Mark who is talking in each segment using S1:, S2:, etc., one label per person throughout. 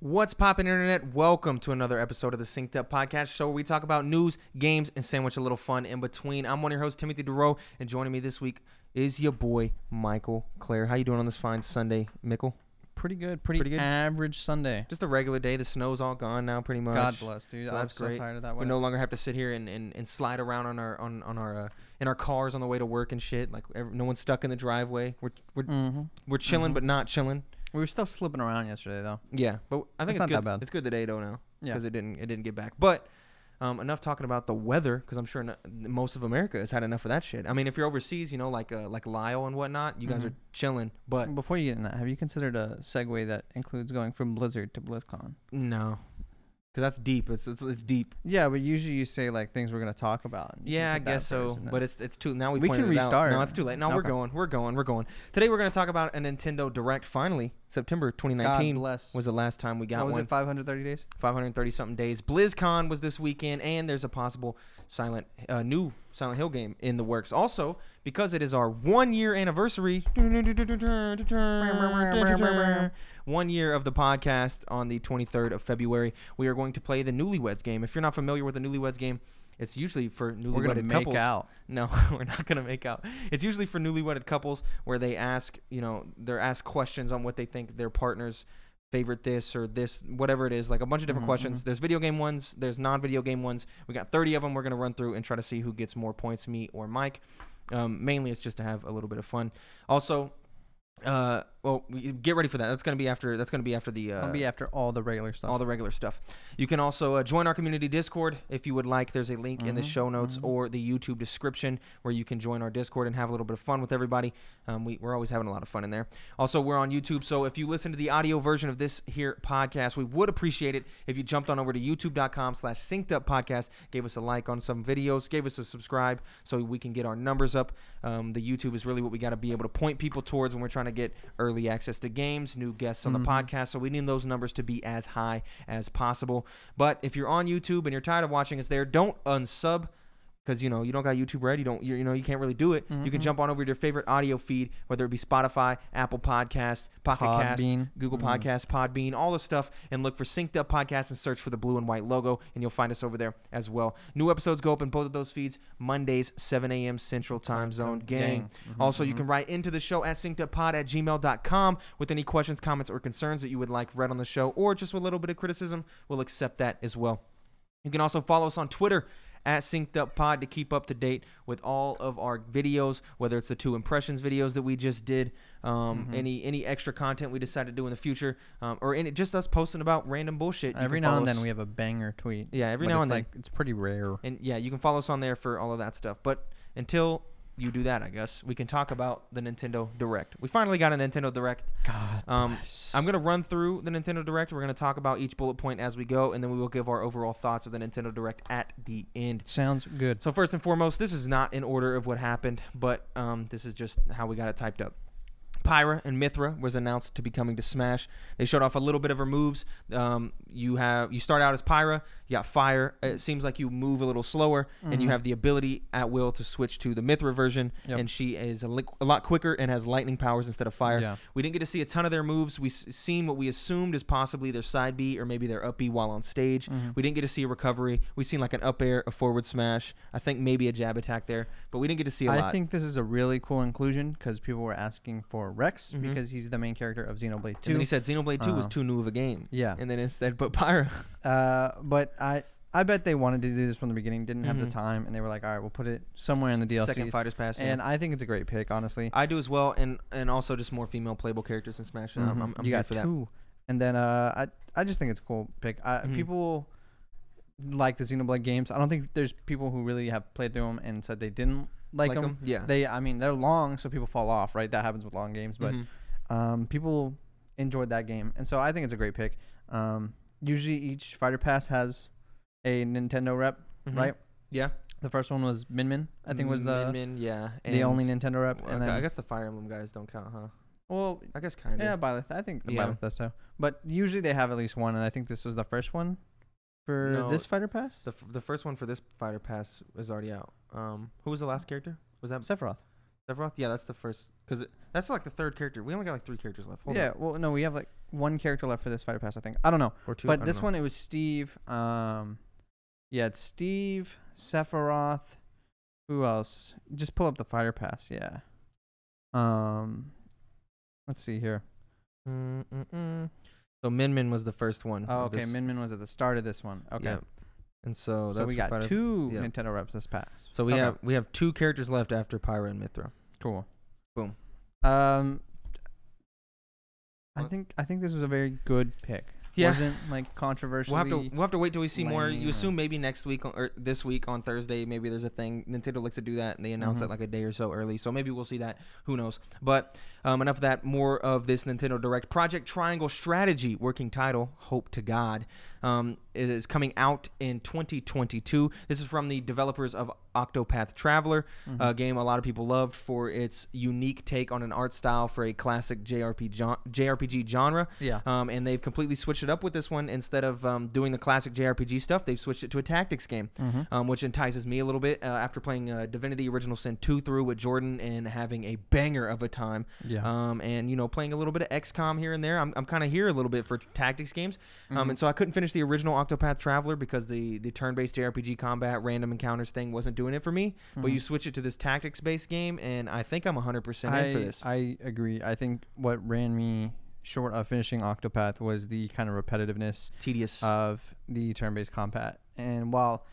S1: What's poppin' internet? Welcome to another episode of the Synced Up Podcast Show where we talk about news, games, and sandwich a little fun in between. I'm one of your hosts, Timothy DeRoe, and joining me this week is your boy Michael Claire. How you doing on this fine Sunday, Mickle?
S2: Pretty good. Pretty,
S1: Pretty good?
S2: average Sunday.
S1: Just a regular day. The snow's all gone now, pretty much.
S2: God bless, dude.
S1: So
S2: I'm
S1: that's
S2: so
S1: great.
S2: tired of that
S1: We
S2: weather.
S1: no longer have to sit here and, and, and slide around on our on on our uh, in our cars on the way to work and shit. Like every, no one's stuck in the driveway. We're we're
S2: hmm
S1: we're chilling, but not chilling.
S2: We were still slipping around yesterday, though.
S1: Yeah, but I think it's,
S2: It's not
S1: good.
S2: that bad.
S1: It's good today though now
S2: Yeah.
S1: because it didn't it didn't get back. But um, enough talking about the weather because I'm sure no, most of America has had enough of that shit. I mean, if you're overseas, you know, like uh, like Lyle and whatnot, you guys are
S2: Mhm.
S1: chilling. But
S2: Before you get in that, have you considered a segue that includes going from Blizzard to BlizzCon?
S1: no, because that's deep. It's, it's it's deep.
S2: Yeah, but usually you say like things we're gonna talk about. and you can
S1: Yeah, I
S2: put that
S1: guess
S2: first
S1: so.
S2: and then-
S1: But it's it's too now we,
S2: We can
S1: pointed it out.
S2: restart.
S1: No, it's too late. No, we're
S2: Okay.
S1: going. We're going. We're going. Today we're going to talk about a Nintendo Direct. Finally, September
S2: God
S1: 2019
S2: bless.
S1: was the last time we got
S2: What was
S1: one.
S2: it 530 days?
S1: 530 something days. BlizzCon was this weekend, and there's a possible silent, uh, new Silent Hill game in the works. Also, because it is our one year anniversary, one year of the podcast on the 23rd of February, we are going to play the Newlyweds game. If you're not familiar with the Newlyweds game, it's usually for
S2: We're gonna
S1: newlywed
S2: make
S1: couples.
S2: out.
S1: No, we're not gonna make out. It's usually for newlywed couples where they ask, you know, they're asked questions on what they think their partner's favorite this or this, whatever it is, like a bunch of different
S2: Mhm,
S1: questions.
S2: mhm.
S1: There's video game ones, there's non-video game ones. We got 30 of them. We're gonna run through and try to see who gets more points, me or Mike. Um, mainly, it's just to have a little bit of fun. Also, uh, well, we- get ready for that. That's gonna be after. That's gonna be after the. Uh,
S2: I'll be after all the regular stuff.
S1: all the regular stuff. You can also uh, join our community Discord if you would like. There's a link in the
S2: Mhm,
S1: show notes
S2: mhm.
S1: or the YouTube description where you can join our Discord and have a little bit of fun with everybody. Um, we, we're always having a lot of fun in there. Also, we're on YouTube, so if you listen to the audio version of this here podcast, we would appreciate it if you jumped on over to youtube.com slash synced up podcast, gave us a like on some videos, gave us a subscribe so we can get our numbers up. Um, the YouTube is really what we got to be able to point people towards when we're trying to get early access to games, new guests on the
S2: Mhm.
S1: podcast. So we need those numbers to be as high as possible. But if you're on YouTube and you're tired of watching us there, don't unsub because you know you don't got YouTube Red. You don't you, you know you can't really do it. You can
S2: Mhm.
S1: jump on over to your favorite audio feed, whether it be Spotify, Apple Podcasts, Pocket Casts,
S2: Podbean.
S1: Google
S2: Mm.
S1: Podcasts, Podbean, all the stuff, and look for Synced Up Podcast and search for the blue and white logo, and you'll find us over there as well. New episodes go up in both of those feeds Mondays, 7 a.m. Central Time Zone. Gang.
S2: Mhm,
S1: Also, you
S2: mhm.
S1: can write into the show at syncedupod at gmail.com with any questions, comments, or concerns that you would like read on the show, or just with a little bit of criticism. We'll accept that as well. You can also follow us on Twitter at Synced Up Pod to keep up to date with all of our videos, whether it's the two impressions videos that we just did, um,
S2: Mhm.
S1: any any extra content we decide to do in the future, um, or any, just us posting about random bullshit. You
S2: Every
S1: can
S2: now
S1: follow
S2: and
S1: us-
S2: then we have a banger tweet.
S1: yeah, every
S2: but
S1: now
S2: it's
S1: and then,
S2: like, it's pretty rare.
S1: and yeah, you can follow us on there for all of that stuff. But until you do that, I guess we can talk about the Nintendo Direct. We finally got a Nintendo Direct.
S2: God.
S1: Um, I'm gonna run through the Nintendo Direct. We're gonna talk about each bullet point as we go, and then we will give our overall thoughts of the Nintendo Direct at the end.
S2: Sounds good.
S1: So first and foremost, this is not in order of what happened, but um, this is just how we got it typed up. Pyra and Mithra was announced to be coming to Smash. They showed off a little bit of her moves. Um, you have you start out as Pyra, you got fire. It seems like you move a little slower, and you
S2: Mhm.
S1: have the ability at will to switch to the Mithra version,
S2: Yep.
S1: and she is a, li- a lot quicker and has lightning powers instead of fire.
S2: Yeah.
S1: We didn't get to see a ton of their moves. We s- seen what we assumed is possibly their side B or maybe their up B while on stage.
S2: Mhm.
S1: We didn't get to see a recovery. We seen like an up air, a forward smash. I think maybe a jab attack there, but we didn't get to see a
S2: I
S1: lot.
S2: think this is a really cool inclusion because people were asking for Rex
S1: Mhm.
S2: because he's the main character of Xenoblade
S1: and then
S2: 2.
S1: he said Xenoblade 2 was
S2: Uh,
S1: too new of a game.
S2: yeah.
S1: And then it said, but Pyra.
S2: Uh, but I I bet they wanted to do this from the beginning, didn't have
S1: Mhm.
S2: the time, and they were like, all right, we'll put it somewhere in the
S1: Second
S2: DLC.
S1: Fighters Pass. yeah.
S2: And I think it's a great pick, honestly.
S1: I do as well, and and also just more female playable characters in Smash. I'm,
S2: Mhm.
S1: Mm-hmm. I'm, I'm
S2: you
S1: here
S2: got
S1: for that.
S2: two, and then uh, I I just think it's a cool pick. I,
S1: Mhm.
S2: People like the Xenoblade games. I don't think there's people who really have played through them and said they didn't like, them.
S1: 'em? Yeah.
S2: They, I mean, they're long, so people fall off, right? That happens with long games, but
S1: Mhm.
S2: um, people enjoyed that game, and so I think it's a great pick. Um, usually, each fighter pass has a Nintendo rep,
S1: Mhm.
S2: right?
S1: Yeah. Mm,
S2: The first one was Min Min, I think was the
S1: Min Min, yeah.
S2: the only
S1: and-
S2: Nintendo rep,
S1: well,
S2: and
S1: I
S2: then
S1: guess the Fire Emblem guys don't count, huh?
S2: well,
S1: I guess kind of.
S2: yeah, Byleth. I think the
S1: Yeah.
S2: Byleth does too, but usually they have at least one, and I think this was the first one for
S1: No,
S2: this fighter pass.
S1: The, f- the first one for this fighter pass is already out. Um, who was the last character? Was that
S2: Sephiroth.
S1: Sephiroth? Yeah, that's the first. Because that's like the third character. We only got like three characters left. Hold
S2: yeah.
S1: on.
S2: Well, no, we have like one character left for this fighter pass. I think. I don't know.
S1: Or two. I
S2: But
S1: don't
S2: this
S1: know.
S2: one, it was Steve. Um, yeah, it's Steve Sephiroth. Who else? Just pull up the fighter pass. Yeah. Um, let's see here.
S1: Mm, mm, mm. So Min Min was the first one.
S2: Oh,
S1: of
S2: okay.
S1: this-
S2: Min Min was at the start of this one. Okay.
S1: yeah. And so
S2: So
S1: that's
S2: we
S1: for
S2: got
S1: Fighter-
S2: two
S1: yeah.
S2: Nintendo reps this pass.
S1: So we
S2: Okay.
S1: have we have two characters left after Pyra and Mithra.
S2: Cool.
S1: Boom.
S2: Um, I
S1: What?
S2: think I think this was a very good pick.
S1: Yeah.
S2: Wasn't like controversial.
S1: We'll have to we'll have to wait till we see more.
S2: lame
S1: You
S2: or-
S1: assume maybe next week on- or this week on Thursday, maybe there's a thing. Nintendo likes to do that, and they announce
S2: Mhm.
S1: it like a day or so early. So maybe we'll see that. Who knows? But um, enough of that. More of this Nintendo Direct Project Triangle Strategy working title. Hope to God um, it is coming out in 2022. This is from the developers of Octopath Traveler, a game a lot of people loved for its unique take on an art style for a classic JRP gen- JRPG genre.
S2: yeah.
S1: Um, and they've completely switched it up with this one. Instead of um, doing the classic JRPG stuff, they've switched it to a tactics game,
S2: Mm-hmm.
S1: um, which entices me a little bit. Uh, after playing uh, Divinity Original Sin 2 through with Jordan and having a banger of a time,
S2: Yeah.
S1: um, and you know playing a little bit of XCOM here and there, I'm, I'm kind of here a little bit for tactics games.
S2: Mm-hmm.
S1: Um, and so I couldn't finish the original Octopath Traveler because the the turn-based JRPG combat random encounters thing wasn't doing it for me. But
S2: Mm-hmm.
S1: you switch it to this tactics-based game, and I think I'm 100% in for
S2: I,
S1: this.
S2: I agree. I think what ran me short of finishing Octopath was the kind of repetitiveness
S1: Tedious.
S2: of the turn-based combat. And while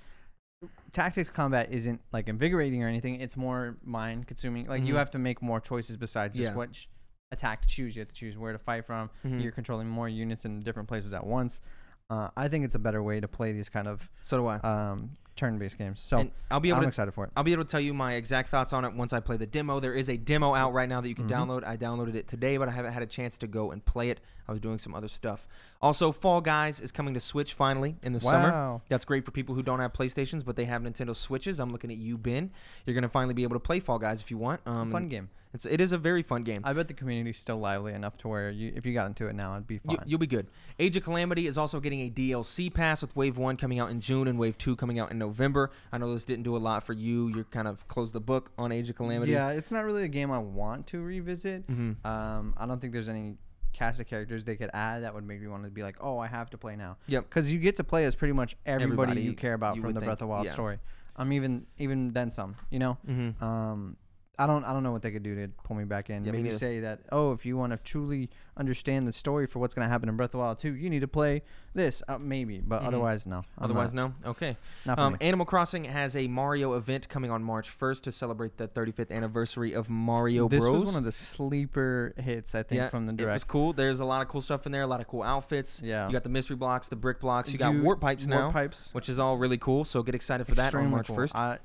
S2: tactics combat isn't like invigorating or anything, it's more mind-consuming. Like you
S1: Mhm.
S2: have to make more choices besides just
S1: Yeah.
S2: what sh- attack to choose. You have to choose where to fight from.
S1: Mhm.
S2: You're controlling more units in different places at once. Uh, I think it's a better way to play these kind of
S1: so do I.
S2: um, turn-based games. So
S1: and I'll be able
S2: I'm
S1: to
S2: excited for it.
S1: I'll be able to tell you my exact thoughts on it once I play the demo. There is a demo out right now that you can
S2: Mm-hmm.
S1: download. I downloaded it today, but I haven't had a chance to go and play it. I was doing some other stuff. Also, Fall Guys is coming to Switch finally in the summer.
S2: Wow.
S1: That's great for people who don't have PlayStations, but they have Nintendo Switches. I'm looking at you, Ben. You're gonna finally be able to play Fall Guys if you want. Um,
S2: Fun game.
S1: It's it is a very fun game.
S2: I bet the community's still lively enough to where you, if you got into it now, it'd be fun.
S1: You, you'll be good. Age of Calamity is also getting a DLC pass with Wave 1 coming out in June and Wave 2 coming out in November. I know this didn't do a lot for you. You're kind of closed the book on Age of Calamity.
S2: Yeah, it's not really a game I want to revisit.
S1: Mhm.
S2: Um, I don't think there's any cast of characters they could add that would make me want to be like, oh, I have to play now.
S1: Yep.
S2: Because you get to play as pretty much everybody, you
S1: Everybody
S2: care about
S1: you
S2: from
S1: would
S2: the
S1: think,
S2: Breath of Wild
S1: yeah.
S2: story. Um, even even then some, you know.
S1: Mm-hmm.
S2: Um, I don't I don't know what they could do to pull me back in.
S1: Yeah, me
S2: Maybe
S1: neither.
S2: say that oh, if you want to truly understand the story for what's gonna happen in Breath of the Wild 2, you need to play this. Uh, maybe, but
S1: Mhm.
S2: otherwise no. I'm
S1: Otherwise,
S2: not,
S1: no. Okay.
S2: not for
S1: Um,
S2: me.
S1: Animal Crossing has a Mario event coming on March 1st to celebrate the 35th anniversary of Mario
S2: this
S1: Bros.
S2: was one of the sleeper hits I think from the
S1: it
S2: direct.
S1: was cool. There's a lot of cool stuff in there. A lot of cool outfits.
S2: Yeah.
S1: You got the mystery blocks, the brick blocks. You got
S2: Do
S1: warp pipes
S2: warp
S1: now,
S2: Pipes.
S1: which is all really cool. So get excited for that on
S2: Extremely
S1: March
S2: cool.
S1: 1st.
S2: I-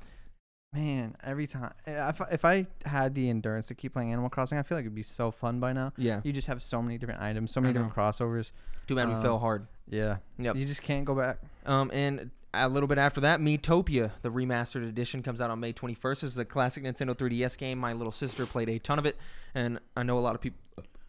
S2: man, every time if, if I had the endurance to keep playing Animal Crossing, I feel like it'd be so fun by now.
S1: yeah.
S2: You just have so many different items, so
S1: I
S2: many different crossovers.
S1: Too bad we
S2: um,
S1: fell hard.
S2: Yeah.
S1: Yep.
S2: You just can't go back.
S1: Um, and a little bit after that, Metopia, the remastered edition, comes out on May 21st. This is a classic Nintendo 3DS game. My little sister played a ton of it, and I know a lot of people.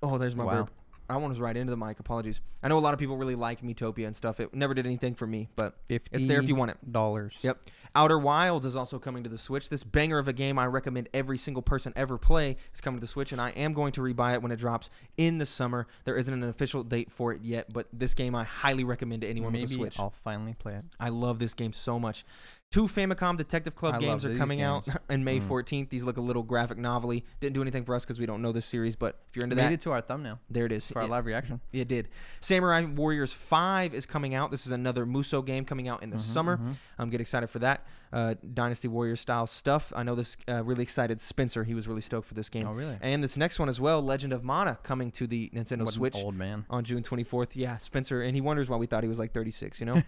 S1: Oh, there's my
S2: Wow.
S1: burp. I want to right into the mic. Apologies. I know a lot of people really like Metopia and stuff. It never did anything for me, but
S2: Fifty
S1: it's there if you want it.
S2: dollars.
S1: Yep. Outer Wilds is also coming to the Switch. This banger of a game I recommend every single person ever play is coming to the Switch, and I am going to rebuy it when it drops in the summer. There isn't an official date for it yet, but this game I highly recommend to anyone
S2: Maybe
S1: with a Switch.
S2: I'll finally play it.
S1: I love this game so much. Two Famicom Detective Club
S2: I
S1: games
S2: love
S1: are
S2: these
S1: coming out
S2: games.
S1: in May
S2: Mm.
S1: 14th. These look a little graphic novelly. Didn't do anything for us because we don't know this series, but if you're into
S2: Made
S1: that,
S2: it to our thumbnail
S1: there it is.
S2: for our
S1: It-
S2: live reaction.
S1: it did. Samurai Warriors 5 is coming out. This is another Muso game coming out
S2: Mm-hmm,
S1: in the summer. Um, get excited for that. Uh, Dynasty Warrior style stuff. I know this uh, really excited Spencer. He was really stoked for this game.
S2: Oh really?
S1: And this next one as well, Legend of Mana, coming to the Nintendo
S2: What an
S1: Switch
S2: old man.
S1: on June 24th. Yeah, Spencer, and he wonders why we thought he was like 36, you know?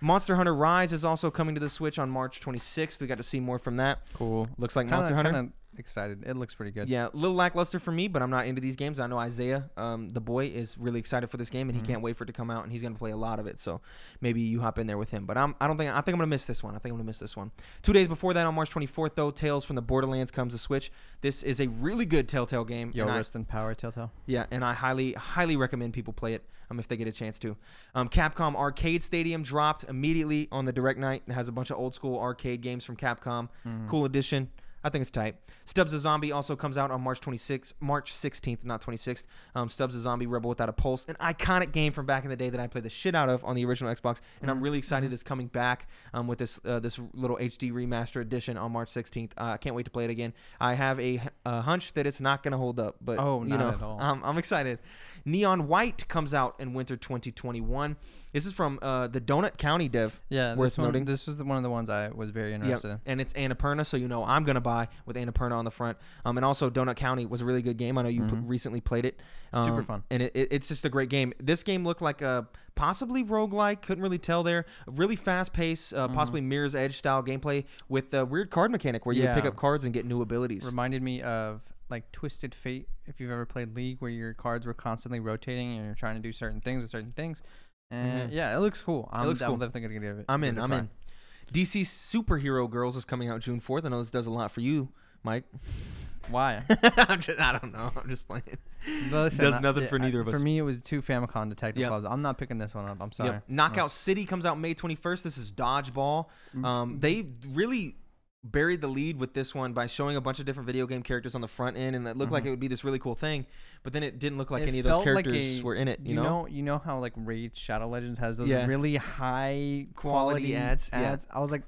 S1: Monster Hunter Rise is also coming to the Switch on March 26th. We got to see more from that.
S2: Cool.
S1: Looks like
S2: Kinda,
S1: Monster Hunter.
S2: kinda excited. It looks pretty good.
S1: Yeah, a little lackluster for me, but I'm not into these games. I know Isaiah, um, the boy, is really excited for this game,
S2: Mm-hmm.
S1: and he can't wait for it to come out, and he's gonna play a lot of it. So maybe you hop in there with him. But I'm, I don't think I think I'm gonna miss this one. I think I'm gonna miss this one. Two days before that, on March 24th, though, Tales from the Borderlands comes to Switch. This is a really good Telltale game.
S2: Yo,
S1: and I-
S2: rest in power, Telltale.
S1: yeah, and I highly, highly recommend people play it um, if they get a chance to. Um, Capcom Arcade Stadium Mm-hmm.
S2: Mm-hmm.
S1: dropped immediately on the direct night. It has a bunch of old school arcade games from Capcom. Cool addition. I think it's tight. Stubbs the Zombie also comes out on March 26th, March 16th, not 26th. Um, Stubbs the Zombie, Rebel Without a Pulse, an iconic game from back in the day that I played the shit out of on the original Xbox, and I'm really excited
S2: Mm-hmm.
S1: it's coming back um, with this uh, this little HD remaster edition on March 16th. Uh, I can't wait to play it again. I have a, a hunch that it's not going to hold up, but
S2: Oh,
S1: you
S2: not
S1: know,
S2: at all.
S1: um, I'm excited. Neon White comes out in winter 2021. This is from uh, the Donut County dev.
S2: Yeah,
S1: Worth
S2: this one,
S1: noting.
S2: This was the, one of the ones I was very
S1: Yep.
S2: interested
S1: And it's Annapurna, so you know I'm gonna buy with Annapurna on the front. Um, and also Donut County was a really good game. I know you p-
S2: Mhm.
S1: recently played it. Um,
S2: Super fun.
S1: And it, it- it's just a great game. This game looked like a possibly roguelike. Couldn't really tell there. Really fast pace, uh, possibly Mirror's Edge style gameplay with a weird card mechanic where you would pick
S2: Yeah.
S1: up cards and get new abilities.
S2: in. Reminded me of like Twisted Fate, if you've ever played League, where your cards were constantly rotating and you're trying to do certain things with certain things. And yeah, it looks cool. I'm,
S1: Mm-hmm. looks
S2: I'm
S1: cool.
S2: definitely gonna give it.
S1: I'm
S2: give
S1: in.
S2: it a
S1: I'm
S2: try.
S1: in. DC Superhero Girls is coming out June 4th. I know this does a lot for you, Mike.
S2: Why?
S1: I'm just, I don't know. I'm just playing.
S2: Listen,
S1: Does
S2: I-
S1: nothing for
S2: I-
S1: neither of us.
S2: For me, it was two Famicom Detective
S1: Yep.
S2: Clubs. I'm not picking this one up. I'm sorry. Oh.
S1: Yep. Knockout City comes out May 21st. This is Dodgeball.
S2: Mm.
S1: Um, they really buried the lead with this one by showing a bunch of different video game characters on the front end, and it looked like it would be this really cool thing, but then it didn't look like
S2: Mm-hmm. It
S1: any of those
S2: felt like
S1: characters
S2: a-
S1: were in it. You,
S2: you
S1: know?
S2: you know how like Raid Shadow Legends has those
S1: Yeah.
S2: really high
S1: Quality
S2: quality,
S1: ads, yeah.
S2: I was like,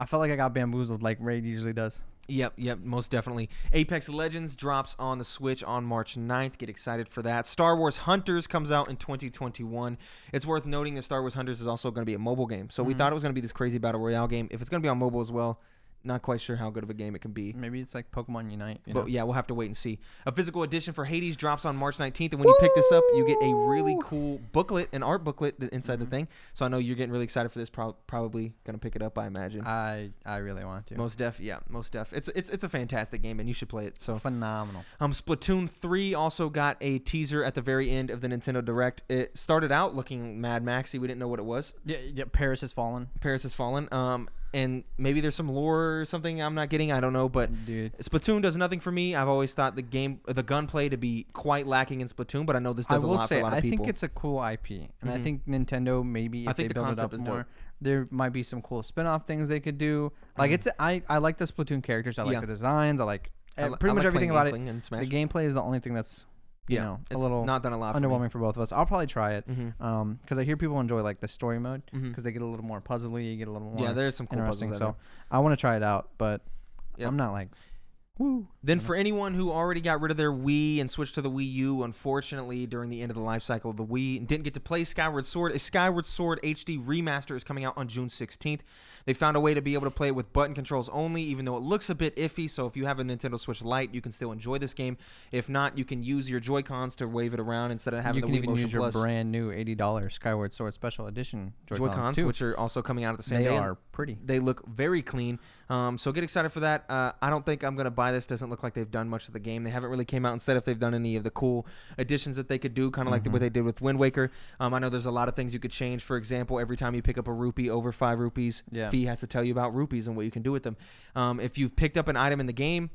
S2: I felt like I got bamboozled like Raid usually does.
S1: Yep, yep, most definitely. Apex Legends drops on the Switch on March 9th. Get excited for that. Star Wars Hunters comes out in 2021. It's worth noting that Star Wars Hunters is also going to be a mobile game. So
S2: Mm-hmm.
S1: we thought it was going to be this crazy battle royale game. If it's going to be on mobile as well, not quite sure how good of a game it can be.
S2: Maybe it's like Pokemon Unite. You
S1: But
S2: know?
S1: yeah, we'll have to wait and see. A physical edition for Hades drops on March 19th, and when you pick this up, you get a really
S2: Woo! Mm-hmm.
S1: cool booklet, an art booklet th- inside the thing. So I know you're getting really excited for this. Prob probably gonna pick it up, I imagine.
S2: I I really want to.
S1: most def, yeah, most def. It's it's it's a fantastic game, and you should play it. So
S2: phenomenal.
S1: um, Splatoon 3 also got a teaser at the very end of the Nintendo Direct. It started out looking Mad Maxy. We didn't know what it was.
S2: Yeah, yeah. Paris has fallen,
S1: Paris has fallen. Um, and maybe there's some lore or something I'm not getting. I don't know, but
S2: dude.
S1: Splatoon does nothing for me. I've always thought the game, the gunplay, to be quite lacking in Splatoon, but I know this
S2: I
S1: does a
S2: will
S1: lot for
S2: say,
S1: a lot of
S2: I
S1: people.
S2: think it's a cool IP, and I
S1: Mhm.
S2: think Nintendo maybe if
S1: I think
S2: they
S1: the
S2: build it
S1: concept
S2: up
S1: is dope.
S2: more, there might be some cool spin-off things they could do. Like
S1: Mhm.
S2: it's, I I like the Splatoon characters. I like
S1: Yeah.
S2: the designs. I like
S1: I
S2: eh,
S1: li-
S2: pretty
S1: I
S2: much
S1: like
S2: everything
S1: playing
S2: about it.
S1: Inkling And Smash.
S2: The gameplay is the only thing that's you
S1: yeah,
S2: know a
S1: it's
S2: little
S1: not done a lot. Mm-hmm.
S2: underwhelming for both of us. I'll probably try it
S1: For me.
S2: Um 'cause because I hear people enjoy like the story mode
S1: hmm hmm
S2: because they get a little more puzzly, you get a little more
S1: Yeah, there's some cool
S2: interesting.
S1: puzzles. out there.
S2: so I want to try it out, but
S1: Yep.
S2: I'm not like, woo.
S1: Then for anyone who already got rid of their Wii and switched to the Wii U, unfortunately, during the end of the life cycle of the Wii, and didn't get to play Skyward Sword. A Skyward Sword HD remaster is coming out on June 16th. They found a way to be able to play it with button controls only, even though it looks a bit iffy. So if you have a Nintendo Switch Lite, you can still enjoy this game. If not, you can use your Joy Cons to wave it around instead of having the
S2: you can
S1: Wii
S2: even
S1: Motion
S2: use your
S1: Plus
S2: brand new eighty dollars Skyward Sword Special Edition
S1: Joy
S2: Joy-Cons
S1: Cons,
S2: too.
S1: which are also coming out at the same
S2: they
S1: day. and
S2: are pretty.
S1: they look very clean. Um, so get excited for that. Uh, I don't think I'm gonna buy this. Doesn't look like they've done much of the game. They haven't really came out and said if they've done any of the cool additions that they could do, kind of
S2: Mm-hmm.
S1: like the, what they did with Wind Waker. Um, I know there's a lot of things you could change. For example, every time you pick up a rupee over five rupees,
S2: Yeah.
S1: fee has to tell you about rupees and what you can do with them. Um, if you've picked up an item in the game,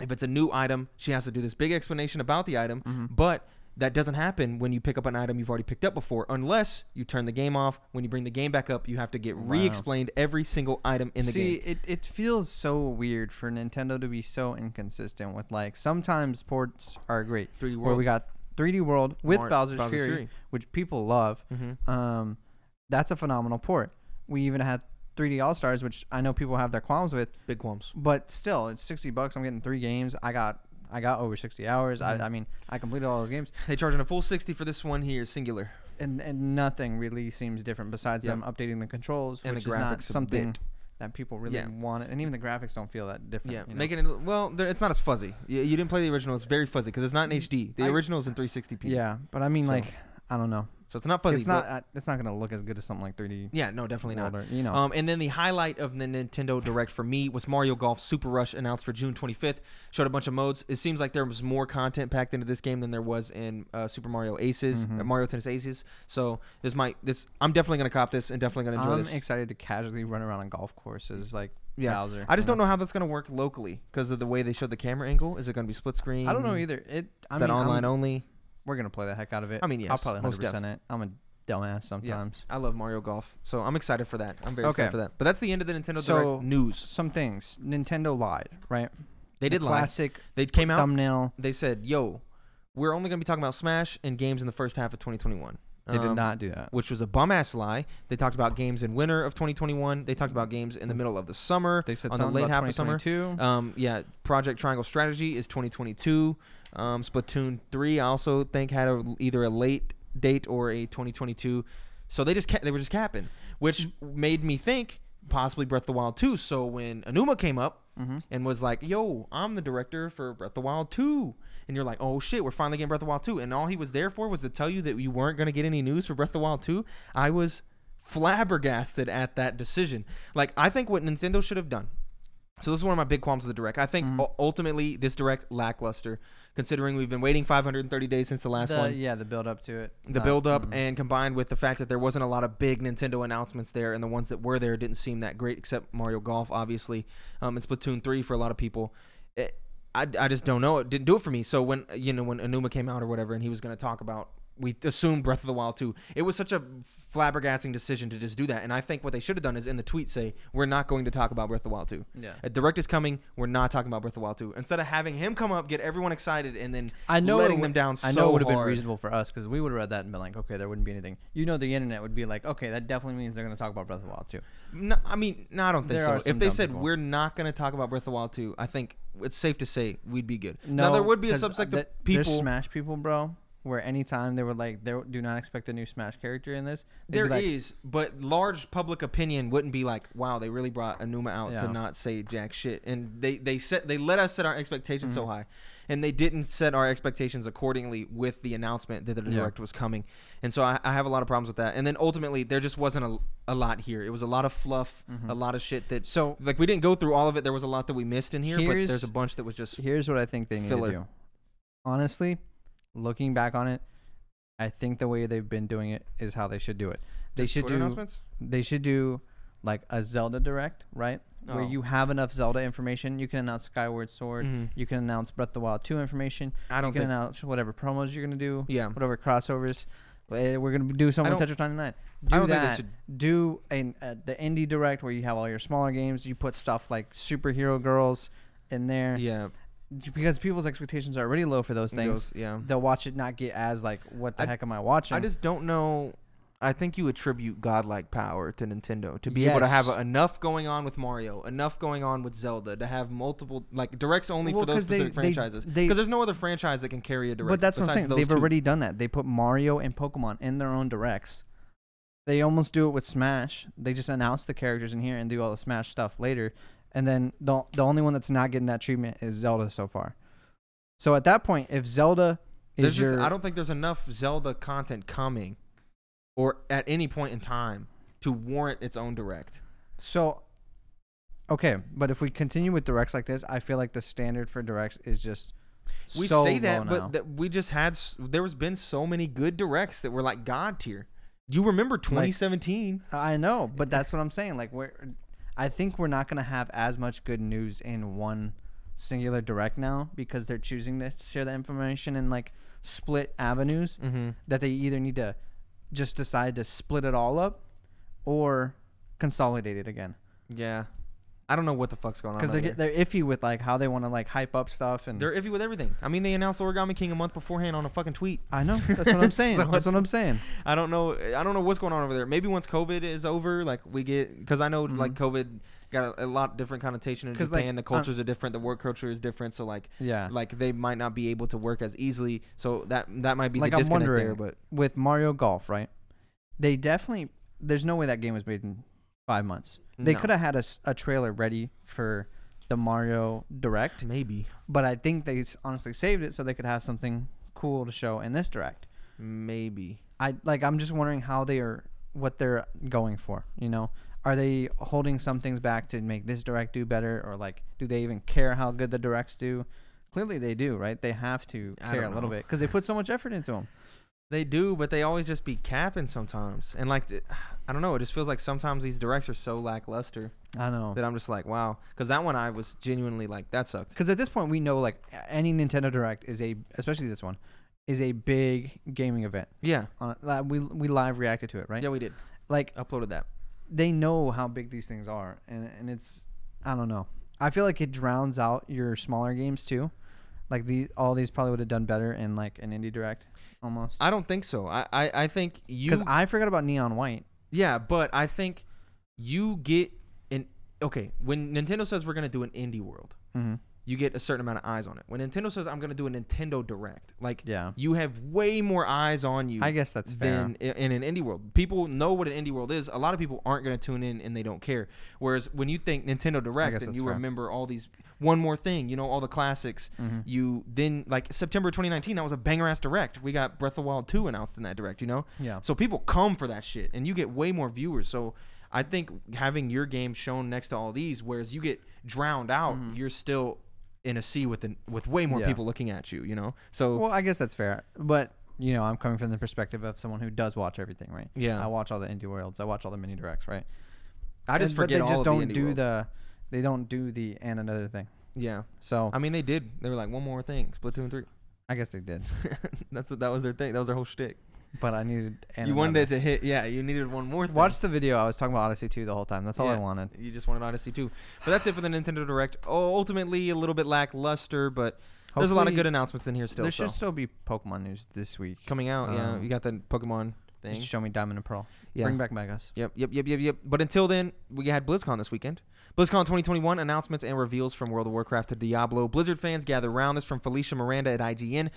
S1: if it's a new item, she has to do this big explanation about the item,
S2: Mm-hmm.
S1: but that doesn't happen when you pick up an item you've already picked up before, unless you turn the game off. When you bring the game back up, you have to get
S2: Wow.
S1: re-explained every single item in the
S2: See,
S1: game.
S2: it it feels so weird for Nintendo to be so inconsistent with like sometimes ports are great.
S1: 3D
S2: Where we got 3D World with Bowser's, Fury, which people love.
S1: hmm
S2: Um, that's a phenomenal port. We even had 3D All Stars, which I know people have their qualms with,
S1: Big qualms.
S2: but still, it's 60 bucks. I'm getting three games. I got I got over 60 hours.
S1: Mhm.
S2: I, I mean, I completed all those games,
S1: They charging a full sixty for this one here, singular.
S2: and and nothing really seems different besides
S1: Yep.
S2: them updating the controls,
S1: And the
S2: which is not
S1: graphics a
S2: something
S1: bit.
S2: that people really
S1: Yeah.
S2: want. And even the graphics don't feel that different.
S1: Yeah,
S2: you know?
S1: making it well. they're- It's not as fuzzy. You, you didn't play the original. It's very fuzzy because it's not in HD. The
S2: I-
S1: original is in 360p.
S2: yeah, but I mean,
S1: So-
S2: like, I don't know.
S1: so it's not fuzzy.
S2: it's not
S1: but-
S2: uh, it's not gonna look as good as something like 3D.
S1: yeah, no, definitely not.
S2: World or- you know.
S1: Um, and then the highlight of the Nintendo Direct for me was Mario Golf Super Rush announced for June 25th. Showed a bunch of modes. It seems like there was more content packed into this game than there was in uh, Super Mario Aces,
S2: Mhm.
S1: uh, Mario Tennis Aces. So this might this I'm definitely gonna cop this and definitely gonna enjoy
S2: I'm
S1: this.
S2: excited to casually run around on golf courses like
S1: Yeah.
S2: Bowser.
S1: I just
S2: you
S1: don't know how that's gonna work locally because of the way they showed the camera angle. Is it gonna be split screen?
S2: I don't know either. It. I
S1: Is
S2: mean,
S1: that online
S2: I'm,
S1: only?
S2: we're gonna play the heck out of it.
S1: I mean,
S2: I'll
S1: yes,
S2: probably
S1: most
S2: 100 percent it. I'm a dumbass sometimes.
S1: I love Mario Golf, so I'm excited for that. I'm very excited
S2: Okay.
S1: for that. But that's the end of the Nintendo
S2: So-
S1: Direct news.
S2: Some things Nintendo lied, right?
S1: They
S2: The
S1: did lie.
S2: classic
S1: They came out.
S2: thumbnail.
S1: They said, "Yo, we're only going to be talking about Smash and games in the first half of 2021."
S2: They did
S1: Um,
S2: not do that.
S1: Which was a bum ass lie. They talked about games in winter of 2021. They talked about games in the middle of the summer.
S2: They said
S1: on the
S2: something
S1: late
S2: about
S1: half of summer,
S2: 2022.
S1: Um, yeah, Project Triangle Strategy is 2022. Um, Splatoon 3, I also think had a, either a late date or a 2022. So they just ca- they were just capping, which made me think possibly Breath of the Wild 2. So when Anuma came up and was like, "Yo, I'm the director for Breath of the Wild 2." And you're like, "Oh shit, we're finally getting Breath of the Wild 2." And all he was there for was to tell you that you weren't going to get any news for Breath of the Wild 2. I was flabbergasted at that decision. Like I think what Nintendo should have done so this is one of my big qualms with the direct. I think u- ultimately this direct lackluster, considering we've been waiting 530 days since the Uh, last
S2: The-
S1: one.
S2: yeah, the build up to it.
S1: The
S2: Uh,
S1: build up and combined with the fact that there wasn't a lot of big Nintendo announcements there, and the ones that were there didn't seem that great, except Mario Golf, obviously, um, and Splatoon three for a lot of people. It, I, I just don't know. It didn't do it for me. So when you know when Anuma came out or whatever, and he was going to talk about, we assumed Breath of the Wild two. It was such a flabbergasting decision to just do that. And I think what they should have done is in the tweet say, "We're not going to talk about Breath of the Wild two.
S2: Yeah.
S1: A direct is coming. We're not talking about Breath of the Wild two. Instead of having him come up, get everyone excited, and then
S2: I know it
S1: letting
S2: would-
S1: them down.
S2: I
S1: so
S2: know it would have been
S1: hard.
S2: reasonable for us because we would have read that and been like, okay, there wouldn't be anything. You know, the internet would be like, okay, that definitely means they're going to talk about Breath of the Wild too.
S1: No, I mean, no, I don't think
S2: There are
S1: so. If
S2: some
S1: they
S2: dumb
S1: said
S2: people.
S1: we're not going to talk about Breath of the Wild 2, I think it's safe to say we'd be good. now there would be a
S2: 'cause uh,
S1: subsect of
S2: th- there's
S1: people.
S2: Smash people, bro. Where anytime they were like, "There, do not expect a new Smash character in this."
S1: There is,
S2: like,
S1: but large public opinion wouldn't be like, "Wow, they really brought Anuma out
S2: Yeah.
S1: to not say jack shit," and they they set they let us set our expectations
S2: Mm-hmm.
S1: so high, and they didn't set our expectations accordingly with the announcement that the
S2: Yeah.
S1: direct was coming, and so I, I have a lot of problems with that. And then ultimately, there just wasn't a, a lot here. It was a lot of fluff,
S2: Mm-hmm.
S1: a lot of shit that
S2: So
S1: like we didn't go through all of it. There was a lot that we missed in here, but
S2: Here's-
S1: there's a bunch that was just
S2: here's what I think they need
S1: Filler.
S2: to do. Honestly, looking back on it, I think the way they've been doing it is how they should do it. They
S1: Just
S2: should
S1: Twitter
S2: do.
S1: announcements.
S2: They should do like a Zelda direct, right? Where
S1: Oh.
S2: you have enough Zelda information, you can announce Skyward Sword.
S1: Mhm.
S2: You can announce Breath of the Wild 2 information.
S1: I don't
S2: you can
S1: think.
S2: announce whatever promos you're gonna do.
S1: Yeah.
S2: whatever crossovers. Eh, We're gonna do something with
S1: don't-
S2: Tetris 99. Do
S1: I don't think they
S2: that. Do an, uh, the indie direct where you have all your smaller games. You put stuff like superhero girls in there
S1: Yeah,
S2: because people's expectations are already low for those things.
S1: those- yeah.
S2: They'll watch it, not get as like, what the
S1: I-
S2: heck am I watching?
S1: I just don't know. I think you attribute godlike power to Nintendo to be able to
S2: Yes.
S1: have enough going on with Mario, enough going on with Zelda, to have multiple like directs only
S2: Well,
S1: for those
S2: 'cause they-
S1: specific
S2: they-
S1: franchises.
S2: they-
S1: Because there's no other franchise that can carry a direct.
S2: but that's what I'm
S1: besides
S2: saying.
S1: those
S2: They've
S1: two.
S2: already done that. They put Mario and Pokemon in their own directs. They almost do it with Smash. They just announce the characters in here and do all the Smash stuff later. And then the the only one that's not getting that treatment is Zelda so far. So at that point, if Zelda
S1: There's
S2: is
S1: just
S2: your,
S1: I don't think there's enough Zelda content coming, or at any point in time, to warrant its own direct.
S2: so okay, but if we continue with directs like this, I feel like the standard for directs is just
S1: We
S2: so
S1: say
S2: low
S1: that,
S2: now.
S1: but that we just had s- there was been so many good directs that were like god tier. You remember 2017?
S2: I know, but that's what I'm saying. Like we're, I think we're not gonna have as much good news in one singular direct now because they're choosing to share the information in like split avenues
S1: mm-hmm.
S2: that they either need to just decide to split it all up or consolidate it again
S1: Yeah, I don't know what the fuck's going on.
S2: because
S1: Because
S2: they get they're iffy with like how they want to like hype up stuff and
S1: they're iffy with everything. I mean, they announced Origami King a month beforehand on a fucking tweet.
S2: I know that's what I'm saying.
S1: So
S2: that's what
S1: it's-
S2: I'm saying.
S1: I don't know. I don't know what's going on over there. Maybe once COVID is over, like we get because I know like COVID got a, a lot different connotation in
S2: Mm-hmm. 'Cause, like,
S1: Japan. the
S2: I'm-
S1: cultures are different. The work culture is different. So like,
S2: Yeah.
S1: like they might not be able to work as easily. So that that might be
S2: like
S1: the
S2: I'm
S1: disconnect
S2: wondering
S1: there. But
S2: with Mario Golf, right? They definitely there's no way that game was made in five months. They
S1: No.
S2: could have had a, s- a trailer ready for the Mario Direct,
S1: maybe,
S2: but I think they s- honestly saved it so they could have something cool to show in this Direct.
S1: maybe
S2: I like I'm just wondering how they are what they're going for. You know, are they holding some things back to make this Direct do better, or like do they even care how good the Directs do? Clearly they do, right? They have to
S1: I
S2: care a
S1: don't
S2: little
S1: know.
S2: bit because they put so much effort into them.
S1: they do, but they always just be capping sometimes. And like, th- I don't know. It just feels like sometimes these directs are so lackluster.
S2: I know.
S1: that I'm just like, wow, because that one I was genuinely like, that sucked.
S2: Because at this point, we know like a- any Nintendo Direct is a, especially this one, is a big gaming event.
S1: Yeah.
S2: On like, we we live reacted to it, right?
S1: Yeah, we did.
S2: Like
S1: Uploaded that.
S2: they know how big these things are, and and it's I don't know. I feel like it drowns out your smaller games too. Like these, all these probably would have done better in like an indie direct, almost.
S1: I don't think so. I, I, I think Uh, you.
S2: Because I forgot about Neon White.
S1: Yeah, but I think you get an okay when Nintendo says we're gonna do an indie world,
S2: Mm-hmm.
S1: you get a certain amount of eyes on it. When Nintendo says I'm gonna do a Nintendo Direct, like
S2: Yeah,
S1: you have way more eyes on you
S2: I guess that's fair.
S1: than i- in an indie world. People know what an indie world is. A lot of people aren't gonna tune in and they don't care. Whereas when you think Nintendo Direct
S2: guess
S1: and
S2: that's
S1: you
S2: fair.
S1: remember all these one more thing, you know all the classics.
S2: Mhm.
S1: You then like September 2019, that was a banger ass direct. We got Breath of the Wild 2 announced in that direct. You know.
S2: Yeah,
S1: So people come for that shit, and you get way more viewers. So I think having your game shown next to all these, whereas you get drowned out, you're still in a sea with an, with way more
S2: Mm-hmm. Yeah.
S1: people looking at you. You know. So
S2: Well, I guess that's fair. But, you know, I'm coming from the perspective of someone who does watch everything, right?
S1: Yeah.
S2: I watch all the indie worlds. I watch all the mini directs, right?
S1: I just
S2: And-
S1: forget
S2: but
S1: all
S2: they just
S1: of the
S2: don't
S1: indie
S2: do
S1: world.
S2: the they don't do the and another thing.
S1: yeah.
S2: So
S1: I mean, they did. They were like one more thing, split two and three.
S2: I guess they did.
S1: That's what that was their thing. That was their whole shtick.
S2: But I needed and
S1: you wanted it
S2: another.
S1: to hit. Yeah, you needed one more. Thing.
S2: watch the video. I was talking about Odyssey 2 the whole time. That's all I
S1: Yeah.
S2: wanted.
S1: You just wanted Odyssey too. But that's it for the Nintendo Direct. Oh, ultimately a little bit lackluster, but there's a lot of
S2: Hopefully-
S1: good announcements in here still.
S2: there
S1: so.
S2: should still be Pokemon news this week.
S1: coming out. yeah,
S2: Um,
S1: you got the Pokemon thing.
S2: Just show me Diamond and Pearl.
S1: Yeah.
S2: Bring back Megas.
S1: Yep, yep, yep, yep, yep. But until then, we had BlizzCon this weekend. BlizzCon 2021 announcements and reveals from World of Warcraft to Diablo. Blizzard fans gather around. This from Felicia Miranda at IGN.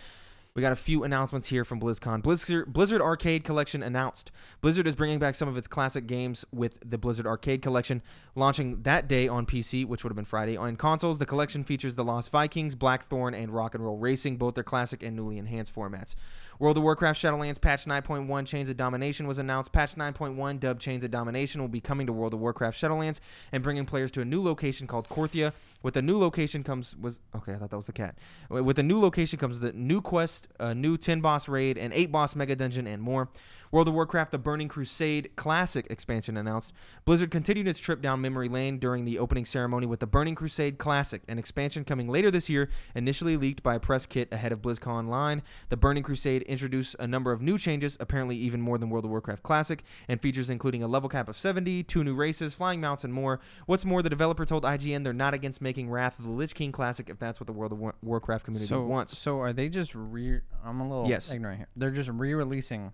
S1: We got a few announcements here from BlizzCon. Blizzard, Blizzard Arcade Collection announced. Blizzard is bringing back some of its classic games with the Blizzard Arcade Collection, launching that day on PC, which would have been Friday. On consoles, the collection features The Lost Vikings, Blackthorn, and Rock and Roll Racing, both their classic and newly enhanced formats. World of Warcraft Shadowlands patch 9.1 Chains of Domination was announced. Patch 9.1 dubbed Chains of Domination will be coming to World of Warcraft Shadowlands and bringing players to a new location called Corthia. With the new location comes was okay. I thought that was the cat. Wi- With the new location comes the new quest, a new ten boss raid, an eight boss mega dungeon, and more. World of Warcraft: The Burning Crusade Classic expansion announced. Blizzard continued its trip down memory lane during the opening ceremony with the Burning Crusade Classic, an expansion coming later this year, initially leaked by a press kit ahead of BlizzCon Online. The Burning Crusade introduced a number of new changes, apparently even more than World of Warcraft Classic, and features including a level cap of 70, two new races, flying mounts, and more. What's more, the developer told IGN they're not against making Wrath of the Lich King Classic if that's what the World of Wa- Warcraft community
S2: So
S1: wants.
S2: so are they just re? I'm a little
S1: Yes.
S2: ignorant here. They're just re-releasing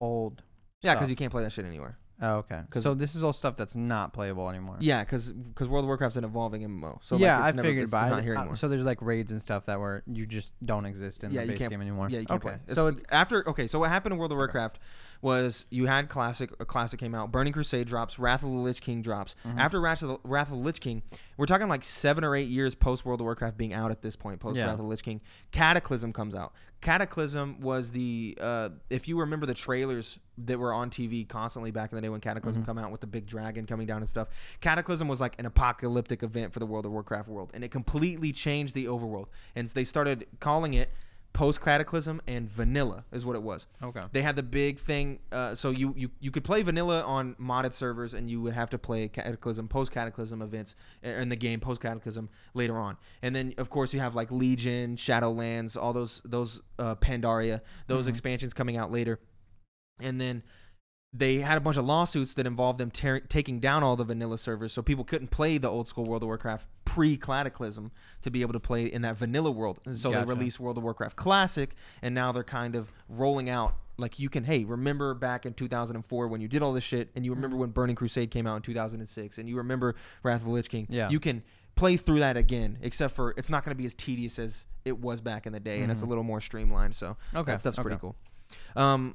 S2: old.
S1: Yeah,
S2: stuff.
S1: because you can't play that shit anywhere.
S2: Oh, okay.
S1: 'Cause-
S2: So this is all stuff that's not playable anymore.
S1: Yeah, because World of Warcraft's an evolving MMO. So
S2: yeah,
S1: like, it's
S2: I
S1: never,
S2: figured,
S1: it's
S2: but I-
S1: not here
S2: uh,
S1: anymore.
S2: so there's like raids and stuff that were you just don't exist in
S1: Yeah,
S2: the
S1: you
S2: base
S1: can't-
S2: game anymore.
S1: Yeah, you can't
S2: okay.
S1: play.
S2: So
S1: So
S2: it's
S1: it's after okay. So what happened in World of Warcraft was you had classic. A classic came out. Burning Crusade drops. Wrath of the Lich King drops. After Wrath of the Wrath of the Lich King, we're talking like seven or eight years post World of Warcraft being out at this point. Post
S2: Yeah.
S1: Wrath of the Lich King, Cataclysm comes out. Cataclysm was the uh, if you remember the trailers that were on TV constantly back in the day when Cataclysm come out with the big dragon coming down and stuff. Cataclysm was like an apocalyptic event for the World of Warcraft world, and it completely changed the overworld. And so they started calling it post cataclysm and vanilla is what it was
S2: okay.
S1: they had the big thing uh, so you, you you could play vanilla on modded servers and you would have to play cataclysm post cataclysm events uh, in the game post cataclysm later on and then of course you have like legion shadowlands all those those uh, pandaria those
S2: Mhm.
S1: expansions coming out later and then they had a bunch of lawsuits that involved them tear taking down all the vanilla servers, so people couldn't play the old school World of Warcraft pre Cataclysm to be able to play in that vanilla world. And so
S2: Gotcha.
S1: they released World of Warcraft Classic, and now they're kind of rolling out like you can. Hey, remember back in 2004 when you did all this shit, and you
S2: Mm-hmm.
S1: remember when Burning Crusade came out in 2006, and you remember Wrath of the Lich King.
S2: Yeah.
S1: you can play through that again, except for it's not going to be as tedious as it was back in the day, and it's a
S2: Mhm.
S1: little more streamlined. So
S2: Okay.
S1: that stuff's
S2: okay.
S1: pretty cool. Um,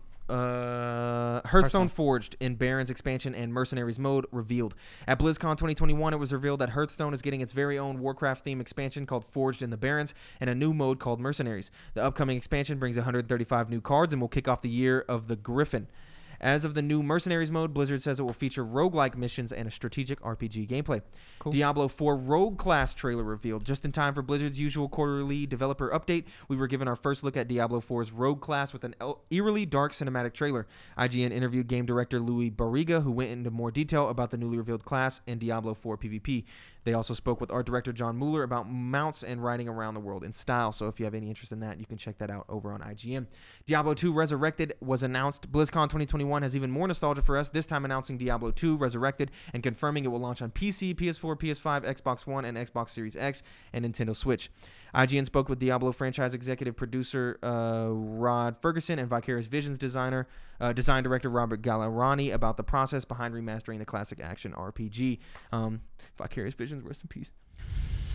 S1: uh, Hearthstone,
S2: Hearthstone.
S1: Forged in Baron's expansion and Mercenaries mode revealed. At BlizzCon 2021, it was revealed that Hearthstone is getting its very own Warcraft theme expansion called Forged in the Barrens and a new mode called Mercenaries. The upcoming expansion brings 135 new cards and will kick off the year of the Griffin. As of the new Mercenaries mode, Blizzard says it will feature roguelike missions and a strategic RPG gameplay.
S2: Cool.
S1: Diablo 4 Rogue class trailer revealed just in time for Blizzard's usual quarterly developer update. We were given our first look at Diablo 4's Rogue class with an el- eerily dark cinematic trailer. IGN interviewed game director Louis Barriga, who went into more detail about the newly revealed class and Diablo 4 PvP. They also spoke with art director John Mueller about mounts and riding around the world in style. So if you have any interest in that, you can check that out over on IGN. Diablo 2 Resurrected was announced. BlizzCon 2021 has even more nostalgia for us, this time announcing Diablo 2 Resurrected and confirming it will launch on PC, PS4, PS5, Xbox One, and Xbox Series X and Nintendo Switch. IGN spoke with Diablo franchise executive producer uh, Rod Ferguson and Vicarious Visions designer, uh, design director Robert Gallerani about the process behind remastering the classic action RPG. Um, Vicarious Visions, rest in peace.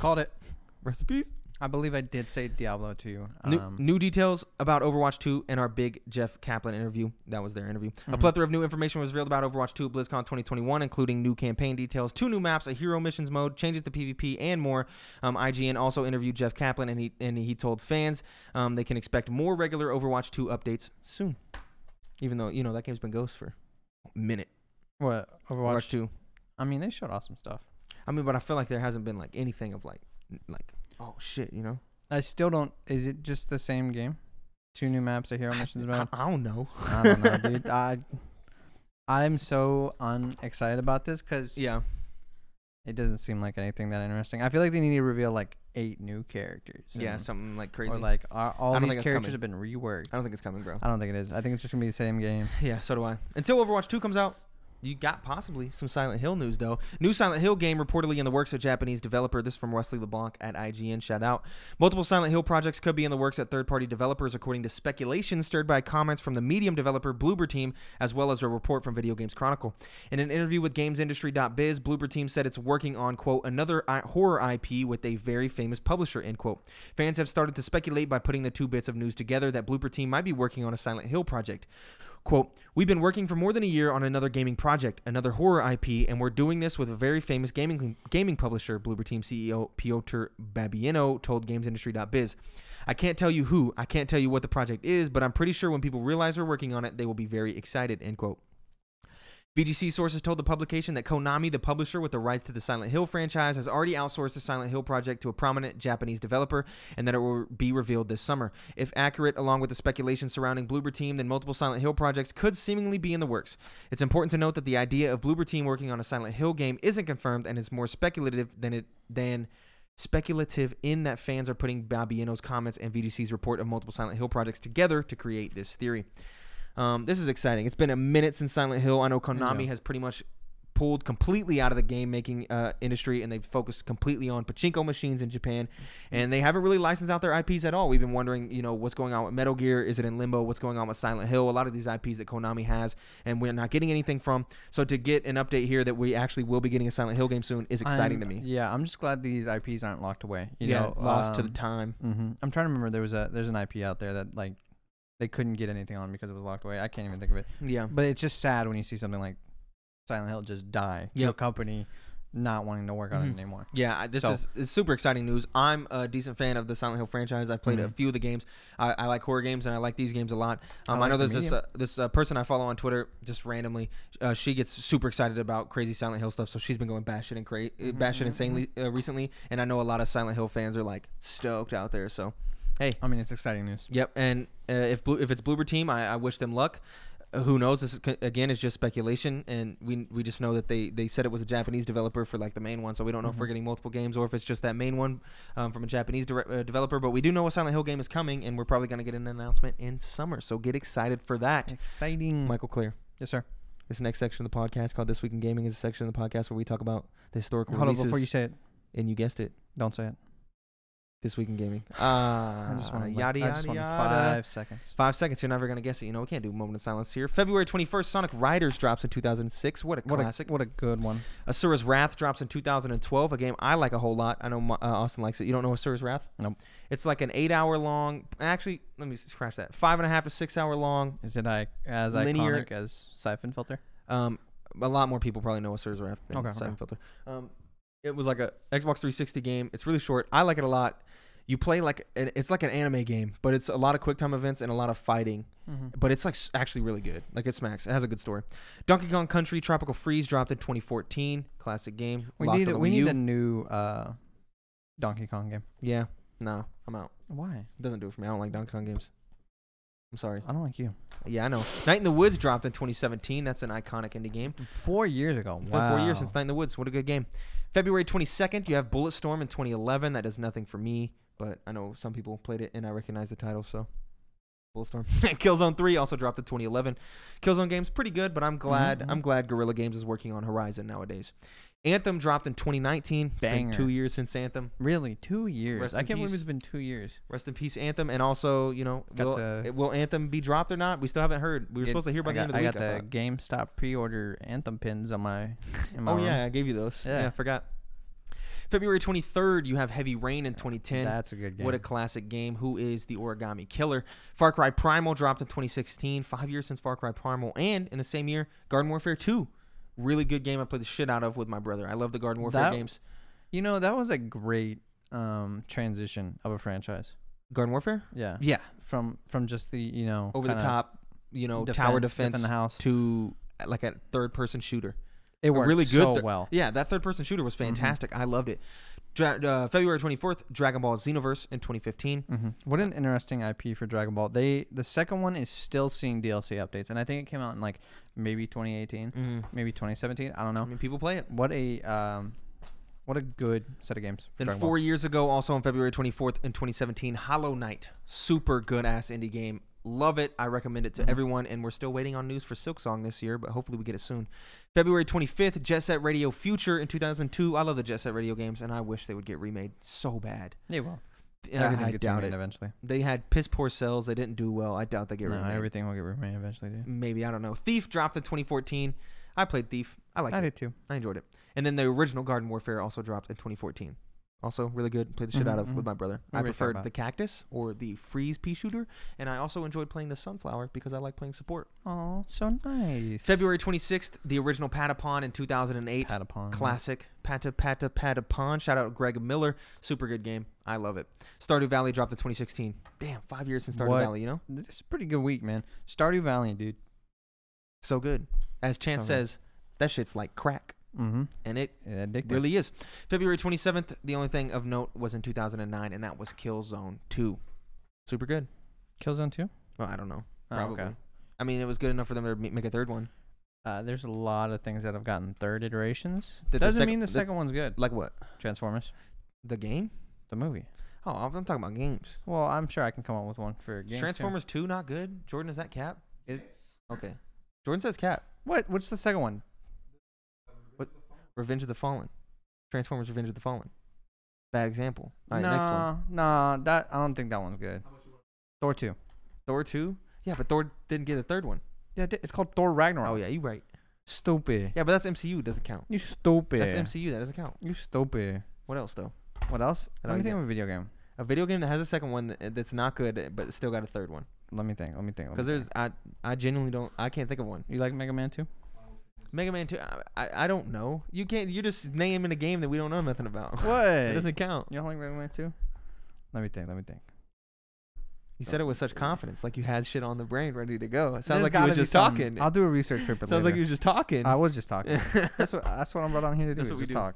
S2: Called it.
S1: Rest in peace.
S2: I believe I did say Diablo to you.
S1: New,
S2: Um,
S1: new details about Overwatch 2 and our big Jeff Kaplan interview. That was their interview.
S2: Mm-hmm.
S1: A plethora of new information was revealed about Overwatch 2 at BlizzCon 2021, including new campaign details, two new maps, a hero missions mode, changes to PvP, and more. Um, IGN also interviewed Jeff Kaplan, and he and he told fans um, they can expect more regular Overwatch 2 updates soon. Even though you know that game's been ghost for a minute.
S2: what Overwatch?
S1: Overwatch 2.
S2: I mean, they showed awesome stuff.
S1: I mean, but I feel like there hasn't been like anything of like n- like oh shit, you know.
S2: I still don't. Is it just the same game? Two new maps, a hero missions
S1: I,
S2: mode.
S1: I don't know.
S2: I don't know, dude. I I'm so unexcited about this because
S1: Yeah.
S2: it doesn't seem like anything that interesting. I feel like they need to reveal like eight new characters.
S1: Yeah,
S2: and-
S1: something like crazy.
S2: Mm. Or like are, all
S1: I don't
S2: these
S1: think it's
S2: characters
S1: coming.
S2: have been reworked.
S1: I don't think it's coming, bro.
S2: I don't think it is. I think it's just gonna be the same game.
S1: Yeah, so do I. Until Overwatch 2 comes out, you got possibly some Silent Hill news, though. New Silent Hill game reportedly in the works at Japanese developer. This from Wesley LeBlanc at IGN. Shout out. Multiple Silent Hill projects could be in the works at third party developers, according to speculation stirred by comments from the Medium developer Bloober Team, as well as a report from Video Games Chronicle. In an interview with GamesIndustry.biz, Bloober Team said it's working on, quote, another I- horror IP with a very famous publisher, end quote. Fans have started to speculate by putting the two bits of news together that Bloober Team might be working on a Silent Hill project. Quote, We've been working for more than a year on another gaming project, another horror IP, and we're doing this with a very famous gaming gaming publisher, Bloober Team CEO Piotr Babieno told GamesIndustry.biz. I can't tell you who, I can't tell you what the project is, but I'm pretty sure when people realize we're working on it, they will be very excited, end quote. VGC sources told the publication that Konami, the publisher with the rights to the Silent Hill franchise, has already outsourced the Silent Hill project to a prominent Japanese developer and that it will be revealed this summer. If accurate, along with the speculation surrounding Bloober Team, then multiple Silent Hill projects could seemingly be in the works. It's important to note that the idea of Bloober Team working on a Silent Hill game isn't confirmed and is more speculative than it than speculative in that fans are putting Babieno's comments and VGC's report of multiple Silent Hill projects together to create this theory. Um, this is exciting. It's been a minute since Silent Hill. I know Konami
S2: Yeah.
S1: has pretty much pulled completely out of the game making uh, industry and they've focused completely on pachinko machines in Japan and they haven't really licensed out their IPs at all. We've been wondering, you know, what's going on with Metal Gear? Is it in limbo? What's going on with Silent Hill? A lot of these IPs that Konami has and we're not getting anything from. So to get an update here that we actually will be getting a Silent Hill game soon is exciting
S2: I'm-
S1: to me.
S2: Yeah, I'm just glad these IPs aren't locked away. You
S1: yeah,
S2: know,
S1: lost to the
S2: um,
S1: time.
S2: hmm I'm trying to remember there was a there's an IP out there that like they couldn't get anything on because it was locked away. I can't even think of it.
S1: Yeah.
S2: But it's just sad when you see something like Silent Hill just die to a
S1: Yep.
S2: company not wanting to work on
S1: Mhm.
S2: it anymore.
S1: Yeah, I- this
S2: So-
S1: is, is super exciting news. I'm a decent fan of the Silent Hill franchise. I've played a
S2: Mhm.
S1: few of the games. I, I like horror games, and I like these games a lot. Um, Mm-hmm. I,
S2: I like
S1: know
S2: the
S1: there's this uh, this uh, person I follow on Twitter just randomly. Uh, she gets super excited about crazy Silent Hill stuff, so she's been going bash it and cra- uh bash it insanely uh, recently. And I know a lot of Silent Hill fans are like stoked out there. So, hey,
S2: I mean, it's exciting news.
S1: Yep, and uh, if blue, if it's Bloober team, I, I wish them luck. Uh, Who knows? This is, c- again is just speculation, and we we just know that they they said it was a Japanese developer for like the main one, so we don't know if we're
S2: Mm-hmm.
S1: getting multiple games or if it's just that main one um, from a Japanese dire- uh, developer. But we do know a Silent Hill game is coming, and we're probably going to get an announcement in summer. So get excited for
S2: Mm-hmm.
S1: that,
S2: Exciting.
S1: Michael Clear.
S2: yes, sir.
S1: This next section of the podcast called "This Week in Gaming" is a section of the podcast where we talk about the historical
S2: Hold on,
S1: releases.
S2: before you say it,
S1: and you guessed it,
S2: don't say it.
S1: this week in gaming. Ah,
S2: I just want like,
S1: yada
S2: I just
S1: yada
S2: want
S1: yada.
S2: five seconds.
S1: Five seconds. You're never gonna guess it. You know we can't do a moment of silence here. February 21st, Sonic Riders drops in 2006. What a
S2: What
S1: classic.
S2: a what a good one.
S1: Asura's Wrath drops in 2012. A game I like a whole lot. I know Ma- uh, Austin likes it. You don't know Asura's Wrath?
S2: Nope.
S1: It's like an eight-hour long. Actually, let me scratch that. Five and a half or six-hour long.
S2: Is it I, as
S1: Linear-
S2: iconic as Siphon Filter?
S1: Um, a lot more people probably know Asura's Wrath than
S2: Okay,
S1: Siphon
S2: okay.
S1: Filter. Um, it was like a Xbox 360 game. It's really short. I like it a lot. You play like an, it's like an anime game, but it's a lot of quick time events and a lot of fighting. but it's like s- actually really good. Like it smacks. It has a good story. Donkey Kong Country Tropical Freeze dropped in 2014. Classic game.
S2: We
S1: Locked
S2: need
S1: on the
S2: we
S1: Wii
S2: need
S1: U.
S2: a new uh, Donkey Kong game.
S1: yeah. No, I'm out.
S2: Why?
S1: It doesn't do it for me. I don't like Donkey Kong games. I'm sorry.
S2: I don't like you.
S1: Yeah, I know. Night in the Woods dropped in 2017. That's an iconic indie game.
S2: Four years ago.
S1: It's
S2: wow.
S1: been four years since Night in the Woods. What a good game. February 22nd, you have Bulletstorm in 2011. That does nothing for me, but I know some people played it and I recognize the title, so Bulletstorm. Killzone 3 also dropped in 2011. Killzone games pretty good, but I'm glad
S2: Mhm.
S1: I'm glad Guerrilla Games is working on Horizon nowadays. Anthem dropped in 2019. It's
S2: Banger.
S1: been 2 years since Anthem.
S2: Really, two years.
S1: Rest
S2: I
S1: in
S2: can't believe
S1: peace.
S2: it's been two years.
S1: Rest in peace, Anthem, and also you know
S2: Got
S1: will,
S2: the-
S1: it- will Anthem be dropped or not? We still haven't heard. We were
S2: It-
S1: supposed to hear by
S2: I
S1: the
S2: got,
S1: end of the
S2: I
S1: week.
S2: got
S1: I
S2: the GameStop pre-order Anthem pins on my. In
S1: thought.
S2: my
S1: oh
S2: room.
S1: yeah, I gave you those. Yeah,
S2: Yeah.
S1: I forgot. February 23rd, you have Heavy Rain in 2010.
S2: that's a good game.
S1: What a classic game. Who is the Origami Killer? Far Cry Primal dropped in 2016, five years since Far Cry Primal, and in the same year, Garden Warfare 2. Really good game I played the shit out of with my brother. I love the Garden Warfare
S2: That-
S1: games.
S2: you know that was a great um transition of a franchise.
S1: Garden Warfare?
S2: Yeah,
S1: Yeah.
S2: from from just the you know
S1: Over the
S2: kinda
S1: top, you know, tower
S2: defend
S1: defense
S2: the house.
S1: to uh, like a third person shooter.
S2: It worked
S1: really good
S2: so
S1: th-
S2: well. Mm-hmm.
S1: Yeah, that third person shooter was fantastic. I loved it. Dra- uh, February 24th, Dragon Ball Xenoverse in 2015.
S2: hmm What an interesting IP for Dragon Ball. They the second one is still seeing DLC updates, and I think it came out in like maybe 2018,
S1: Mm.
S2: maybe 2017. I don't
S1: I
S2: know.
S1: mean, people play it.
S2: What a um, what a good set of games. For
S1: Then
S2: Dragon
S1: four
S2: Ball.
S1: years ago, also on February 24th in 2017, Hollow Knight, super good ass indie game. Love it. I recommend it to
S2: Mhm.
S1: everyone. And we're still waiting on news for Silk Song this year, but hopefully we get it soon. February 25th, Jet Set Radio Future in 2002. I love the Jet Set Radio games, and I wish they would get remade so bad.
S2: Yeah, well,
S1: And
S2: everything
S1: I
S2: gets
S1: doubt
S2: remade
S1: it.
S2: eventually.
S1: They had piss poor sales. They didn't do well. I doubt they get
S2: No,
S1: remade.
S2: everything will get remade eventually. Dude.
S1: maybe I don't know. Thief dropped in 2014. I played Thief. I liked
S2: I
S1: it.
S2: did too.
S1: I enjoyed it. And then the original Garden Warfare also dropped in 2014. Also really good. Played the shit out
S2: Mhm,
S1: of with
S2: mhm.
S1: my brother. I
S2: We already talked
S1: preferred
S2: about
S1: the cactus or the freeze pea shooter, and I also enjoyed playing the sunflower because I like playing support.
S2: Oh, so nice.
S1: February 26th, the original Patapon in 2008.
S2: Pat upon
S1: Classic Pata Pata Patapon. Shout out Greg Miller. Super good game. I love it. Stardew Valley dropped in 2016. Damn, five years since Stardew
S2: What?
S1: Valley. You know,
S2: This is a pretty good week, man. Stardew Valley, dude.
S1: so good. As Chance
S2: So good.
S1: says, that shit's like crack,
S2: Mm-hmm.
S1: and it
S2: Addictive.
S1: really is. February 27th, the only thing of note was in 2009, and that was Killzone 2. Super good.
S2: Killzone two.
S1: Well, I don't know.
S2: Oh,
S1: Probably.
S2: okay.
S1: I mean, it was good enough for them to m- make a third one.
S2: Uh, there's a lot of things that have gotten third iterations.
S1: The- the
S2: Doesn't
S1: sec-
S2: mean the
S1: the-
S2: second one's good.
S1: Like what?
S2: Transformers,
S1: The game?
S2: the movie.
S1: Oh, I'm I'm talking about games.
S2: Well, I'm sure I can come up with one for games. too.
S1: Transformers 2 not good? Jordan, is that cap? Okay. Jordan says cap.
S2: What? What's the second one?
S1: Revenge of the Fallen. Transformers Revenge of the Fallen. Bad example. All right, next one.
S2: nah, that I don't think that one's good. Thor two.
S1: Thor 2? Yeah, but Thor didn't get a third one.
S2: Yeah, di- it's called Thor Ragnarok.
S1: Oh, yeah, you're right.
S2: Stupid.
S1: Yeah, but that's MCU. It doesn't count.
S2: You stupid.
S1: That's MCU. That doesn't count.
S2: You stupid.
S1: What else, though?
S2: What else?
S1: I
S2: Let me
S1: don't
S2: think
S1: get-
S2: of a video game.
S1: A video game that has a second one that, that's not good, but still got a third one.
S2: Let me think. Let me think. let
S1: Because
S2: me
S1: there's, I, I genuinely don't, I can't think of one.
S2: think. You like Mega Man two?
S1: Mega Man Two, I, I, I don't know. You can't, you're just naming a game that we don't know nothing about.
S2: What?
S1: It doesn't count.
S2: You don't like Mega Man two? Let me think. Let me think.
S1: You said it with such confidence, like you had shit on the brain ready to go. It
S2: There's
S1: sounds like you
S2: gotta
S1: was
S2: be
S1: just
S2: some-
S1: talking.
S2: I'll do a research paper.
S1: Sounds like you
S2: later.
S1: was just talking.
S2: I was just talking. that's what. That's what I'm brought on here to do.
S1: That's
S2: is
S1: what we
S2: just
S1: do.
S2: talk.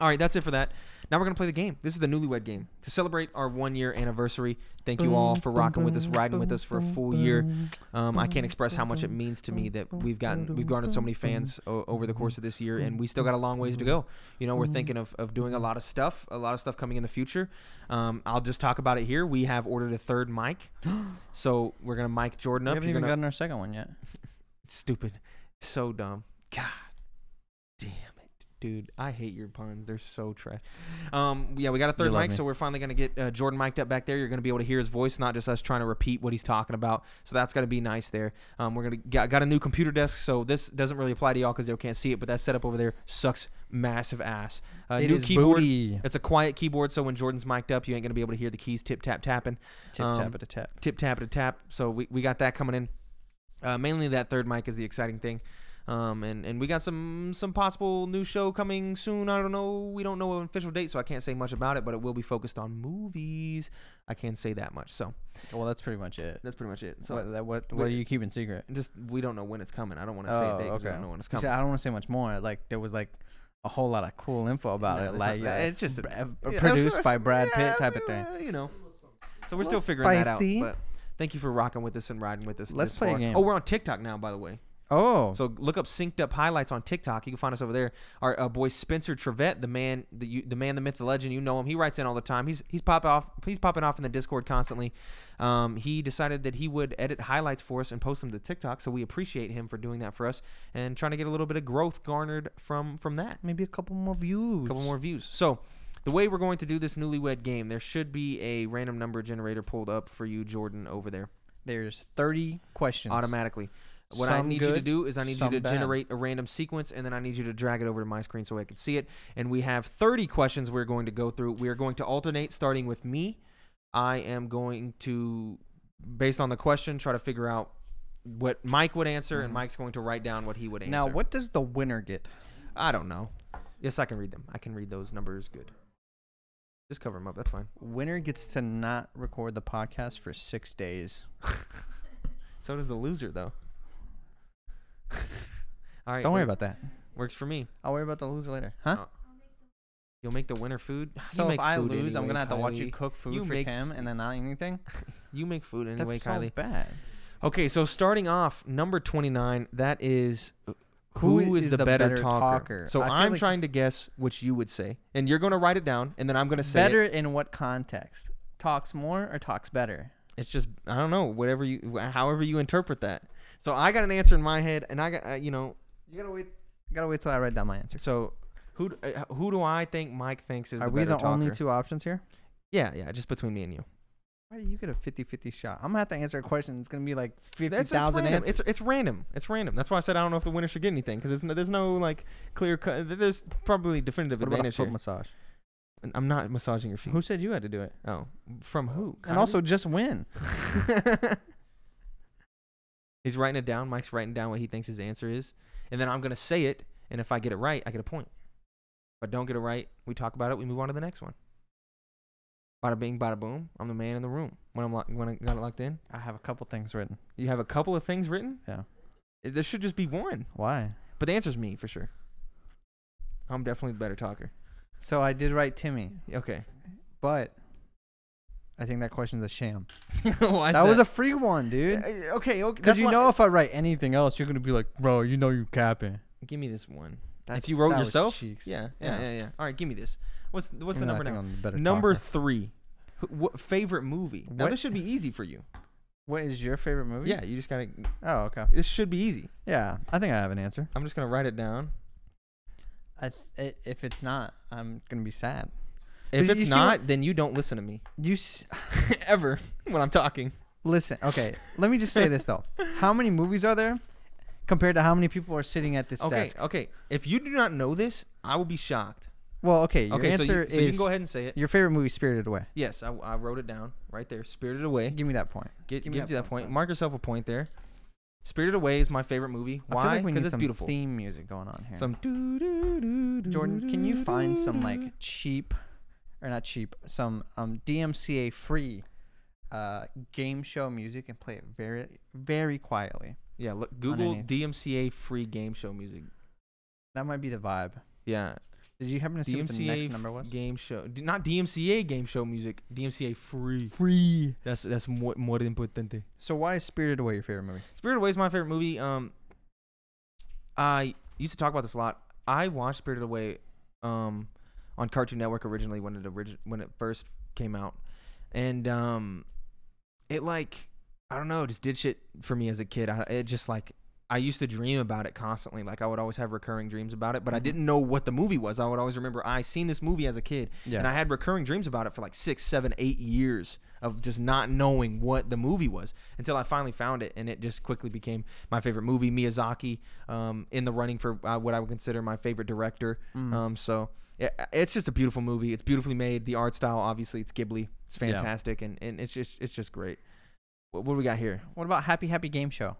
S1: All right, that's it for that. Now we're gonna play the game. This is the newlywed game to celebrate our one year anniversary. Thank you all for rocking with us, riding with us for a full year. Um, I can't express how much it means to me that we've gotten we've garnered so many fans o- over the course of this year, and we still got a long ways to go. You know, we're thinking of, of doing a lot of stuff, a lot of stuff coming in the future. Um, I'll just talk about it here. We have ordered a third mic, so we're gonna mic Jordan
S2: We
S1: up.
S2: haven't
S1: You're
S2: even
S1: gonna-
S2: gotten our second one yet.
S1: Stupid. So dumb. God. Damn it, dude. I hate your puns. They're so trash. Um, yeah, we got a third
S2: You love
S1: mic,
S2: me.
S1: so we're finally going to get uh, Jordan mic'd up back there. You're going to be able to hear his voice, not just us trying to repeat what he's talking about. So that's going to be nice there. Um, we're going to got, got a new computer desk, so this doesn't really apply to y'all because y'all can't see it, but that setup over there sucks massive ass. Uh,
S2: It
S1: new
S2: is
S1: keyboard.
S2: booty.
S1: It's a quiet keyboard, so when Jordan's mic'd up, you ain't going to be able to hear the keys tip tap tapping
S2: Tip
S1: Um,
S2: tap at a tap.
S1: tip tap to tap. So we, we got that coming in. Uh, mainly that third mic is the exciting thing. Um, and, and we got some some possible new show coming soon. I don't know. We don't know an official date, so I can't say much about it. But it will be focused on movies. I can't say that much. So
S2: Well, that's pretty much it.
S1: that's pretty much it. So
S2: So what, that, what,
S1: we-
S2: what are you keeping secret?
S1: just we don't know when it's coming. I don't want to say a
S2: Oh,
S1: date 'cause we
S2: okay.
S1: don't know when it's
S2: You
S1: coming.
S2: said, I don't want to say much more. Like there was like a whole lot of cool info about
S1: No,
S2: it.
S1: it's not
S2: Like
S1: that.
S2: uh,
S1: It's just a-
S2: br- uh,
S1: Yeah,
S2: produced by
S1: yeah,
S2: Brad Pitt type of thing.
S1: uh, You know. So we're still
S2: Little
S1: figuring that out.
S2: spicy.
S1: But thank you for rocking with us and riding with us.
S2: Let's
S1: this
S2: play a
S1: far.
S2: game.
S1: Oh, we're on TikTok now, by the way.
S2: Oh.
S1: So look up synced up highlights on TikTok. You can find us over there. Our uh, boy Spencer Trevette, the man, the you, the man, the myth, the legend. You know him. He writes in all the time. He's he's pop off. He's popping off in the Discord constantly. Um, he decided that he would edit highlights for us and post them to TikTok. So we appreciate him for doing that for us and trying to get a little bit of growth garnered from from that.
S2: maybe a couple more views.
S1: A couple more views. So, the way we're going to do this newlywed game, there should be a random number generator pulled up for you, Jordan, over there
S2: There's 30 questions.
S1: automatically. What I
S2: Some
S1: need you to
S2: good,
S1: do is I need you
S2: some
S1: to
S2: bad.
S1: generate a random sequence, and then I need you to drag it over to my screen so I can see it. And we have 30 questions we're going to go through. We are going to alternate, starting with me. I am going to, based on the question, try to figure out what Mike would answer, and
S2: Mhm.
S1: Mike's going to write down what he would answer.
S2: Now, what does the winner get?
S1: I don't know. Yes, I can read them. I can read those numbers good. Just cover them up. That's fine.
S2: Winner gets to not record the podcast for six days.
S1: So does the loser, though. All right.
S2: Don't worry
S1: wor-
S2: about that.
S1: Works for me.
S2: I'll worry about the loser later. Huh?
S1: Oh, You'll make the winner food. You
S2: so
S1: make
S2: if I
S1: food
S2: lose, I'm
S1: anyway,
S2: gonna have to watch you
S1: Kylie.
S2: cook food
S1: You
S2: for
S1: make
S2: Tim
S1: f-
S2: and then not anything.
S1: You make food anyway,
S2: That's so
S1: Kylie.
S2: bad.
S1: Okay, so starting off, number 29, that is uh,
S2: Who
S1: who is,
S2: is
S1: the,
S2: the
S1: better,
S2: better
S1: talker?
S2: talker?
S1: So
S2: I feel
S1: I'm
S2: like-
S1: trying to guess what you would say, and you're going to write it down, and then I'm going to say it.
S2: Better in what context? Talks more or talks better?
S1: It's just I don't know, whatever you however you interpret that. So I got an answer in my head and I got uh, you know,
S2: You gotta wait. You gotta wait till I write down my answer.
S1: so who d- uh, who do I think Mike thinks is
S2: Are
S1: the
S2: we
S1: better
S2: the
S1: talker?
S2: only two options here?
S1: Yeah, yeah, just between me and you.
S2: Why do you get a 50-50 shot? I'm gonna have to answer a question. It's gonna be like fifty
S1: That's
S2: thousand
S1: random.
S2: answers.
S1: It's it's random. It's random. That's why I said I don't know if the winner should get anything because no, there's no like clear cut. There's probably definitive
S2: What about a
S1: advantage
S2: foot
S1: here.
S2: massage?
S1: And I'm not massaging your feet.
S2: Who said you had to do it?
S1: oh, from who?
S2: And also, just win.
S1: Kylie? he's writing it down. Mike's writing down what he thinks his answer is, and then I'm gonna say it. And if I get it right, I get a point. If I don't get it right, we talk about it. We move on to the next one. Bada bing, bada boom. I'm the man in the room. When I'm lo- when I got it locked in,
S2: I have a couple things written.
S1: you have a couple of things written.
S2: Yeah.
S1: There should just be one.
S2: Why?
S1: But the answer's me for sure. I'm definitely the better talker.
S2: So I did write Timmy,
S1: Okay.
S2: but I think that question's a sham.
S1: Why is
S2: that was a free one, dude.
S1: Uh, okay. Okay.
S2: Because
S1: that's
S2: you
S1: why-
S2: know, if I write anything else, you're gonna be like, bro, you know you capping.
S1: give me this one.
S2: That's-
S1: if you wrote
S2: that was
S1: yourself,
S2: cheeks.
S1: yeah, yeah, yeah, yeah, All right, give me this. What's what's the
S2: Even though I
S1: number
S2: think
S1: now?
S2: I'm the better
S1: Number
S2: talker.
S1: three. Wh- What favorite movie? Now
S2: What-
S1: this should be easy for you.
S2: what is your favorite movie?
S1: Yeah, you just gotta.
S2: Oh, okay.
S1: This should be easy.
S2: Yeah, I think I have an answer.
S1: I'm just gonna write it down.
S2: I th- i- if it's not, I'm gonna be sad.
S1: If
S2: you-
S1: it's
S2: you see what-
S1: not, then you don't listen to me
S2: You s-
S1: ever when I'm talking.
S2: listen. Okay, let me just say this though. How many movies are there compared to how many people are sitting at this
S1: Okay.
S2: desk?
S1: Okay. If you do not know this, I will be shocked.
S2: Well, okay. Your
S1: Okay. So
S2: answer
S1: you, so you
S2: is
S1: can go ahead and say it.
S2: your favorite movie, Spirited Away.
S1: Yes, I, I wrote it down right there. Spirited Away.
S2: Give me that point.
S1: Get, give
S2: Give
S1: you
S2: me
S1: that,
S2: that
S1: point.
S2: point, son.
S1: Mark yourself a point there. Spirited Away is my favorite movie.
S2: I feel
S1: Why?
S2: like we
S1: Because
S2: need
S1: it's
S2: some
S1: beautiful.
S2: theme music going on here.
S1: Some doo-doo-doo-doo,
S2: Jordan, can you find some
S1: doo-doo-doo.
S2: like cheap, or not cheap, some um, DMCA free uh, game show music and play it very, very quietly?
S1: Yeah, look, Google
S2: underneath?
S1: DMCA free game show music.
S2: That might be the vibe.
S1: Yeah,
S2: Did you happen to see what the
S1: DMCA
S2: next number
S1: f-
S2: was?
S1: game show. D- not DMCA game show music. DMCA free.
S2: Free.
S1: That's that's more more importante.
S2: So why is Spirited Away your favorite movie?
S1: Spirited Away is my favorite movie. Um, I used to talk about this a lot. I watched Spirited Away, um, on Cartoon Network originally when it origin when it first came out, and um, it like I don't know, just did shit for me as a kid. I it just like I used to dream about it constantly. Like I would always have recurring dreams about it, but I
S2: Mhm.
S1: didn't know what the movie was. I would always remember I seen this movie as a kid,
S2: Yeah.
S1: and I had recurring dreams about it for like six, seven, eight years of just not knowing what the movie was until I finally found it, and it just quickly became my favorite movie. Miyazaki, um, in the running for uh, what I would consider my favorite director. Um, so it, it's just a beautiful movie. It's beautifully made. The art style, obviously, it's Ghibli. It's
S2: Yeah.
S1: fantastic, and, and it's just it's just great. What, what do we got here?
S2: what about Happy Happy Game Show?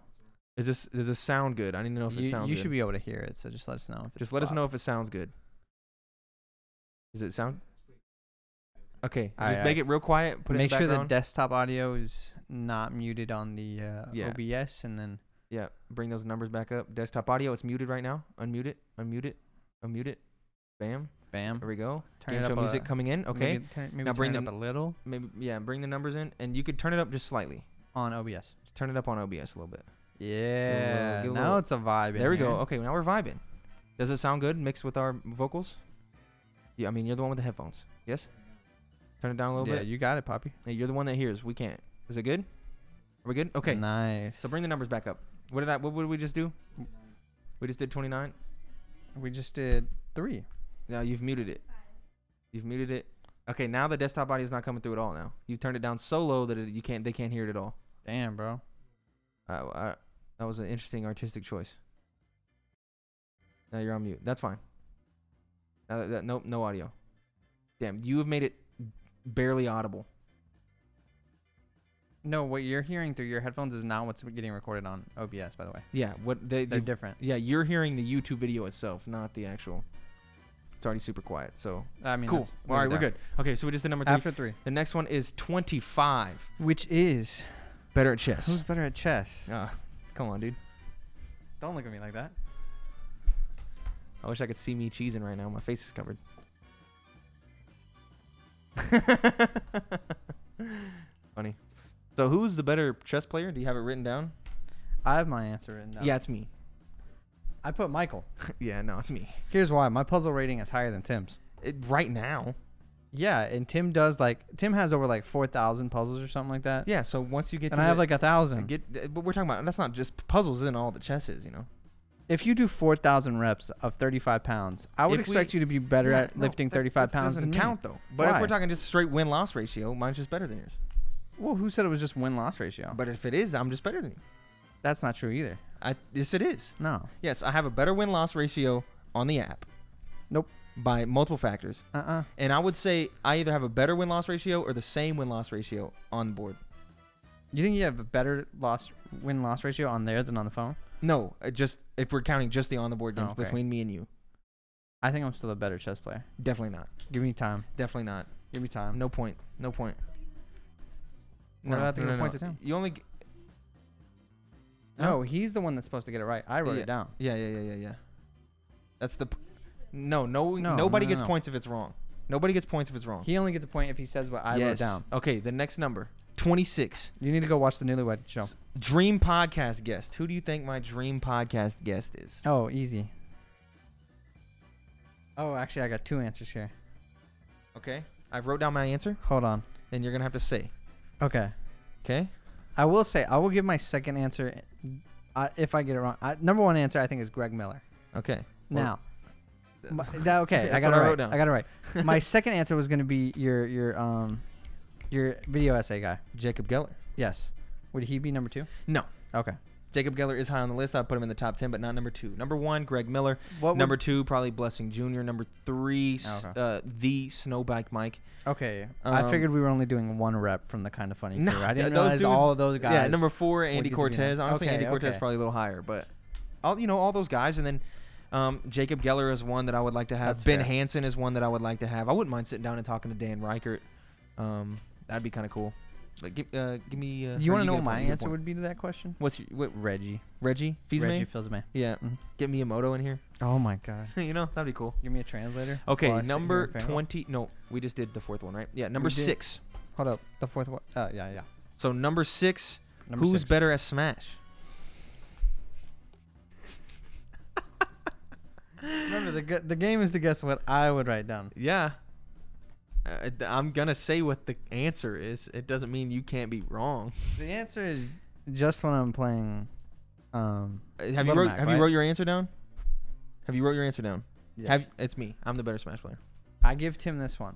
S1: Is this does this sound good? I need to know if it
S2: You,
S1: sounds.
S2: you
S1: good.
S2: should be Uh, able to hear it, so just let us know. If it's
S1: Just let us
S2: loud.
S1: know if it sounds good. Does it sound? Okay,
S2: All
S1: just
S2: right, all
S1: make
S2: right.
S1: it real quiet. Put
S2: Make
S1: it in the
S2: sure the
S1: background.
S2: desktop audio is not muted on the uh,
S1: Yeah.
S2: OBS, and then
S1: yeah, bring those numbers back up. Desktop audio, it's muted right now. Unmute it. Unmute it. Unmute it. Bam.
S2: bam.
S1: There we go.
S2: Turn
S1: Game
S2: it
S1: show
S2: up
S1: music
S2: a-
S1: coming in. Okay.
S2: Maybe turn, maybe
S1: Now bring
S2: turn it
S1: the-
S2: up a little
S1: Maybe yeah. Bring the numbers in, and you could turn it up just slightly.
S2: on OBS.
S1: Just turn it up on OBS a little bit.
S2: Yeah.
S1: get a
S2: now
S1: little-
S2: it's a vibe. in
S1: There we go.
S2: here.
S1: Okay, now we're vibing. Does it sound good mixed with our vocals? Yeah, I mean you're the one with the headphones. Yes. Turn it down a little
S2: yeah,
S1: bit.
S2: you got it, Poppy.
S1: Hey, You're the one that hears. We can't. Is it good? Are we good? Okay.
S2: Nice.
S1: So bring the numbers back up. What did I? What, what did we just do? We just did 29.
S2: we just did three.
S1: Now you've muted it. You've muted it. Okay, now the desktop audio is not coming through at all. Now you've turned it down so low that it, you can't. They can't hear it at all.
S2: Damn, bro.
S1: Uh, uh, that was an interesting artistic choice. Now you're on mute. That's fine. Now that, that, nope, no audio. Damn, you have made it barely audible.
S2: No, what you're hearing through your headphones is not what's getting recorded on OBS, by the way.
S1: Yeah, what they,
S2: They're
S1: they
S2: different.
S1: yeah, you're hearing the YouTube video itself, not the actual. It's already super quiet. So
S2: I mean,
S1: cool.
S2: that's
S1: All right, we're
S2: down.
S1: good. Okay, so we just did number three.
S2: After three,
S1: the next one is 25.
S2: which is
S1: Better at chess.
S2: who's better at chess?
S1: Uh, come on, dude.
S2: Don't look at me like that.
S1: I wish I could see me cheesing right now. My face is covered. Funny. So who's the better chess player? Do you have it written down?
S2: I have my answer written down.
S1: Yeah, it's me.
S2: I put Michael.
S1: yeah, no, it's me.
S2: Here's why my puzzle rating is higher than Tim's.
S1: It, right now.
S2: Yeah, and Tim does like Tim has over like four thousand puzzles or something like that.
S1: Yeah, so once you get
S2: and
S1: to
S2: I have
S1: the-
S2: like a thousand.
S1: get th- but we're talking about that's not just puzzles isn't all the chess is, you know.
S2: If you do four thousand reps of thirty-five pounds, I would
S1: If
S2: expect
S1: we-
S2: you to be better
S1: Yeah,
S2: at
S1: no,
S2: lifting
S1: that-
S2: thirty-five
S1: that
S2: pounds.
S1: doesn't
S2: than me.
S1: count though. But if
S2: Why?
S1: we're talking just straight win loss ratio, mine's just better than yours.
S2: Well, who said it was just win-loss ratio?
S1: But if it is, I'm just better than you.
S2: That's not true either.
S1: I yes it is.
S2: No.
S1: Yes, I have a better win loss ratio on the app.
S2: Nope.
S1: By multiple factors.
S2: Uh-uh.
S1: And I would say I either have a better win loss ratio or the same win loss ratio on the board.
S2: You think you have a better loss win-loss ratio on there than on the phone?
S1: No, uh, just if we're counting just the on the board
S2: Oh,
S1: games
S2: okay.
S1: between me and you.
S2: I think I'm still a better chess player.
S1: Definitely not.
S2: Give me time.
S1: Definitely not.
S2: Give me time.
S1: No point. No point.
S2: What about the point to Tim?
S1: You only. g-
S2: No, he's the one that's supposed to get it right. I wrote
S1: Yeah.
S2: it down.
S1: Yeah, yeah, yeah, yeah, yeah. That's the. P- no, no,
S2: No,
S1: nobody
S2: no, no,
S1: gets
S2: no.
S1: points if it's wrong. Nobody gets points if it's wrong.
S2: He only gets a point if he says what I wrote
S1: Yes.
S2: down.
S1: Okay, the next number, twenty-six.
S2: You need to go watch the Newlywed Show.
S1: S- Dream podcast guest. Who do you think my dream podcast guest is?
S2: Oh, easy. Oh, actually, I got two answers here.
S1: Okay. I wrote down my answer,
S2: Hold on.
S1: and you're gonna have to say.
S2: Okay.
S1: Okay.
S2: I will say I will give my second answer uh, if I get it wrong. I, number one answer I think is Greg Miller.
S1: Okay. uh, Well-
S2: Now, my, that, okay, I
S1: That's
S2: got it
S1: what I
S2: right.
S1: wrote down.
S2: I got it right. my second answer was going to be your your um your video essay guy.
S1: Jacob Geller.
S2: Yes. Would he be number two?
S1: No.
S2: Okay.
S1: Jacob Geller is high on the list. I put him in the top ten, but not number two. Number one, Greg Miller.
S2: What would-
S1: number two, probably Blessing Jr. Number three, s
S2: Okay.
S1: uh, the Snowbike Mike.
S2: Okay. I
S1: Um,
S2: figured we were only doing one rep from the kind of funny crew. I
S1: th-
S2: didn't realize
S1: dudes-
S2: all of those guys.
S1: Yeah, number four,
S2: would
S1: Andy
S2: get to be in
S1: Cortez.
S2: it.
S1: Honestly,
S2: Okay,
S1: Andy Cortez
S2: okay.
S1: probably a little higher, but all you know, all those guys, and then um, Jacob Geller is one that I would like to have.
S2: That's
S1: ben
S2: fair.
S1: Hansen is one that I would like to have. I wouldn't mind sitting down and talking to Dan Reichert. Um, that'd be kind of cool. But give, uh, give me. Uh,
S2: You want to know
S1: what
S2: what my answer would be to that question?
S1: What's your, what
S2: Reggie.
S1: Reggie Fils-Aimé?
S2: Reggie Fils-Aimé.
S1: Yeah,
S2: Mhm.
S1: get Miyamoto in here.
S2: Oh my god.
S1: you know that'd be cool.
S2: Give me a translator.
S1: Okay,
S2: while I sit here
S1: number
S2: and figure out-
S1: twenty. No, we just did the fourth one, right? Yeah, number
S2: We did.
S1: six.
S2: Hold up. The fourth one. Uh, yeah, yeah.
S1: So number six.
S2: Number
S1: who's
S2: six.
S1: better at Smash?
S2: Remember the gu- the game is to guess what I would write down.
S1: Yeah. Uh, th- I'm going to say what the answer is. It doesn't mean you can't be wrong.
S2: The answer is just when I'm playing. Um.
S1: Uh, Have you
S2: Little
S1: wrote,
S2: Mac,
S1: have
S2: right?
S1: you wrote your answer down? Have you wrote your answer down?
S2: Yes.
S1: Have, it's me. I'm the better Smash player.
S2: I give Tim this one.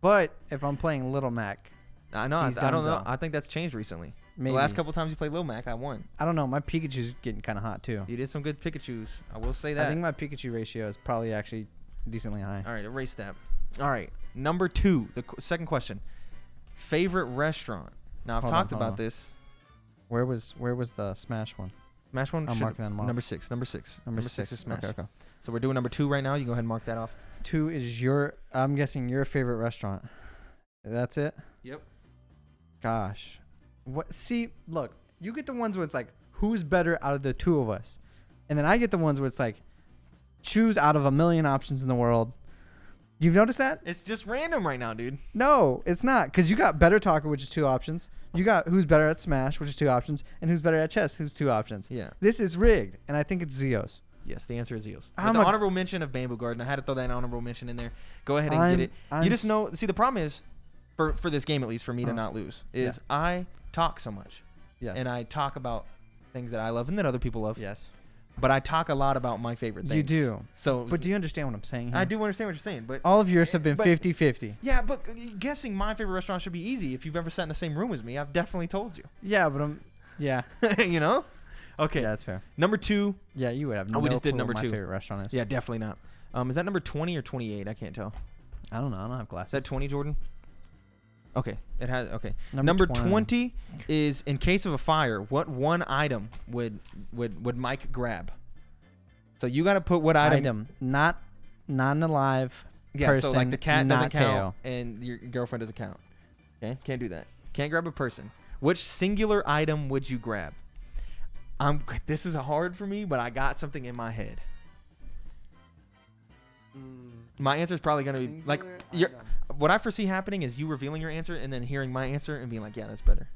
S2: but if I'm playing Little Mac,
S1: I know. I,
S2: He's
S1: I don't know.
S2: Dunzo.
S1: I think that's changed recently.
S2: maybe
S1: The last couple times you played Lil Mac, I won.
S2: I don't know. My Pikachu's getting kind of hot too.
S1: You did some good Pikachu's. Oh. I will say
S2: I
S1: that.
S2: think my Pikachu ratio is probably actually decently high.
S1: All right, erase that. All right, number two. The qu- second question. Favorite restaurant. Now I've
S2: Hold on,
S1: talked
S2: hold
S1: about
S2: on.
S1: this.
S2: Where was where was the Smash one?
S1: Smash one.
S2: I'm
S1: should-
S2: marking them off.
S1: number six. Number six.
S2: Number,
S1: six. is Smash.
S2: Okay, okay.
S1: So we're doing number two right now. You go ahead and mark that off.
S2: Two is your. I'm guessing your favorite restaurant. That's it.
S1: Yep.
S2: Gosh. What? See, look, you get the ones where it's like, who's better out of the two of us, and then I get the ones where it's like, choose out of a million options in the world, You've noticed that?
S1: It's just random right now, dude.
S2: No, it's not. Because you got better talker, which is two options. You got who's better at Smash, which is two options, and who's better at chess, who's two options.
S1: Yeah.
S2: This is rigged, and I think it's Zeos.
S1: Yes, the answer is Eels. With
S2: I'm
S1: the
S2: a-
S1: honorable mention of Bamboo Garden. I had to throw that honorable mention in there. Go ahead and
S2: I'm-
S1: get it.
S2: I'm
S1: you just
S2: s-
S1: know. See, the problem is, for for this game at least, for me to
S2: Uh,
S1: not lose is I talk so much,
S2: Yes.
S1: and I talk about things that I love and that other people love.
S2: yes.
S1: But I talk a lot about my favorite things.
S2: You do.
S1: So,
S2: But do you Mm-hmm. Oh. understand what I'm saying? Here?
S1: I do understand what you're saying, but
S2: All of yours have been
S1: But-
S2: 50 50.
S1: yeah, but guessing my favorite restaurant should be easy. If you've ever sat in the same room as me, I've definitely told you.
S2: Yeah, but I'm. Yeah.
S1: you know. Okay.
S2: Yeah, that's fair.
S1: Number two.
S2: Yeah, you would have.
S1: Oh,
S2: No
S1: we just did
S2: clue
S1: number
S2: what
S1: two.
S2: My favorite restaurant is.
S1: Yeah, definitely not. Um, is that number twenty or twenty-eight? I can't tell.
S2: I don't know. I don't have
S1: Is
S2: glasses.
S1: that 20, Jordan? Okay. It has okay. Number,
S2: Number
S1: 20.
S2: 20.
S1: is in case of a fire, what one item would would would Mike grab? So you got to put what item,
S2: item. Not non-alive.
S1: Yeah, so like the cat
S2: person,
S1: doesn't
S2: not
S1: count
S2: tail.
S1: and your girlfriend doesn't count. Okay? Can't do that. Can't grab a person. Which singular item would you grab? I'm this is hard for me, but I got something in my head. My answer is probably going to be like
S2: Mm. Singular
S1: your,
S2: item.
S1: what I foresee happening is you revealing your answer and then hearing my answer and being like, "Yeah, that's better,"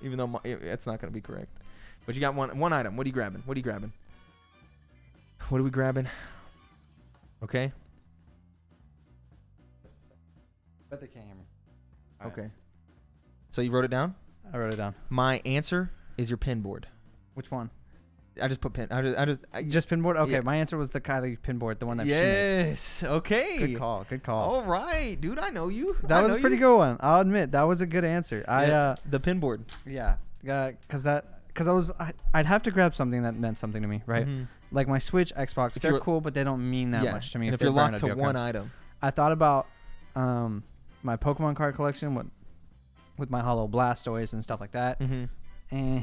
S1: even though my, it- it's not going to be correct. But you got one one item. What are you grabbing? What are you grabbing? What are we grabbing? Okay.
S2: But they can't hear me. Alright.
S1: Okay. So you wrote it down.
S2: I wrote it down.
S1: My answer is your pin board.
S2: Which one?
S1: I just put pin. I just. I just, I
S2: Just pinboard. Okay,
S1: Yeah.
S2: my answer was the Kylie pinboard, the one that
S1: yes.
S2: she
S1: Okay.
S2: made. Good call. Good call.
S1: All right, dude. I know you. Oh, I
S2: that was
S1: know
S2: a pretty
S1: you.
S2: good one. I'll admit that was a good answer. I
S1: Yeah,
S2: uh
S1: the pin board.
S2: yeah, because that because I was I, I'd have to grab something that meant something to me, right?
S1: Mhm.
S2: Like my Switch, Xbox.
S1: If
S2: They're
S1: you're-
S2: cool, but they don't mean that
S1: Yeah,
S2: much to me.
S1: And if,
S2: they're
S1: you're
S2: burned,
S1: locked to
S2: I'd be okay.
S1: one item,
S2: I thought about um my Pokemon card collection with with my Hollow Blastoise and stuff like that.
S1: mm-hmm.
S2: eh,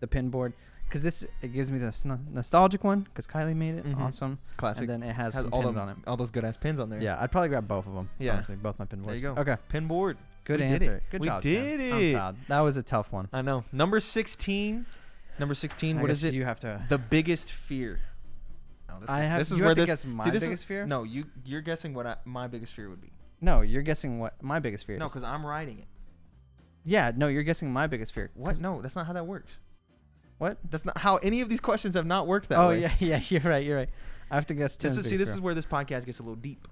S2: the pinboard because this it gives me this no- nostalgic one because Kylie made it
S1: Mhm.
S2: awesome,
S1: classic.
S2: and then it has,
S1: has
S2: some
S1: all
S2: pins
S1: the-
S2: on it.
S1: all those good ass pins on there.
S2: Yeah, I'd probably grab both of them.
S1: Yeah.
S2: honestly, both my pinboards.
S1: There you go.
S2: Okay,
S1: Pin board.
S2: good
S1: We did it.
S2: answer. Good
S1: We
S2: job.
S1: did
S2: Tim.
S1: it.
S2: I'm proud. That was a tough one.
S1: I know. Number sixteen. Number sixteen.
S2: I
S1: what is
S2: guess
S1: it?
S2: You have to.
S1: The biggest fear. Oh, this
S2: I
S1: is,
S2: have.
S1: This
S2: you
S1: is
S2: have
S1: where
S2: to
S1: this.
S2: guess my
S1: see, this is-
S2: biggest fear.
S1: No, you you're guessing what I, my biggest fear would be.
S2: no, you're guessing what my biggest fear.
S1: No,
S2: is.
S1: because I'm writing it.
S2: yeah, no, you're guessing my biggest fear.
S1: What? No, that's not how that works.
S2: What?
S1: That's not how any of these questions have not worked that
S2: oh
S1: way.
S2: yeah, yeah, you're right. You're right. I have to guess
S1: This
S2: Tim's.
S1: is, see,
S2: biggest
S1: this
S2: fear.
S1: is where this podcast gets a little deep.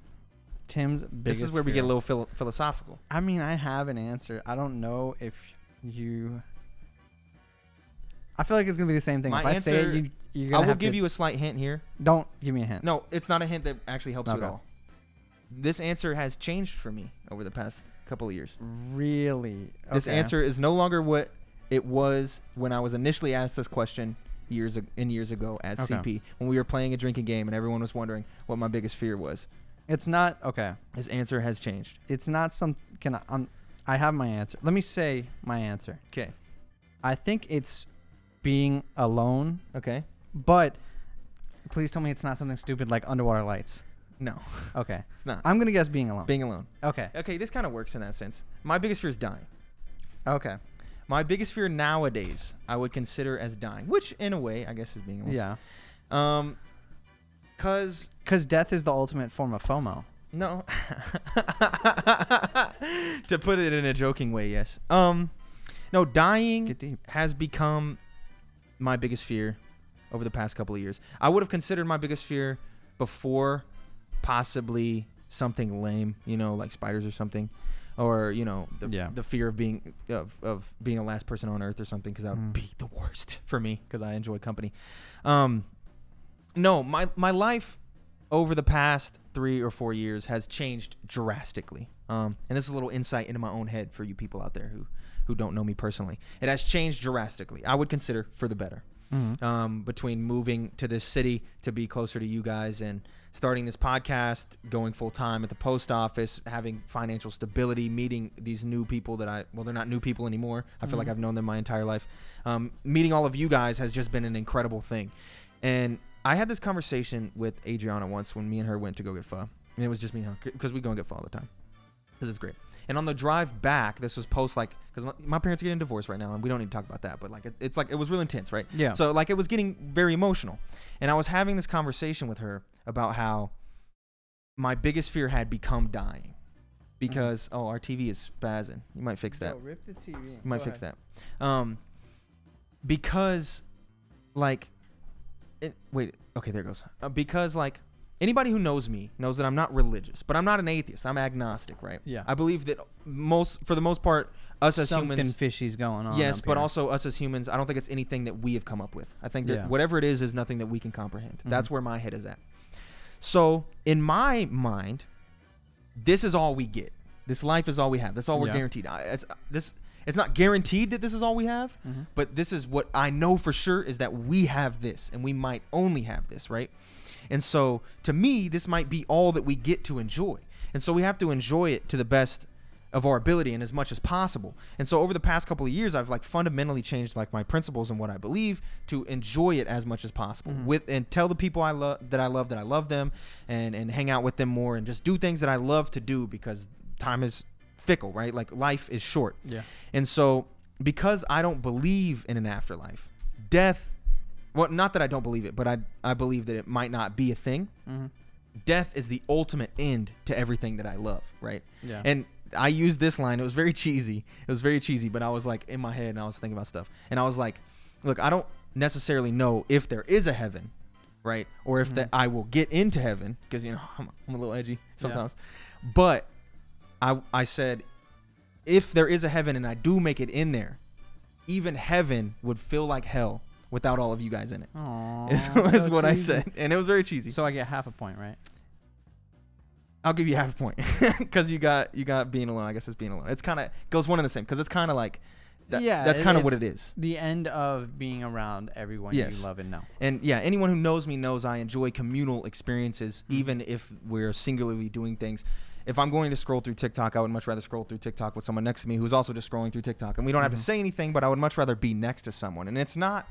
S2: Tim's biggest.
S1: this is where we get
S2: fear.
S1: a little phil- philosophical.
S2: I mean, I have an answer. I don't know if you. I feel like it's gonna be the same thing.
S1: My
S2: if I say
S1: answer-
S2: it, you you're
S1: I
S2: gonna
S1: will
S2: have
S1: give
S2: to,
S1: you a slight hint here.
S2: Don't give me a hint.
S1: No, it's not a hint that actually helps you
S2: Okay.
S1: at all. This answer has changed for me over the past couple of years.
S2: Really.
S1: This
S2: Okay.
S1: answer is no longer what it was when I was initially asked this question years ag- and years ago at
S2: Okay.
S1: CP when we were playing a drinking game and everyone was wondering what my biggest fear was.
S2: It's not okay.
S1: This answer has changed.
S2: It's not some. Can I? Um, I have my answer. Let me say my answer.
S1: Okay.
S2: I think it's being alone,
S1: Okay.
S2: but please tell me it's not something stupid like underwater lights.
S1: No,
S2: Okay.
S1: it's not.
S2: I'm gonna guess being alone.
S1: Being alone.
S2: okay.
S1: Okay, this kind of works in that sense. My biggest fear is dying.
S2: Okay.
S1: My biggest fear nowadays, I would consider as dying, which in a way, I guess, is being alone.
S2: Yeah.
S1: Um, cause
S2: Because death is the ultimate form of FOMO.
S1: no, to put it in a joking way, yes. Um, no, dying
S2: Get deep.
S1: has become my biggest fear over the past couple of years. I would have considered my biggest fear before possibly something lame, you know, like spiders or something, or you know, the,
S2: Yeah.
S1: the fear of being of, of being the last person on earth or something, because that would
S2: Mm.
S1: be the worst for me, because I enjoy company. Um, no, my my life over the past three or four years has changed drastically. Um, and this is a little insight into my own head for you people out there who who don't know me personally. It has changed drastically. I would consider for the better.
S2: Mm-hmm.
S1: Um, between moving to this city to be closer to you guys and starting this podcast, going full time at the post office, having financial stability, meeting these new people that I well, they're not new people anymore. I feel like I've known them my entire life. Um, meeting all of you guys has just been an incredible thing. And I had this conversation with Adriana once when me and her went to go get pho. And it was just me and her because we go and get pho all the time because it's great. And on the drive back, this was post like because my, my parents are getting divorced right now, and we don't need to talk about that. But like, it's, it's like it was real intense, right?
S2: Yeah.
S1: So like, it was getting very emotional, and I was having this conversation with her about how my biggest fear had become dying because oh our TV is spazzing. You might fix that.
S2: Yo, rip the TV. You
S1: You might fix that. Um, because, like, it, wait, okay, there it goes. Uh, because, like, anybody who knows me knows that I'm not religious, but I'm not an atheist. I'm agnostic, right?
S2: Yeah.
S1: I believe that most, for the most part, us as
S2: Something
S1: humans.
S2: fishy's going on.
S1: Yes,
S2: up
S1: but
S2: here.
S1: also us as humans, I don't think it's anything that we have come up with. I think that
S2: Yeah.
S1: whatever it is is nothing that we can comprehend. That's
S2: Mhm.
S1: where my head is at. So, in my mind, this is all we get. This life is all we have. That's all we're
S2: Yeah.
S1: guaranteed. I- It's uh, this it's not guaranteed that this is all we have,
S2: Mhm.
S1: but this is what I know for sure is that we have this and we might only have this, right? And so to me, this might be all that we get to enjoy. And so we have to enjoy it to the best of our ability and as much as possible. And so over the past couple of years, I've like fundamentally changed like my principles and what I believe to enjoy it as much as possible with and tell the people I love that I love that I love them and and hang out with them more and just do things that I love to do because time is fickle, right? Like life is short.
S2: Yeah.
S1: And so, because I don't believe in an afterlife, death, well, not that I don't believe it, but I, I believe that it might not be a thing.
S2: Mhm.
S1: Death is the ultimate end to everything that I love, right?
S2: Yeah.
S1: And I used this line. It was very cheesy. It was very cheesy, but I was like in my head and I was thinking about stuff. And I was like, look, I don't necessarily know if there is a heaven, right? Or if
S2: Mm-hmm.
S1: that I will get into heaven because, you know, I'm, I'm a little edgy sometimes. But I, I said, if there is a heaven and I do make it in there, even heaven would feel like hell without all of you guys in it.
S2: Aw,
S1: Is,
S2: so
S1: was what I
S2: cheesy.
S1: said. And it was very cheesy.
S2: So I get half a point, right?
S1: I'll give you half a point because you got you got being alone. I guess it's being alone. It's kind of goes one and the same because it's kind of like that,
S2: Yeah,
S1: That's
S2: it-
S1: kind of what it
S2: it's-
S1: is.
S2: The end of being around everyone
S1: Yes.
S2: you love and know.
S1: And yeah, anyone who knows me knows I enjoy communal experiences, even if we're singularly doing things. If I'm going to scroll through TikTok, I would much rather scroll through TikTok with someone next to me who's also just scrolling through TikTok, and we don't have to say anything. But I would much rather be next to someone, and it's not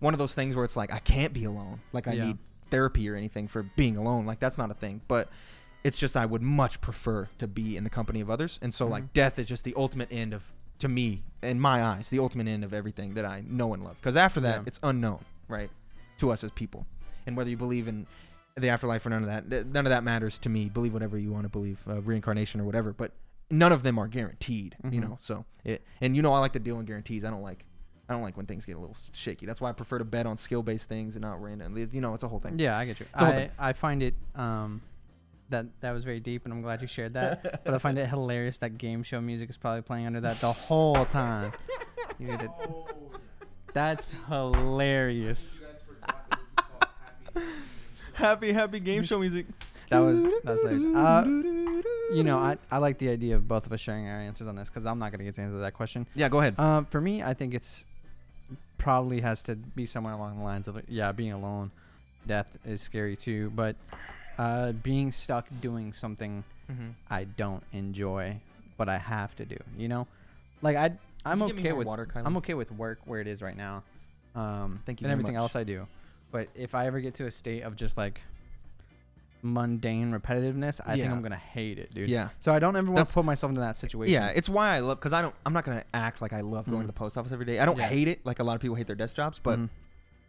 S1: one of those things where it's like I can't be alone. Like I
S2: Yeah.
S1: need therapy or anything for being alone. Like that's not a thing. But it's just I would much prefer to be in the company of others. And so like death is just the ultimate end of to me in my eyes, the ultimate end of everything that I know and love. Cuz after that
S2: Yeah.
S1: it's unknown, right? To us as people. And whether you believe in the afterlife or none of that, th- none of that matters to me. Believe whatever you want to believe, uh, reincarnation or whatever, but none of them are guaranteed, you
S2: Mhm.
S1: know. So it and you know I like to deal in guarantees. I don't like I don't like when things get a little shaky. That's why I prefer to bet on skill based things and not random. You know, it's a whole thing.
S2: Yeah, I get you.
S1: It's a whole
S2: I, I find it um that that was very deep, and I'm glad you shared that. but I find it hilarious that game show music is probably playing under that the whole time. You did it. That's hilarious.
S1: Happy, happy game show music.
S2: That was that was hilarious. Uh, you know, I, I like the idea of both of us sharing our answers on this because I'm not gonna get to answer that question.
S1: yeah, go ahead.
S2: Um, for me, I think it's probably has to be somewhere along the lines of like, yeah, being alone, death is scary too, but uh, being stuck doing something
S1: Mm-hmm.
S2: I don't enjoy, but I have to do. You know, like I I'm okay with
S1: water. Kind
S2: I'm okay with work where it is right now. Um,
S1: Thank you
S2: and
S1: very
S2: everything
S1: much.
S2: else I do, but if I ever get to a state of just like mundane repetitiveness, I think
S1: Yeah.
S2: I'm gonna hate it, dude.
S1: Yeah.
S2: So I don't ever want
S1: That's-
S2: to put myself into that situation.
S1: Yeah, it's why I love because I don't. I'm not gonna act like I love going to
S2: Mhm.
S1: the post office every day. I don't
S2: Yeah.
S1: hate it like a lot of people hate their desk jobs, but
S2: Mhm.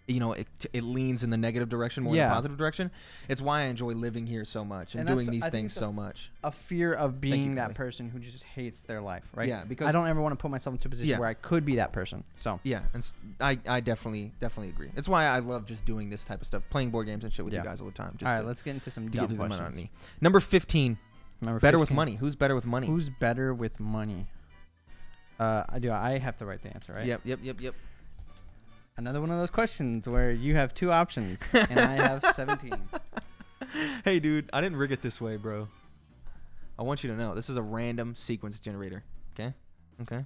S1: you know it it leans in the negative direction more than
S2: Yeah.
S1: the positive direction. It's why I enjoy living here so much and,
S2: And that's-
S1: doing these
S2: I think
S1: things
S2: it's a-
S1: so much.
S2: a fear of being that
S1: Kelly.
S2: person who just hates their life, right?
S1: Yeah, because-
S2: I don't ever want to put myself into a position
S1: Yeah.
S2: where I could be that person. So
S1: Yeah, and s- I, I definitely definitely agree. It's why I love just doing this type of stuff, playing board games and shit with
S2: Yeah.
S1: you guys all the time. Just
S2: all right,
S1: to-
S2: let's get into some
S1: to get
S2: dumb
S1: through the
S2: questions.
S1: monotony. Number fifteen,
S2: Number
S1: better with
S2: 15.
S1: money. Who's better with money?
S2: Who's better with money? Uh, I do. I have to write the answer, right?
S1: Yep, yep, yep, yep.
S2: Another one of those questions where you have two options and I have 17.
S1: Hey, dude, I didn't rig it this way, bro. I want you to know this is a random sequence generator. Okay, okay.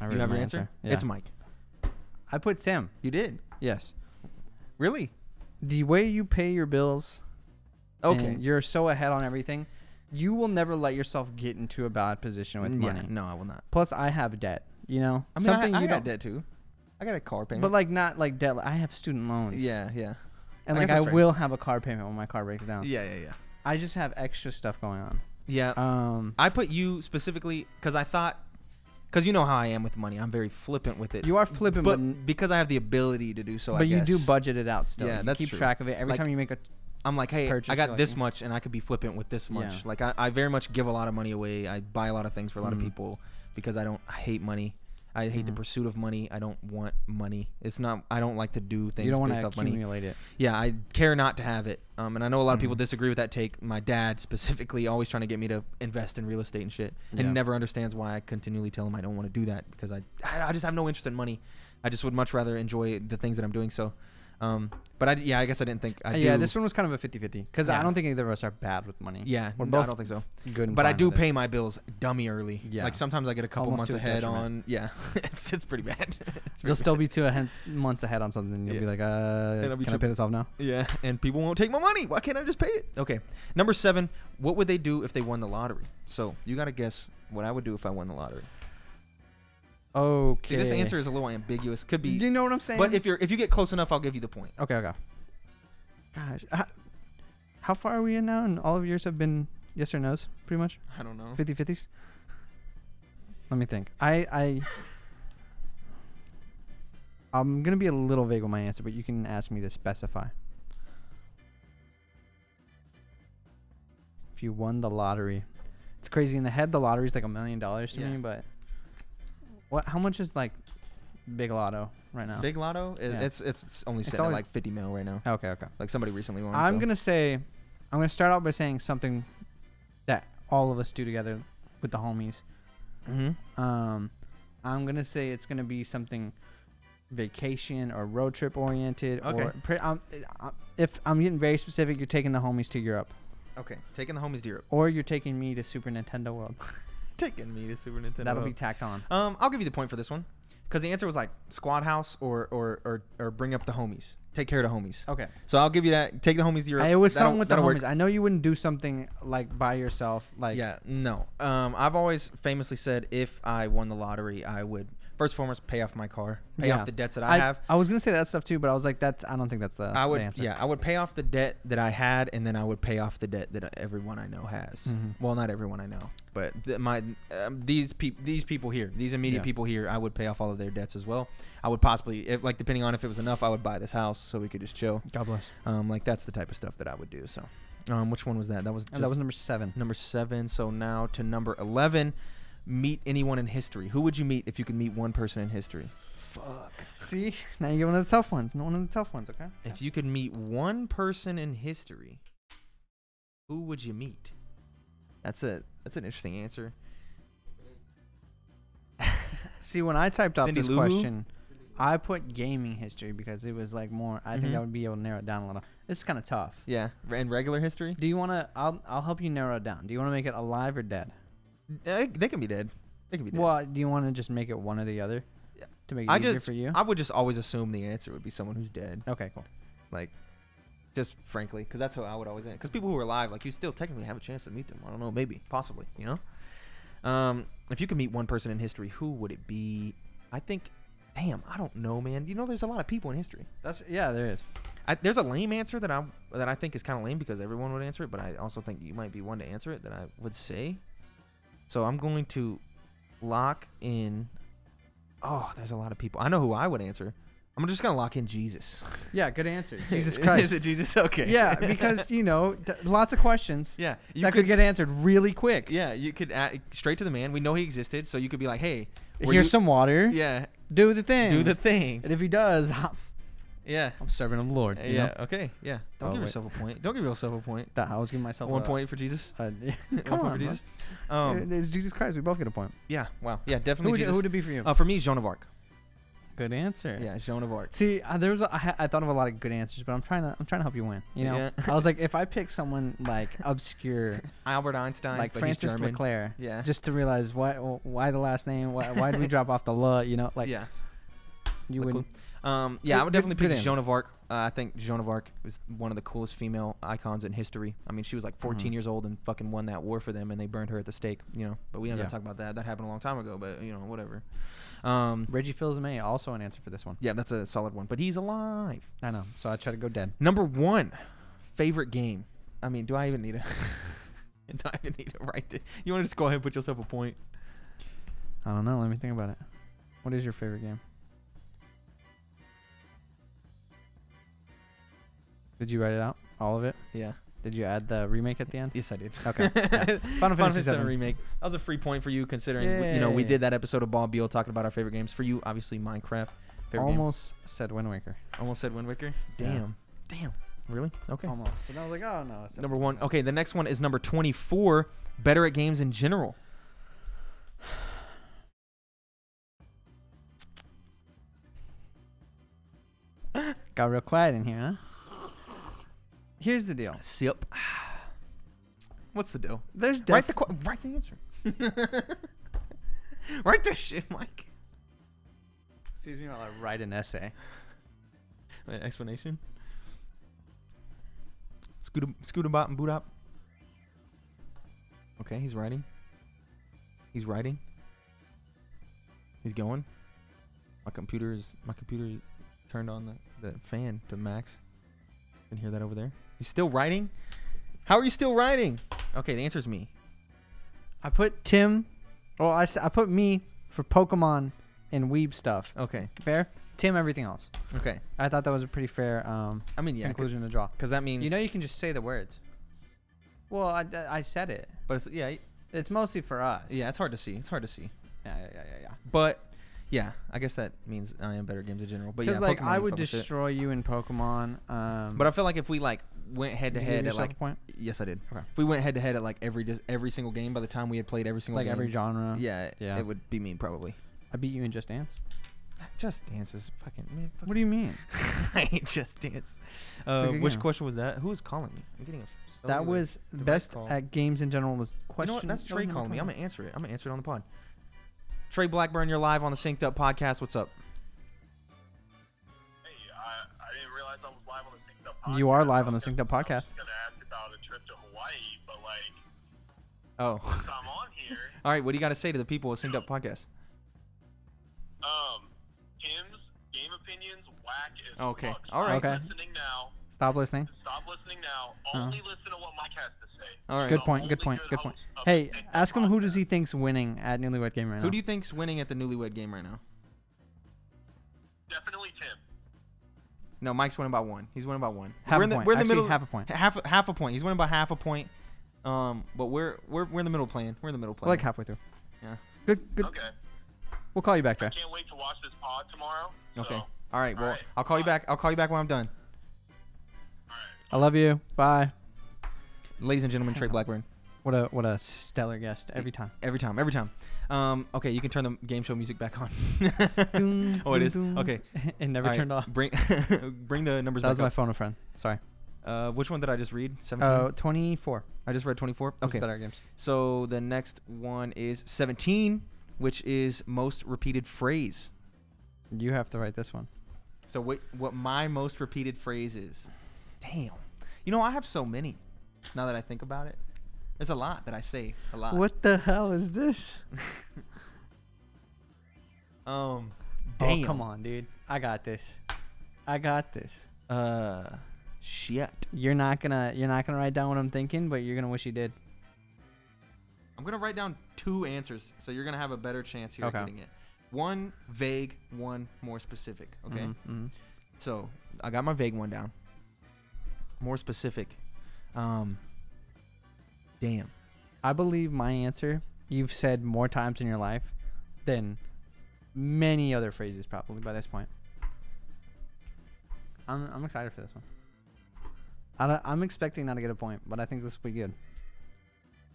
S2: I
S1: you
S2: wrote
S1: have
S2: my
S1: your answer.
S2: Yeah.
S1: It's Mike.
S2: I put Sam.
S1: You did
S2: Yes.
S1: really
S2: The way you pay your bills.
S1: okay.
S2: and You're so ahead on everything. You will never let yourself get into a bad position with
S1: Yeah,
S2: money.
S1: no, I will not.
S2: Plus, I have debt. You know,
S1: I mean,
S2: something
S1: I, I
S2: you
S1: got
S2: don't.
S1: debt too. I got a car payment.
S2: But like not like debt. Like, I have student loans.
S1: yeah, yeah,
S2: and
S1: I
S2: like
S1: guess
S2: I,
S1: that's right.
S2: will have a car payment when my car breaks down.
S1: yeah, Uh, yeah, yeah.
S2: I just have extra stuff going on.
S1: Yeah,
S2: Um,
S1: I put you specifically because I thought, because you know how I am with money. I'm very flippant with it.
S2: you are flipping,
S1: but
S2: but,
S1: because I have the ability to do so. I
S2: but you do
S1: guess.
S2: budget it out still.
S1: Yeah,
S2: you
S1: that's
S2: keep
S1: true.
S2: track of it every
S1: Like,
S2: time you make a
S1: I'm like,
S2: Just
S1: hey,
S2: purchase,
S1: I
S2: you're
S1: got
S2: like,
S1: this
S2: "Mm."
S1: much, and I could be flippant with this
S2: Yeah.
S1: much. Like, I, I very much give a lot of money away. I buy a lot of things for a lot
S2: Mhm.
S1: of people because I don't I hate money. I hate the
S2: Mhm.
S1: pursuit of money. I don't want money. It's not. I don't like to do things
S2: You don't want
S1: based
S2: to
S1: off money.
S2: accumulate it.
S1: Yeah, I care not to have it. Um, and I know a lot of people
S2: Mhm.
S1: disagree with that take. My dad specifically always trying to get me to invest in real estate and shit,
S2: Yeah.
S1: and never understands why I continually tell him I don't want to do that because I I I just have no interest in money. I just would much rather enjoy the things that I'm doing. So, um, but I yeah, I guess I didn't think I
S2: Uh, yeah,
S1: do-
S2: this one was kind of a 50-50 because
S1: Yeah.
S2: I don't think either of us are bad with money.
S1: yeah,
S2: we're
S1: no, I
S2: both
S1: don't think so.
S2: good. And
S1: But I
S2: fine
S1: do
S2: with it.
S1: pay my bills dummy early.
S2: Yeah.
S1: like sometimes I get a couple months
S2: Almost to a
S1: ahead
S2: detriment.
S1: on. Yeah, it's it's pretty bad. It's pretty
S2: You'll still be two ahead, months ahead on something. You'll
S1: Yeah.
S2: be like, uh,
S1: I'll be
S2: can I
S1: tripping-
S2: pay this off now?
S1: Yeah, and people won't take my money. Why can't I just pay it? Okay. Number seven, what would they do if they won the lottery? So you got to guess what I would do if I won the lottery.
S2: Okay.
S1: See, this answer is a little ambiguous. Could
S2: Do
S1: be,
S2: you know what I'm saying?
S1: but if you're if you get close enough, I'll give you the point.
S2: okay, okay. Gosh, how, how far are we in now? And all of yours have been yes or no's, pretty much.
S1: I don't know.
S2: 50 50s let me think i i i'm gonna be a little vague with my answer but you can ask me to specify if you won the lottery it's crazy in the head the lottery's like a million dollars to
S1: Yeah.
S2: me but what how much is like big lotto right now
S1: Big Lotto, it,
S2: Yeah.
S1: it's it's only
S2: It's
S1: sitting
S2: always-
S1: at like fifty mil right now.
S2: okay okay
S1: Like somebody recently won.
S2: i'm
S1: so-
S2: gonna say i'm gonna start out by saying something that all of us do together with the homies
S1: Mhm.
S2: Um, I'm gonna say it's gonna be something vacation or road trip oriented.
S1: Okay.
S2: Or pre- um, uh, if I'm getting very specific, you're taking the homies to Europe,
S1: Okay, taking the homies to Europe.
S2: or you're taking me to Super Nintendo World.
S1: Taking me to Super Nintendo.
S2: That'll be tacked on.
S1: Um, I'll give you the point for this one, because the answer was like squad house or or or or bring up the homies, take care of the homies.
S2: Okay.
S1: So I'll give you that. Take the homies to Europe.
S2: I, it was
S1: That'll-
S2: something with the
S1: that'll work.
S2: homies. I know you wouldn't do something like by yourself. Like
S1: yeah, no. Um, I've always famously said if I won the lottery, I would first and foremost pay off my car, pay
S2: Yeah.
S1: off the debts that I,
S2: I,
S1: have.
S2: I was gonna say that stuff too, but I was like, that's. I don't think that's the.
S1: I would,
S2: uh, the answer.
S1: yeah, I would pay off the debt that I had, and then I would pay off the debt that everyone I know has.
S2: Mhm.
S1: Well, not everyone I know, but th- my um, these people, these people here, these immediate
S2: Yeah.
S1: people here, I would pay off all of their debts as well. I would possibly, if like depending on if it was enough, I would buy this house so we could just chill.
S2: God bless.
S1: Um, like that's the type of stuff that I would do. So, um, which one was that? That was
S2: And that was number seven.
S1: number seven. So now to number eleven, meet anyone in history. Who would you meet if you could meet one person in history?
S2: Fuck. See, now you get one of the tough ones. One of the tough ones. Okay.
S1: If you could meet one person in history, who would you meet? That's a that's an interesting answer.
S2: See, when I typed out
S1: Cindy
S2: this
S1: Lou Who?
S2: question, I put gaming history because it was like more. I think I
S1: Mhm.
S2: would be able to narrow it down a little. This is kind of tough.
S1: Yeah, in regular history,
S2: Do you want to? I'll I'll help you narrow it down. Do you want to make it alive or dead?
S1: they, they can be dead. They can be dead.
S2: Well, do you want to just make it one or the other
S1: Yeah.
S2: to make it
S1: I
S2: easier
S1: just
S2: for you?
S1: I would just always assume the answer would be someone who's dead.
S2: okay, cool.
S1: Like, just frankly, because that's how I would always end. Because people who are alive, like you, still technically have a chance to meet them. I don't know, maybe, possibly, you know. Um, if you could meet one person in history, who would it be? I think, damn, I don't know, man. You know, there's a lot of people in history.
S2: That's yeah. There is.
S1: I, there's a lame answer that I that I think is kind of lame because everyone would answer it, but I also think you might be one to answer it that I would say. So I'm going to lock in. Oh, there's a lot of people. I know who I would answer. I'm just gonna lock in Jesus.
S2: Yeah. Good answer. Jesus
S1: is
S2: Christ.
S1: it Jesus? Okay.
S2: yeah, because you know, th- lots of questions
S1: Yeah, you
S2: that could,
S1: could,
S2: get answered really quick.
S1: Yeah, you could add, straight to the man. We know he existed, so you could be like, "Hey, were
S2: Here's
S1: you-
S2: some water.
S1: yeah,
S2: Do the thing.
S1: do the thing."
S2: And if he does, I'm,
S1: Yeah,
S2: I'm serving him Lord. You
S1: Uh, yeah,
S2: Know?
S1: okay, yeah. Don't
S2: Oh,
S1: give
S2: wait.
S1: yourself a point. Don't give yourself a point.
S2: That I was giving myself
S1: One
S2: a-
S1: point for Jesus.
S2: Uh,
S1: One
S2: come
S1: point
S2: on,
S1: for
S2: bro.
S1: Jesus. Um,
S2: It- it's Jesus Christ. We both get a point.
S1: yeah, wow, yeah,
S2: Who
S1: definitely
S2: would, it-
S1: Jesus.
S2: who would it be for you?
S1: uh, for me, Joan of Arc.
S2: good answer.
S1: Yeah, Joan of Arc.
S2: See, uh, there was a, I, ha- I thought of a lot of good answers, but I'm trying to I'm trying to help you win. You know,
S1: Yeah.
S2: I was like, if I pick someone like obscure,
S1: Albert Einstein,
S2: like
S1: but he's
S2: Francis
S1: German.
S2: Leclaire,
S1: Yeah,
S2: just to realize why why the last name, why why did we drop off the la? You know, like
S1: yeah,
S2: you
S1: Leclerc.
S2: wouldn't.
S1: Um, yeah, I
S2: Good-
S1: would definitely
S2: good- good
S1: pick
S2: answer.
S1: Joan of Arc. Uh, I think Joan of Arc was one of the coolest female icons in history. I mean, she was like 14
S2: Mhm.
S1: years old and fucking won that war for them, and they burned her at the stake. You know, but we don't
S2: Yeah.
S1: gotta talk about that. That happened a long time ago, but you know, whatever. Um,
S2: Reggie Fils May also an answer for this one.
S1: yeah, that's a solid one. But he's alive.
S2: I know, so I try to go dead.
S1: Number one, favorite game. I mean, do I even need a? do I even need to write it? You want to just go ahead and put yourself a point?
S2: I don't know. Let me think about it. What is your favorite game? Did you write it out? All of it.
S1: Yeah.
S2: Did you add the remake at the end?
S1: Yes, I did.
S2: Okay.
S1: Final,
S2: Final Fantasy
S1: Fantasy
S2: VII.
S1: VII remake. That was a free point for you, considering we- you know we
S2: Yay.
S1: did that episode of Bob Beal talking about our favorite games. For you, obviously Minecraft. Favorite
S2: Almost said Wind Waker.
S1: Game. Almost said Wind Waker.
S2: Yeah.
S1: Damn. Damn. Really? Okay.
S2: Almost, but I was like, oh no. I said
S1: number
S2: Wind
S1: one.
S2: Waker.
S1: Okay, the next one is number twenty-four. Better at games in general.
S2: Got real quiet in here, huh? Here's the deal.
S1: Sip. What's the deal?
S2: There's
S1: Write
S2: def-
S1: the qu- write the answer. write the shit, Mike.
S2: Excuse me while I write an essay.
S1: An explanation. Scooter, Scooterbot and Bootop. Okay, he's writing. He's writing. He's going. My computer is my computer turned on the, the fan to max. Can hear that over there. You still writing? How are you still writing? Okay, the answer's me.
S2: I put Tim. Well, I, s- I put me for Pokemon and Weeb stuff.
S1: Okay,
S2: Fair. Tim, everything else.
S1: okay.
S2: I thought that was a pretty fair um,
S1: I mean, yeah,
S2: conclusion to draw.
S1: because that means
S2: You know, you can just say the words. Well, I, I said it.
S1: But it's, yeah,
S2: It's mostly for us.
S1: yeah, it's hard to see. It's hard to see.
S2: Yeah, yeah, yeah, yeah. yeah.
S1: But yeah, I guess that means I am better at games in general. But
S2: Because
S1: yeah,
S2: like
S1: Pokemon,
S2: I
S1: you
S2: would
S1: fuck with it.
S2: destroy you in Pokemon. Um,
S1: But I feel like if we like went head to
S2: you give
S1: head at
S2: yourself
S1: like
S2: a point?
S1: yes, I did.
S2: Okay.
S1: If we went head to head at like every just every single game, by the time we had played every single
S2: like
S1: game,
S2: every genre.
S1: yeah, yeah,
S2: Yeah.
S1: it would be me probably.
S2: I beat you in Just Dance.
S1: Just Dance is fucking man.
S2: What do you mean?
S1: I hate Just Dance.
S2: a
S1: Uh,
S2: good
S1: which
S2: game.
S1: question was that? Who was calling me? I'm getting a. so
S2: that
S1: many-
S2: was
S1: direct
S2: best
S1: call.
S2: at games in general was
S1: You know
S2: question.
S1: what? That's
S2: that
S1: Trey
S2: was number
S1: calling me. I'm
S2: 21.
S1: gonna answer it. I'm gonna answer it on the pod. Trey Blackburn, you're live on the Synced Up podcast. What's up?
S3: Hey, I, I didn't realize I was live on the Synced Up
S2: You are live
S3: I
S2: on the
S3: was
S2: Synced Up
S3: gonna- I was
S2: podcast.
S3: gonna ask about a trip to Hawaii, but like,
S1: Oh,
S3: since I'm on here,
S1: all right. What do you got to say to the people at Synced Up podcast?
S3: um, Tim's game opinions whack as
S1: Okay,
S3: fuck.
S1: all right.
S3: Stop
S2: Okay.
S3: Listening now.
S2: Stop listening.
S3: Stop listening now.
S2: Oh.
S3: Only listen to what Mike has to say.
S1: All right.
S2: Good
S3: The
S2: point. Good
S3: only
S2: point.
S3: good
S2: Good point.
S3: host of the
S2: Hey,
S3: Synced Up
S2: ask him who does
S3: podcast.
S2: he think's winning at Newlywed Game right now.
S1: Who do you think's winning at the Newlywed Game right now?
S3: Definitely Tim.
S1: No, Mike's winning by one. He's winning by one.
S2: Half
S1: we're
S2: a
S1: in the,
S2: point.
S1: We're in the
S2: Actually,
S1: middle.
S2: half a point.
S1: Half half a point. He's winning by half a point. Um, but we're we're we're in the middle playing. We're in the middle
S2: We're like
S1: playing.
S2: halfway through.
S1: Yeah.
S2: Good. Good.
S3: Okay.
S2: We'll call you back, Trey.
S3: Can't wait to watch this pod tomorrow. So,
S1: okay.
S3: All
S1: All right. Well,
S3: All right.
S1: I'll call you back. I'll call you back when I'm done.
S3: right.
S2: I love you. Bye.
S1: Ladies and gentlemen, Trey Blackburn.
S2: What a what a stellar guest every time.
S1: Every time. Every time. Um, okay, you can turn the game show music back on.
S2: Doom,
S1: oh, it
S2: doom,
S1: is.
S2: doom.
S1: Okay.
S2: it never
S1: All right,
S2: turned off.
S1: Bring bring the numbers
S2: That was my
S1: back
S2: phone a friend. Sorry.
S1: up. Uh, which one did I just read? Seventeen.
S2: Uh, 24.
S1: I just read twenty-four.
S2: was
S1: Okay.
S2: Better games.
S1: So the next one is seventeen, which is most repeated phrase.
S2: You have to write this one.
S1: So what what my most repeated phrase is? Damn. You know I have so many. Now that I think about it, there's a lot that I say a lot.
S2: What the hell is this?
S1: Um. Damn.
S2: Oh, come on, dude. I got this. I got this.
S1: Uh. Shit.
S2: You're not gonna you're not gonna write down what I'm thinking, but you're gonna wish you did.
S1: I'm gonna write down two answers, so you're gonna have a better chance here
S2: Okay.
S1: at getting it. One vague, one more specific. Okay.
S2: Mhm, mhm.
S1: So I got my vague one down. More specific. Um. Damn.
S2: I believe my answer you've said more times in your life than many other phrases probably by this point. I'm I'm excited for this one. I don't, I'm expecting not to get a point, but I think this will be good.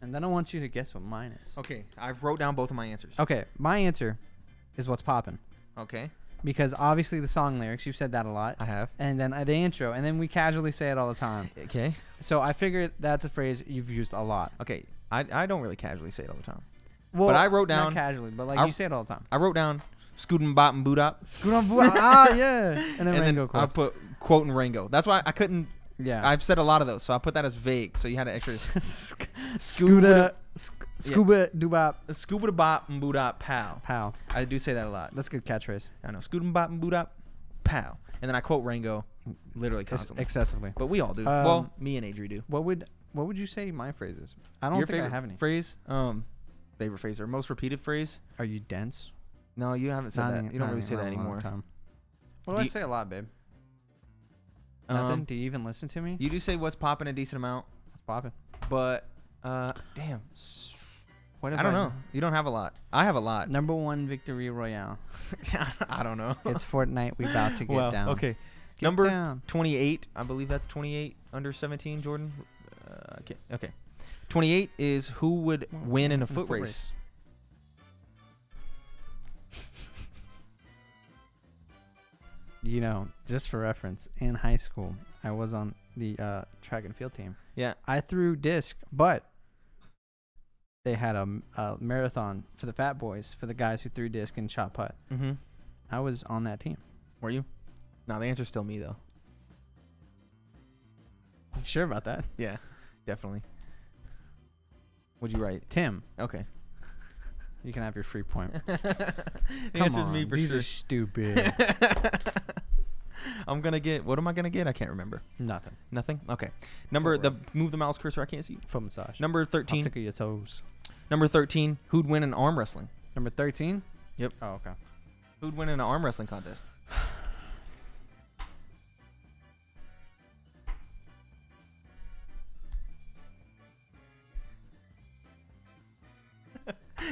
S2: And then I want you to guess what mine is.
S1: Okay. I've wrote down both of my answers.
S2: Okay, my answer is what's poppin'.
S1: Okay.
S2: because obviously the song lyrics you've said that a lot
S1: I have.
S2: and then uh, the intro and then we casually say it all the time
S1: Okay.
S2: so i figure that's a phrase you've used a lot
S1: Okay, I, I don't really casually say it all the time.
S2: well
S1: I wrote down-
S2: not casually but like
S1: I-
S2: you say it all the time
S1: I wrote down Scootin' Bop and Boot Up.
S2: Scoot on board. ah yeah and then
S1: And
S2: Rango
S1: then I
S2: quotes.
S1: put quote and Rango. That's why I couldn't.
S2: yeah
S1: I've said a lot of those, so I put that as vague. So you had to extra.
S2: Sc- scuba sc- scuba doobop
S1: Scuba da bop and boot up, pow.
S2: pow
S1: I do say that a lot.
S2: that's a good catchphrase
S1: I know. Scootin' bop and boot up, pow. And then I quote Rango literally
S2: Ex-
S1: constantly.
S2: excessively
S1: but we all do.
S2: Um,
S1: well, me and Adri do.
S2: what would what would you say my phrase is i don't
S1: Your
S2: think i
S1: favorite
S2: have any
S1: phrase? Um, favorite phrase or most repeated phrase?
S2: are you dense
S1: No, you haven't said
S2: Not
S1: that.
S2: any-
S1: you don't really
S2: not any-
S1: say
S2: not
S1: that
S2: in a long
S1: anymore.
S2: time. what do,
S1: Do
S2: i
S1: you-
S2: say a lot babe Nothing.
S1: Um,
S2: Do you even listen to me?
S1: you do say what's popping a decent amount,
S2: What's popping?
S1: but uh, damn,
S2: What
S1: I
S2: have
S1: don't know. You don't have a lot. I have a lot.
S2: Number one victory royale.
S1: I don't know.
S2: It's Fortnite. We about to get
S1: well,
S2: down.
S1: okay.
S2: Get
S1: Number
S2: down.
S1: 28, I believe that's 28 under 17, Jordan. Uh, okay. okay. 28 is who would win in a foot race.
S2: You know, just for reference, in high school, I was on the uh, track and field team.
S1: Yeah.
S2: I threw disc, but they had a, m- a marathon for the fat boys, for the guys who threw disc and shot put.
S1: Mm-hmm.
S2: I was on that team.
S1: Were you? No, the answer's still me, though.
S2: Sure about that.
S1: Yeah, definitely. Would you write?
S2: Tim,
S1: Okay.
S2: you can have your free point.
S1: the
S2: Come
S1: answer's me
S2: on,
S1: for
S2: These
S1: sure.
S2: are stupid.
S1: I'm gonna get. What am I gonna get? I can't remember.
S2: Nothing.
S1: Nothing. Okay. Number
S2: Foot
S1: the move the mouse cursor. I can't see.
S2: Foot massage.
S1: Number
S2: I'll
S1: thirteen.
S2: tickle your toes.
S1: Number thirteen. Who'd win an arm wrestling?
S2: Number 13?
S1: Yep.
S2: Oh, okay.
S1: Who'd win in an arm wrestling contest?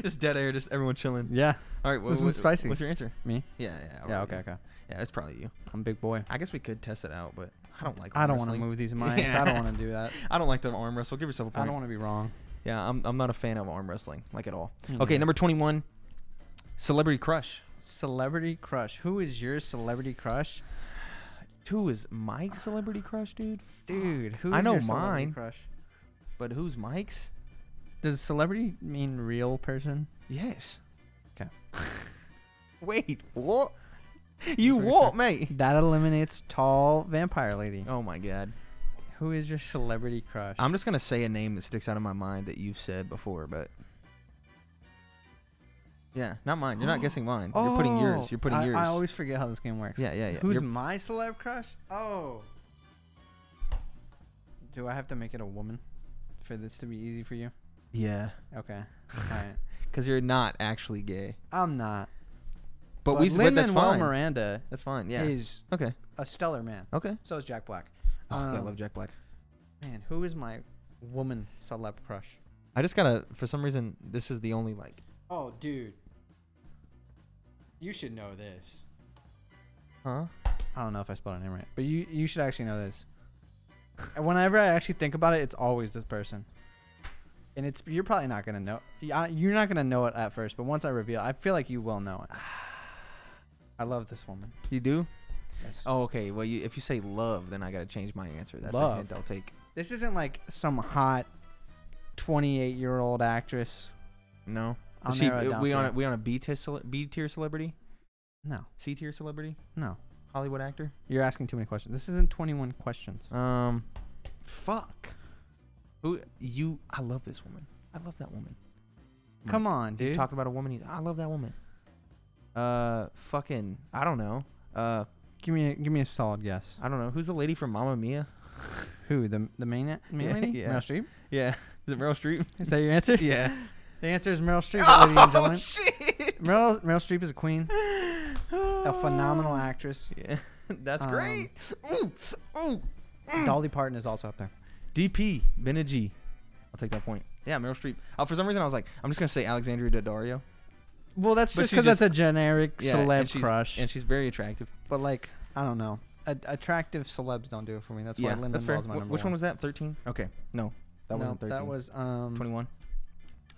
S1: just dead air, just everyone chilling.
S2: Yeah.
S1: All right, wha-
S2: This
S1: wha-
S2: is spicy.
S1: What's your answer?
S2: Me?
S1: Yeah, yeah,
S2: Yeah,
S1: alright,
S2: okay, okay.
S1: Yeah, it's probably you.
S2: I'm a big boy.
S1: I guess we could test it out, but I don't like.
S2: I
S1: arm
S2: don't want to
S1: wrestling.
S2: move these mics. I don't
S1: Yeah.
S2: want to do that.
S1: I don't like the arm wrestle. Give yourself a
S2: I
S1: point.
S2: don't want to be wrong.
S1: yeah, I'm, I'm not a fan of arm wrestling, like at all. Okay, number twenty-one, celebrity crush.
S2: Celebrity crush. Who is your celebrity crush?
S1: Who is my celebrity crush, dude?
S2: Dude, who is
S1: I know
S2: your celebrity
S1: mine.
S2: crush?
S1: But who's Mike's?
S2: Does celebrity mean real person?
S1: Yes.
S2: 'Kay.
S1: Wait, what? You
S2: pretty
S1: what, mate?
S2: That eliminates tall vampire lady.
S1: Oh my god.
S2: Who is your celebrity crush?
S1: I'm just gonna say a name that sticks out in my mind that you've said before, but yeah, not mine. You're not guessing mine. You're putting
S2: Oh,
S1: yours. You're putting
S2: I,
S1: yours.
S2: I always forget how this game works.
S1: Yeah, yeah, yeah.
S2: Who's
S1: You're-
S2: my celeb crush? Oh. Do I have to make it a woman for this to be easy for you?
S1: yeah,
S2: Okay. All right.
S1: because you're not actually gay.
S2: I'm not.
S1: But, we. But that's
S2: Lin-Manuel
S1: fine.
S2: Miranda
S1: That's fine. Yeah.
S2: is
S1: okay.
S2: a stellar man.
S1: Okay.
S2: So is Jack Black.
S1: Oh, yeah, I
S2: Um,
S1: love Jack Black.
S2: Man, who is my woman celeb crush?
S1: I just gotta. For some reason, this is the only like.
S2: Oh, dude. You should know this.
S1: Huh?
S2: I don't know if I spelled her name right, but you you should actually know this. And Whenever I actually think about it, it's always this person. And it's you're probably not gonna know. yeah, You're not gonna know it at first, but once I reveal, I feel like you will know it. I love this woman.
S1: You do?
S2: Yes.
S1: Oh, okay. Well, you, if you say love, then I gotta change my answer. That's a
S2: Love.
S1: hint I'll take.
S2: This isn't like some hot 28 year old actress.
S1: No.
S2: I'll
S1: Is she-
S2: narrow it down
S1: we
S2: for
S1: on
S2: you.
S1: a, we on a B tier cele- B tier celebrity,
S2: No,
S1: C tier celebrity,
S2: no.
S1: Hollywood actor.
S2: You're asking too many questions. This isn't 21 questions.
S1: Um, fuck. Who you? I love this woman. I love that woman.
S2: Come on,
S1: He's
S2: dude.
S1: talking about a woman. He's, I love that woman. Uh, fucking. I don't know. Uh,
S2: give me a, give me a solid guess.
S1: I don't know. Who's the lady from Mamma Mia?
S2: Who the the main main
S1: Yeah,
S2: lady?
S1: yeah.
S2: Meryl Streep.
S1: Yeah. Is it Meryl Streep?
S2: Is that your answer?
S1: yeah.
S2: The answer is Meryl Streep, ladies and
S1: Oh
S2: gentlemen.
S1: shit.
S2: Meryl Meryl Streep is a queen, a phenomenal actress.
S1: Yeah. That's
S2: Um,
S1: great. Ooh. Ooh.
S2: Dolly Parton is also up there.
S1: DP Benaji. I'll take that point. Yeah, Meryl Streep. Oh, for some reason, I was like, I'm just gonna say Alexandria Daddario.
S2: Well, that's
S1: But
S2: just
S1: she
S2: because that's
S1: just-
S2: a generic
S1: Yeah,
S2: celeb
S1: and she's-
S2: crush.
S1: and she's very attractive.
S2: but like, I don't know. A- attractive celebs don't do it for me. That's
S1: yeah,
S2: why Lin
S1: that's
S2: Manuel's
S1: fair.
S2: my
S1: Wh-
S2: number
S1: which one
S2: one.
S1: was that? 13. Okay, no, that wasn't
S2: no,
S1: 13.
S2: That was um.
S1: 21.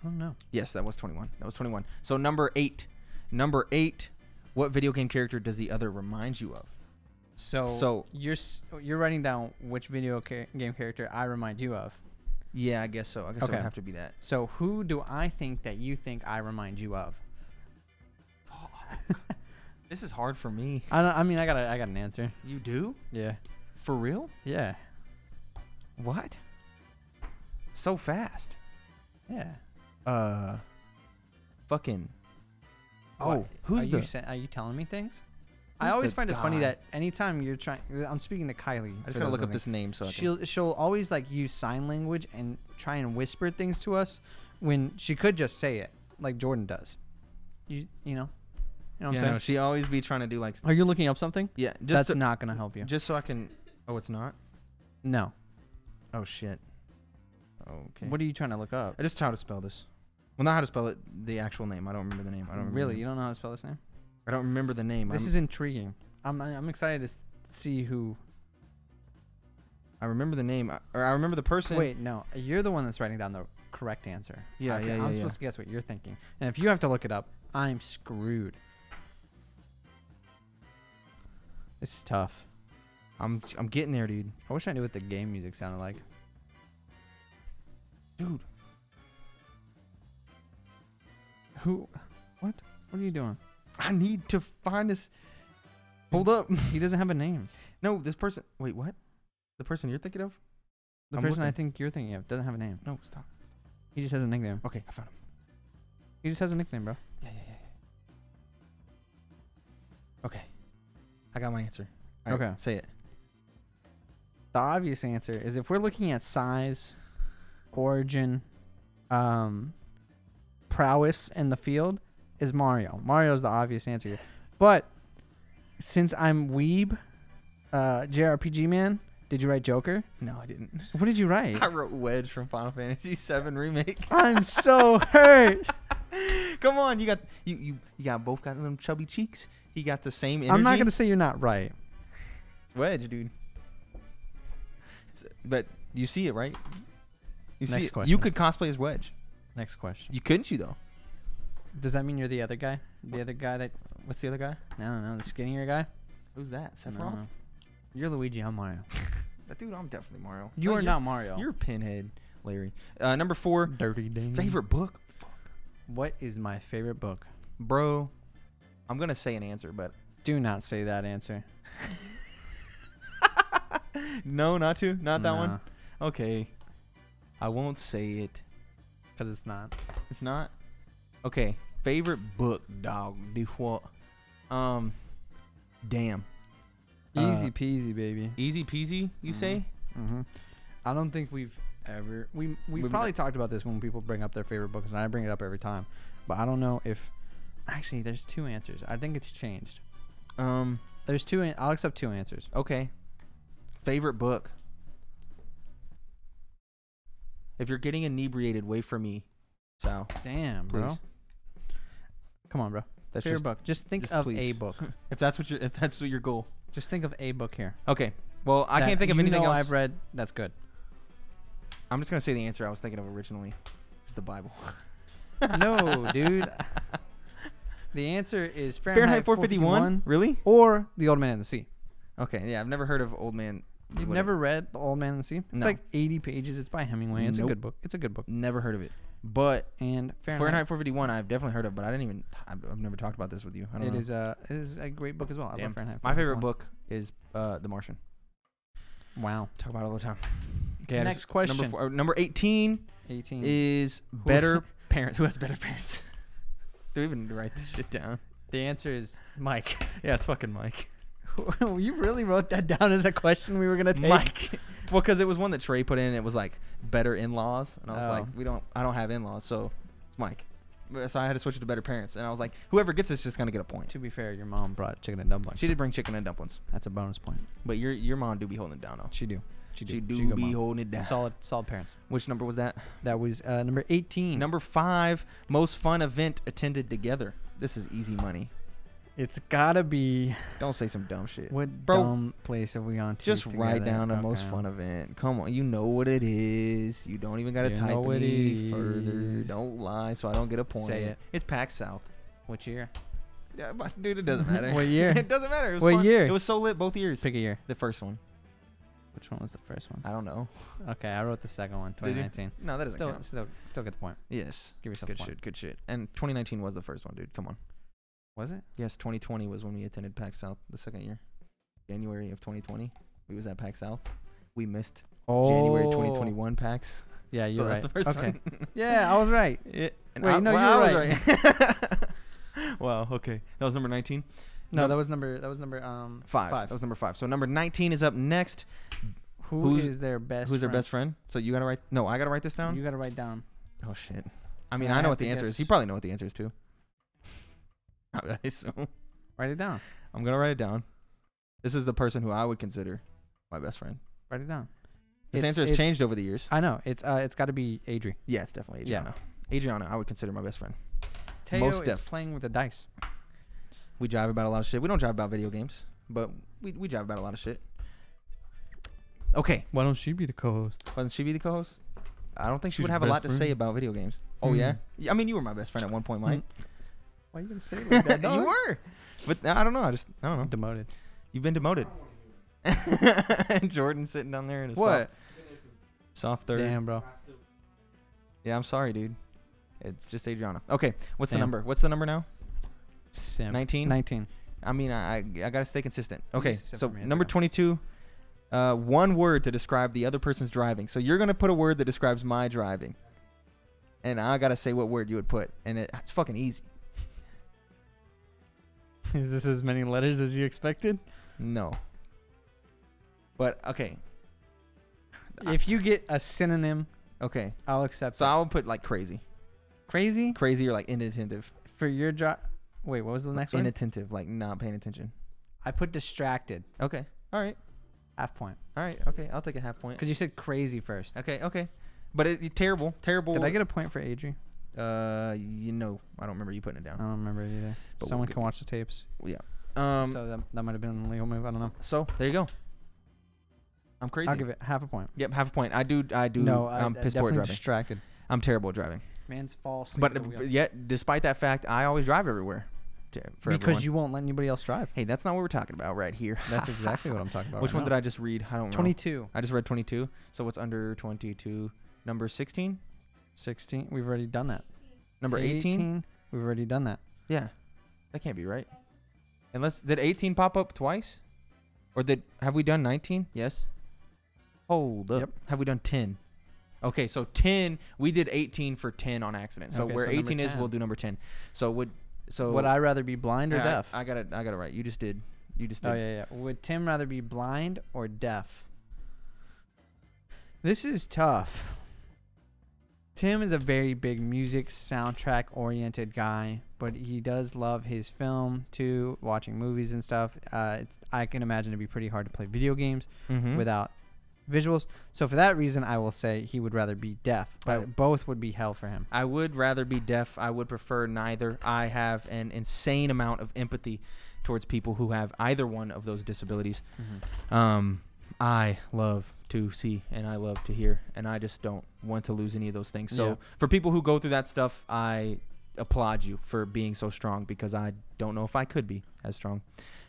S2: I don't know.
S1: Yes, that was 21. That was 21. So number eight, number eight. What video game character does the other remind you of?
S2: So,
S1: So-
S2: you're s- you're writing down which video ca- game character I remind you of.
S1: Yeah, I guess so. I guess it
S2: Okay.
S1: would have to be that.
S2: So who do I think that you think I remind you of?
S1: This is hard for me.
S2: I don't, I mean I got a, I got an answer.
S1: You do?
S2: Yeah.
S1: For real?
S2: Yeah.
S1: What? So fast.
S2: Yeah.
S1: Uh. Fucking.
S2: What-
S1: Oh, who's
S2: are
S1: the?
S2: You sa- are you telling me things? I
S1: Who's
S2: always
S1: the
S2: find it funny
S1: guy?
S2: that anytime you're trying, I'm speaking to
S1: I just
S2: Kylie. for
S1: gotta
S2: those
S1: look up this
S2: listening.
S1: name so I can.
S2: She'll she'll always like use sign language and try and whisper things to us when she could just say it like Jordan does. You you know, you know what I'm
S1: Yeah,
S2: saying?
S1: no, she always be trying to do like.
S2: are you looking up something?
S1: Yeah, just
S2: That's
S1: to-
S2: not gonna help you.
S1: just so I can Oh, it's not.
S2: No.
S1: Oh shit. Okay.
S2: What are you trying to look up?
S1: I just how to spell this. Well, not how to spell it. The actual name. I don't remember the name. I don't remember
S2: really.
S1: the
S2: You
S1: name.
S2: don't know how to spell this name.
S1: I don't remember the name.
S2: This
S1: Mm. I'm-
S2: is intriguing. I'm I'm excited to s- see who.
S1: I remember the name, I- or I remember the person.
S2: Wait, no, you're the one that's writing down the correct answer.
S1: Yeah,
S2: I
S1: yeah, yeah,
S2: I'm
S1: yeah.
S2: supposed to guess what you're thinking, and if you have to look it up, I'm screwed. This is tough.
S1: I'm I'm getting there, dude.
S2: I wish I knew what the game music sounded like.
S1: Dude.
S2: Who? What? What are you doing?
S1: I need to find this. Hold up.
S2: He doesn't have a name.
S1: No, this person. Wait, what? The person you're thinking of?
S2: The
S1: I'm
S2: person I
S1: looking.
S2: think you're thinking of doesn't have a name.
S1: No, stop.
S2: He just has a nickname.
S1: Okay, I found him.
S2: He just has a nickname, bro.
S1: Yeah, yeah, yeah. yeah. Okay, I got my answer. All
S2: Okay.
S1: say it.
S2: the obvious answer is if we're looking at size, origin, um, prowess in the field, is Mario. Mario's the obvious answer here. But since I'm Weeb, uh, JRPG man, did you write Joker?
S1: No, I didn't.
S2: What did you write?
S1: I wrote Wedge from Final Fantasy VII remake.
S2: I'm so hurt.
S1: Come on, you got you you, you got both got them chubby cheeks. He got the same energy.
S2: I'm not gonna say you're not right.
S1: It's Wedge, dude. S- But you see it, right? You see
S2: Next
S1: it. You
S2: question.
S1: could cosplay as Wedge.
S2: Next question.
S1: You couldn't you though?
S2: Does that mean you're the other guy? The other guy that
S1: What's the other guy?
S2: I don't know, the skinnier guy?
S1: Who's that? Sephiroth?
S2: No. You're Luigi. I'm Mario.
S1: But Dude, I'm definitely Mario.
S2: You
S1: No,
S2: are
S1: you're-
S2: not Mario.
S1: You're Pinhead, Larry. Uh, number four,
S2: dirty. Dan.
S1: favorite book. Fuck.
S2: What is my favorite book?
S1: Bro, I'm gonna say an answer, but
S2: Do not say that answer.
S1: no, not to, not that one.
S2: Nah,
S1: Okay, I won't say it.
S2: Cause it's not.
S1: It's not. Okay, favorite book, dog. Do what? Um, damn. Uh,
S2: Easy peasy, baby.
S1: Easy peasy, you
S2: Mhm.
S1: say?
S2: Mm-hmm. I don't think we've ever we we
S1: We've
S2: probably talked about this when people bring up their favorite books, and I bring it up every time. But I don't know if actually there's two answers. I think it's changed. Mm-hmm.
S1: Um,
S2: There's two. An- I'll accept two answers.
S1: okay. Favorite book. If you're getting inebriated, wait for me. So
S2: Damn,
S1: please.
S2: bro. Come on, bro.
S1: That's
S2: favorite
S1: just
S2: book. Just think
S1: just
S2: of a
S1: please.
S2: book.
S1: if that's what your if that's what your goal.
S2: just think of a book here.
S1: Okay. Well, I
S2: that
S1: can't think of
S2: you
S1: anything
S2: know
S1: else.
S2: I've read that's good.
S1: I'm just gonna say the answer I was thinking of originally. It's the Bible.
S2: no, dude. The answer is
S1: Fahrenheit
S2: Fahrenheit,
S1: 451.
S2: 451
S1: Really?
S2: or The Old Man and the Sea.
S1: Okay. Yeah, I've never heard of Old Man.
S2: You've
S1: whatever.
S2: never read The Old Man and the Sea? It's
S1: No.
S2: like 80 pages. It's by Hemingway. It's
S1: Nope.
S2: a good book. It's a good book.
S1: never heard of it. But
S2: And
S1: Fahrenheit
S2: Fahrenheit,
S1: 451, I've definitely heard of, but I didn't even. I've, I've never talked about this with you. I don't
S2: it
S1: know.
S2: is a it is a great book as well. I
S1: Damn.
S2: love Fahrenheit.
S1: my favorite
S2: 451.
S1: book is uh, The Martian.
S2: Wow.
S1: Talk about it all the time. Okay. I
S2: Next
S1: just- Number,
S2: question.
S1: four, uh, number 18
S2: 18.
S1: is better parents. Who has better parents? Do we even write this shit down?
S2: the answer is Mike.
S1: Yeah, it's fucking Mike.
S2: you really wrote that down as a question we were gonna take.
S1: Mike. well, because it was one that Trey put in. and It was like better in laws, and I was
S2: Oh.
S1: like, we don't. I don't have in laws, so it's Mike. But- So I had to switch it to better parents, and I was like, whoever gets this is just gonna get a point.
S2: To be fair, your mom brought chicken and dumplings.
S1: She did bring chicken and dumplings,
S2: That's a bonus point.
S1: but your your mom do be holding it down though.
S2: She do. She do.
S1: She do
S2: a good
S1: be
S2: mom.
S1: holding it down.
S2: Solid, solid parents.
S1: Which number was that?
S2: That was uh, number 18.
S1: Number five, most fun event attended together. This is easy money.
S2: It's gotta be
S1: Don't say some dumb shit.
S2: what
S1: Bro,
S2: dumb place have we gone to?
S1: Just write
S2: together?
S1: down the most
S2: Okay.
S1: fun event. Come on, you know what it is. You don't even gotta
S2: You
S1: type
S2: know
S1: it
S2: it
S1: any further.
S2: is.
S1: Don't lie, so I don't get a point.
S2: Say it.
S1: It's Pack South.
S2: Which year?
S1: Yeah, but dude, it doesn't matter.
S2: What year?
S1: it doesn't matter. It was
S2: What
S1: fun.
S2: year?
S1: It was so lit both years.
S2: Pick a year.
S1: The first one.
S2: Which one was the first one?
S1: I don't know.
S2: Okay, I wrote the second one,
S1: Did you?
S2: 2019.
S1: No, that doesn't
S2: Still,
S1: count.
S2: still, still get the point.
S1: Yes.
S2: Give yourself
S1: Good
S2: a point.
S1: shit. Good shit. And 2019 was the first one, dude. Come on.
S2: Was it?
S1: Yes, 2020 was when we attended Pack South the second year. January of 2020, we was at Pack South. We missed January
S2: Oh.
S1: 2021 PAX.
S2: Yeah, you're
S1: so
S2: right.
S1: that's the first
S2: okay.
S1: one.
S2: yeah, I was right.
S1: Yeah, and
S2: Wait,
S1: I,
S2: no,
S1: well,
S2: you were
S1: I was right. wow. Okay, that was number 19.
S2: No,
S1: Num-
S2: that was number. That was number um
S1: Five. That was number five. So number 19 is up next.
S2: Who
S1: Who's-
S2: is their best?
S1: Who's their
S2: friend?
S1: best friend? So you gotta write. No, I gotta write this down.
S2: You gotta write down.
S1: oh shit. I mean,
S2: I
S1: I, know
S2: have
S1: what the
S2: to
S1: answer is.
S2: guess.
S1: You probably know what the answer is too. I assume.
S2: Write it down.
S1: I'm gonna write it down. This is the person who I would consider my best friend.
S2: Write it down.
S1: This
S2: It's-
S1: answer has
S2: it's-
S1: changed over the years.
S2: I know. It's uh, it's got to be Adri.
S1: Yeah, it's definitely
S2: Yeah.
S1: Adriana. Adriana, I would consider my best friend.
S2: Teo
S1: Most
S2: is
S1: def.
S2: playing with the dice.
S1: We jive about a lot of shit. We don't jive about video games, but we we jive about a lot of shit. Okay,
S2: Why don't she be the co-host?
S1: wasn't she be the co-host? I don't think she
S2: She's
S1: would
S2: your
S1: have a
S2: best
S1: lot to say
S2: friend.
S1: about video games. Oh
S2: Hmm.
S1: yeah, Yeah, I mean you were my best friend at one point, Mike.
S2: Why you gonna say it like that?
S1: you
S2: dog?
S1: were, but I don't know. I just I don't know.
S2: demoted.
S1: You've been demoted. Jordan sitting down there in a soft,
S2: What?
S1: soft third.
S2: Damn, bro.
S1: Yeah, I'm sorry, dude. It's just Adriana. Okay, what's the
S2: Damn.
S1: number? What's the number now?
S2: Sim.
S1: 19?
S2: 19.
S1: I mean, I I, I gotta stay consistent.
S2: You
S1: Okay,
S2: used to say
S1: so
S2: for me, it's
S1: number
S2: okay.
S1: twenty-two. Uh, one word to describe the other person's driving. So you're gonna put a word that describes my driving, and I gotta say what word you would put, and it, it's fucking easy.
S2: Is this as many letters as you expected?
S1: No. But okay,
S2: If you get a synonym,
S1: okay.
S2: I'll accept.
S1: So
S2: it.
S1: I would put like crazy,
S2: crazy
S1: crazy or like inattentive.
S2: for your job. Wait, what was the next one?
S1: Inattentive, like not paying attention.
S2: I put distracted.
S1: Okay. All right.
S2: Half point.
S1: All right. Okay. I'll take a half point.
S2: Because you said crazy first.
S1: Okay. Okay. But it, terrible, terrible.
S2: Did I get a point for
S1: Oh.
S2: Adri?
S1: Uh, you know, I don't remember you putting it
S2: I
S1: down.
S2: don't remember either.
S1: But
S2: Someone
S1: we'll get-
S2: can watch the tapes.
S1: Um. So,
S2: so that, that might have been an illegal move. I don't know.
S1: there you go. I'm crazy.
S2: I'll give it half a point.
S1: Yep, half a point. I do. I do.
S2: no, I,
S1: I'm
S2: I
S1: piss poor at
S2: definitely
S1: driving.
S2: distracted.
S1: I'm terrible at driving.
S2: Man's false.
S1: But uh, yet, despite that fact, I always drive everywhere. to- For
S2: because
S1: everyone.
S2: you won't let anybody else drive.
S1: Hey, that's not what we're talking about right here.
S2: That's exactly what I'm talking about.
S1: Which one did I just read? I don't know.
S2: 22,
S1: I just read 22. So what's under 22? Number 16?
S2: 16. We've already done that.
S1: Number 18?
S2: We've already done that.
S1: Yeah. That can't be right. Unless did 18 pop up twice? Or did have we done 19? Yes. Hold up.
S2: Yep.
S1: Have we done 10? Okay, so 10, we did 18 for 10 on accident. So
S2: Okay,
S1: where
S2: so number
S1: 18 is, we'll
S2: 10.
S1: do number 10. So would so
S2: Would I rather be blind or
S1: Yeah, I-
S2: deaf?
S1: I, got it I got it right. You just did. You just did.
S2: oh yeah, yeah. Would Tim rather be blind or deaf? This is tough. Tim is a very big music soundtrack oriented guy, but he does love his film too, watching movies and stuff. Uh, it's I can imagine it'd be pretty hard to play video games
S1: Mhm.
S2: without visuals. So for that reason, I will say he would rather be deaf, but
S1: I-
S2: both would be hell for him.
S1: I would rather be deaf. I would prefer neither. I have an insane amount of empathy towards people who have either one of those disabilities. Um, I love to see and I love to hear, and I just don't want to lose any of those things. So
S2: Yeah.
S1: for people who go through that stuff, I applaud you for being so strong because I don't know if I could be as strong.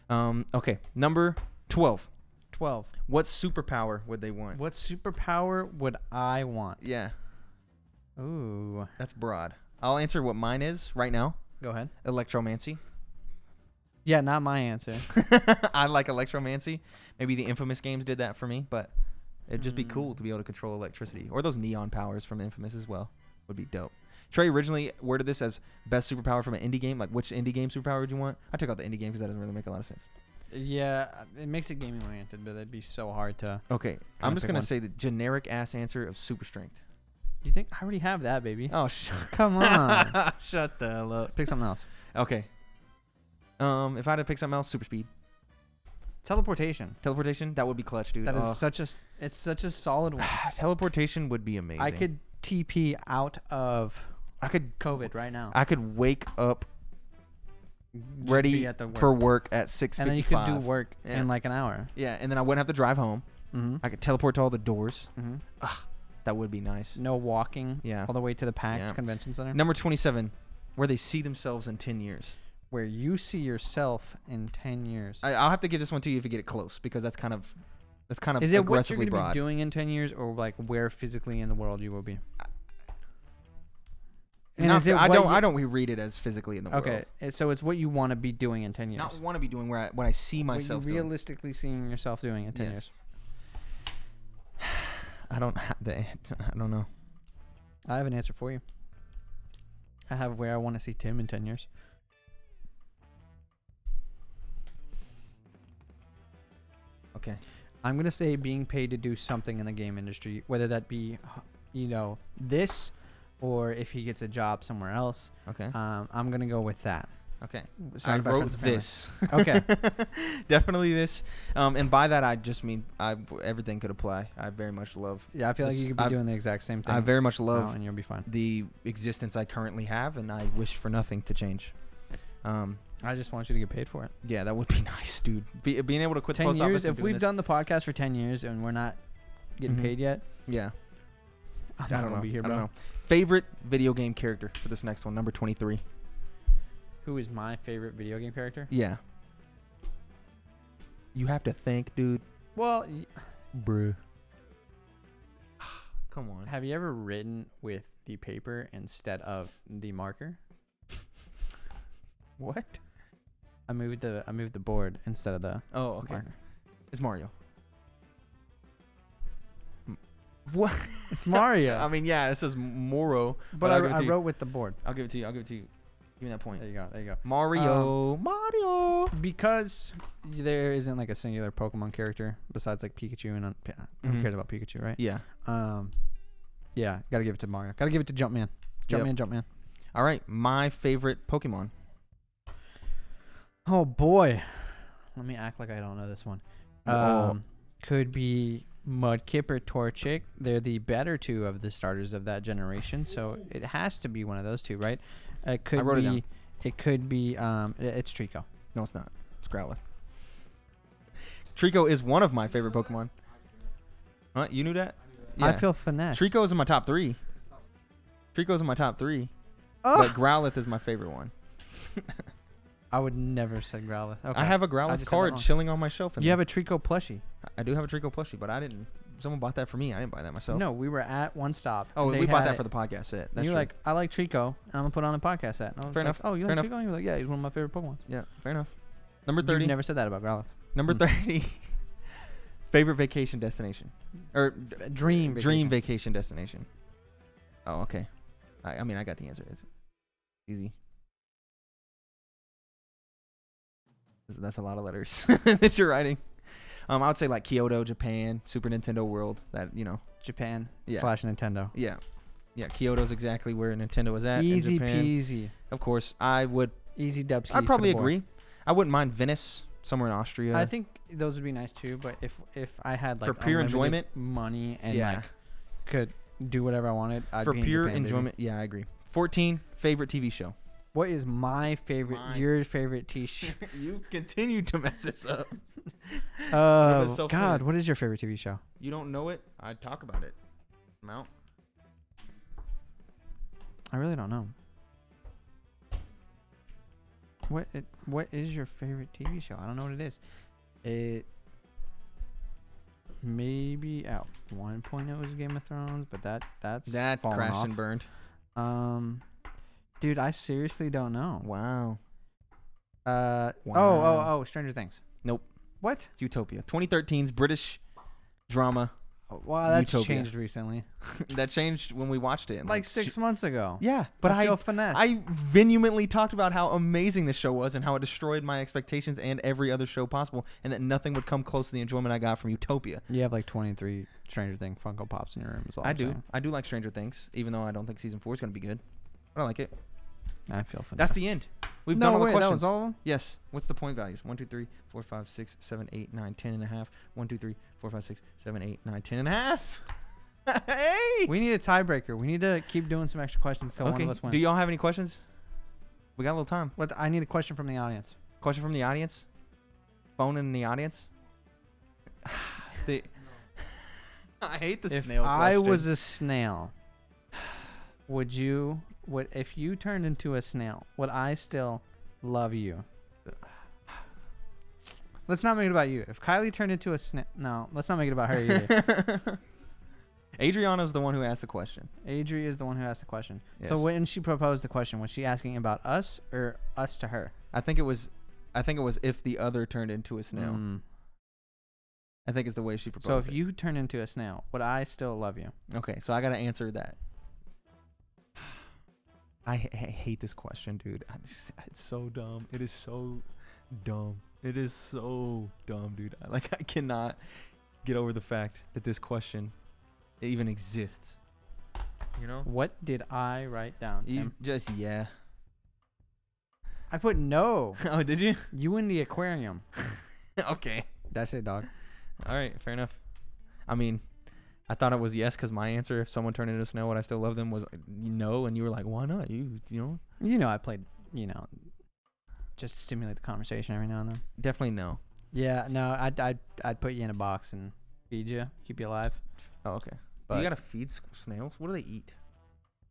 S1: Um, okay, number twelve.
S2: Twelve.
S1: What superpower would they want?
S2: What superpower would I want?
S1: Yeah,
S2: Ooh,
S1: that's broad. I'll answer what mine is right now.
S2: go ahead.
S1: Electromancy.
S2: Yeah, not my answer.
S1: I like electromancy. Maybe the infamous games did that for me, but it'd just
S2: Hmm.
S1: be cool to be able to control electricity or those neon powers from Infamous as well. Would be dope. Trey originally worded this as best superpower from an indie game. Like, which indie game superpower would you want? I took out the indie game because that doesn't really make a lot of sense.
S2: yeah, it makes it gaming oriented, but that'd be so hard to.
S1: Okay, I'm
S2: Kinda
S1: just
S2: pick
S1: gonna
S2: one.
S1: say the generic ass answer of super strength.
S2: You think I already have that, baby?
S1: Oh, sh-
S2: Come on,
S1: shut the hell up.
S2: pick something else.
S1: Okay. Um, if I had to pick something else, super speed,
S2: Teleportation.
S1: teleportation, that would be clutch, dude.
S2: That is
S1: Ugh.
S2: such a. s- It's such a solid one.
S1: teleportation would be amazing.
S2: I could TP out of
S1: I could,
S2: COVID right now.
S1: I could wake up
S2: Just
S1: ready
S2: be at the work.
S1: for work at 6.55.
S2: and then you could do work
S1: Yeah.
S2: in like an hour.
S1: Yeah, and then I wouldn't have to drive home.
S2: Mm-hmm.
S1: I could teleport to all the doors.
S2: hmm
S1: That would be nice.
S2: No walking.
S1: Yeah.
S2: All the way to the PAX
S1: Yeah.
S2: convention center,
S1: Number 27, where they see themselves in 10 years.
S2: where you see yourself in ten years.
S1: I, I'll have to give this one to you if you get it close because that's kind of that's kind of
S2: is it what you're
S1: aggressively
S2: going to be
S1: broad.
S2: doing in 10 years or like where physically in the world you will be
S1: And
S2: And
S1: not
S2: is
S1: phy-
S2: it
S1: I
S2: what
S1: don't
S2: you-
S1: I don't read it as physically in the world.
S2: okay uh, so it's what you want to be doing in 10 years
S1: Not want to be doing where I, what I see
S2: what you
S1: myself doing.
S2: realistically seeing yourself doing in
S1: Yes.
S2: 10 years
S1: I don't ha- the- I don't know.
S2: i have an answer for you i have where i want to see tim in 10 years
S1: Okay.
S2: i'm going to say being paid to do something in the game industry whether that be you know this or if he gets a job somewhere else
S1: Okay.
S2: Mm-hmm. um, i'm going to go with that
S1: Okay.
S2: It's
S1: I
S2: not about
S1: wrote
S2: friends and family.
S1: this.
S2: Okay.
S1: Definitely this. Um, and by that, I just mean I everything could apply. I very much love.
S2: Yeah, I feel
S1: This-
S2: like you could be
S1: I-
S2: doing the exact same thing.
S1: I very much
S2: now,
S1: love
S2: and you'll be fine.
S1: the existence I currently have, and I wish for nothing to change. Um,
S2: I just want you to get paid for it.
S1: yeah, that would be nice, dude. Be, being able to quit the
S2: ten
S1: post office.
S2: years.
S1: and
S2: If
S1: doing
S2: we've
S1: this.
S2: done the podcast for ten years and we're not getting
S1: Mhm.
S2: paid yet,
S1: yeah,
S2: I'm
S1: I
S2: not
S1: don't
S2: gonna
S1: know.
S2: Be here,
S1: I don't
S2: bro.
S1: know. Favorite video game character for this next one, number twenty-three.
S2: Who is my favorite video game character?
S1: Yeah. You have to think, dude.
S2: Well, y-
S1: Bruh. Come on.
S2: have you ever written with the paper instead of the marker?
S1: What?
S2: I moved the I moved the board instead of the
S1: Oh, okay.
S2: marker.
S1: It's Mario. M- What?
S2: It's Mario.
S1: I mean, yeah, it says Moro,
S2: but,
S1: but
S2: I,
S1: I'll give it
S2: I
S1: to you.
S2: wrote with the board.
S1: I'll give it to you. I'll give it to you. Give me that point.
S2: There you go. There you go.
S1: Mario,
S2: Um,
S1: Mario.
S2: because there isn't like a singular Pokemon character besides like Pikachu and uh, P-
S1: Mhm.
S2: who cares about Pikachu, right?
S1: Yeah.
S2: Um, yeah, gotta give it to Mario. Gotta give it to Jumpman.
S1: Yep.
S2: Jumpman, Jumpman.
S1: All right, my favorite Pokemon.
S2: Oh boy, let me act like I don't know this one.
S1: Oh.
S2: Um, could be Mudkip or Torchic. They're the better two of the starters of that generation, so it has to be one of those two, right? It could
S1: wrote it
S2: be.
S1: down.
S2: It, could be. Um, i- it's Trico.
S1: No, it's not. It's Growlithe. Trico is one of my favorite Pokemon. Huh? You knew that?
S2: I feel finesse.
S1: Trico's in my top three. Trico's in my top three,
S2: Oh.
S1: but Growlithe is my favorite one.
S2: I would never say Growlithe. Okay.
S1: I have a
S2: I just
S1: Growlithe
S2: had that
S1: card
S2: wrong.
S1: chilling on my shelf. In
S2: You
S1: there.
S2: have a Trico plushie.
S1: I do have a Trico plushie, but I didn't. Someone bought that for me. I didn't buy that myself.
S2: No, we were at one stop.
S1: Oh,
S2: They
S1: we bought
S2: had
S1: that
S2: it.
S1: for the podcast set.
S2: And
S1: That's
S2: you're
S1: true.
S2: like, I like Trico, and I'm gonna put on a podcast set. And I was
S1: Fair
S2: like,
S1: enough.
S2: Oh, you
S1: Fair enough.
S2: like Trico? And you were like, Yeah, he's one of my favorite Pokemon.
S1: yeah, fair enough. Number thirty.
S2: You never said that about Growlithe.
S1: number
S2: Mm.
S1: thirty. favorite vacation destination, or d-
S2: A Dream.
S1: dream
S2: vacation.
S1: vacation destination. Oh, okay. I, I mean, I got the answer. It's easy. That's- That's a lot of letters that you're writing. Um, I would say like Kyoto, Japan, Super Nintendo World. That you know,
S2: Japan
S1: Yeah.
S2: slash Nintendo.
S1: yeah, yeah. Kyoto's exactly where Nintendo is at. and
S2: Easy
S1: Japan.
S2: peasy.
S1: Of course, I would
S2: Easy dubs.
S1: I probably agree. I wouldn't mind Venice, somewhere in Austria.
S2: I think those would be nice too, but if if I had like
S1: For pure
S2: unlimited
S1: enjoyment?
S2: money, and
S1: Yeah.
S2: like could do whatever I wanted, I'd
S1: for
S2: be in
S1: pure
S2: Japan, baby.
S1: enjoyment. Yeah, I agree. 14 favorite TV show.
S2: What is my favorite?
S1: Mine.
S2: Your favorite T-shirt?
S1: you continue to mess this up.
S2: oh
S1: self-centered.
S2: God, what is your favorite TV show?
S1: You don't know it. I talk about it. Mount.
S2: I really don't know. What it, what is your favorite TV show? I don't know what it is. It maybe at one point it was Game of Thrones, but that that's
S1: That
S2: fallen
S1: crashed
S2: off.
S1: and burned.
S2: Um, dude, I seriously don't know.
S1: Wow.
S2: Uh oh oh
S1: Wow.
S2: oh, Stranger Things.
S1: Nope.
S2: What?
S1: It's Utopia. 2013's British drama
S2: Wow, that's
S1: Oh, Utopia.
S2: changed recently.
S1: that changed when we watched it. and,
S2: Like
S1: she-
S2: six months ago.
S1: yeah, but
S2: I
S1: I
S2: feel finesse.
S1: I vehemently talked about how amazing this show was and how it destroyed my expectations and every other show possible, and that nothing would come close to the enjoyment I got from Utopia.
S2: you have like twenty three Stranger Thing Funko Pops in your room. Is all
S1: I
S2: I'm
S1: do.
S2: saying.
S1: I do like Stranger Things, even though I don't think season four is going to be good. But I like it.
S2: I feel finesse.
S1: That's the end. We've
S2: no
S1: done all
S2: way,
S1: the questions.
S2: That was all of 'em?
S1: Yes. What's the point values? 1, 2, 3, 4, 5, 6, 7, 8, 9, 10 and a half. 1, 2, 3, 4, 5, 6, 7, 8, 9, 10 and a half. hey!
S2: We need a tiebreaker. We need to keep doing some extra questions till one
S1: Okay.
S2: of us wins.
S1: Do y'all have any questions? We got a little time.
S2: what I need a question from the audience.
S1: Question from the audience? Phone in the audience? the, I hate the
S2: if
S1: snail
S2: I
S1: question.
S2: was a snail, would you? Would if you turned into a snail? Would I still love you? Let's not make it about you. If Kylie turned into a snail, no, let's not make it about her either.
S1: Adriana's the one who asked the question.
S2: Adri is the one who asked the question. So
S1: Yes.
S2: when she proposed the question, was she asking about us or us to her?
S1: I think it was I think it was if the other turned into a snail.
S2: Mm.
S1: I think it's the way she proposed
S2: So if
S1: it.
S2: you turned into a snail, would I still love you?
S1: Okay, so I gotta answer that. I, h- h- hate this question, dude. I just- It's so dumb. It is so dumb. It is so dumb, dude. I, like I cannot get over the fact that this question even exists. You know?
S2: What did I write down?
S1: You
S2: Tim?
S1: just yeah.
S2: I put no.
S1: oh, did you?
S2: You in the aquarium.
S1: okay.
S2: That's it, dog.
S1: All right. Fair enough. I mean, I thought it was yes because my answer, if someone turned into snow, would I still love them? Was uh, no, and you were like, why not? You, you know,
S2: You know I played. You know, just to stimulate the conversation every now and then.
S1: definitely no.
S2: Yeah. No, I'd I'd, I'd put you in a box and feed you, keep you alive.
S1: Oh, okay. Do
S2: But-
S1: you gotta feed s- snails? What do they eat?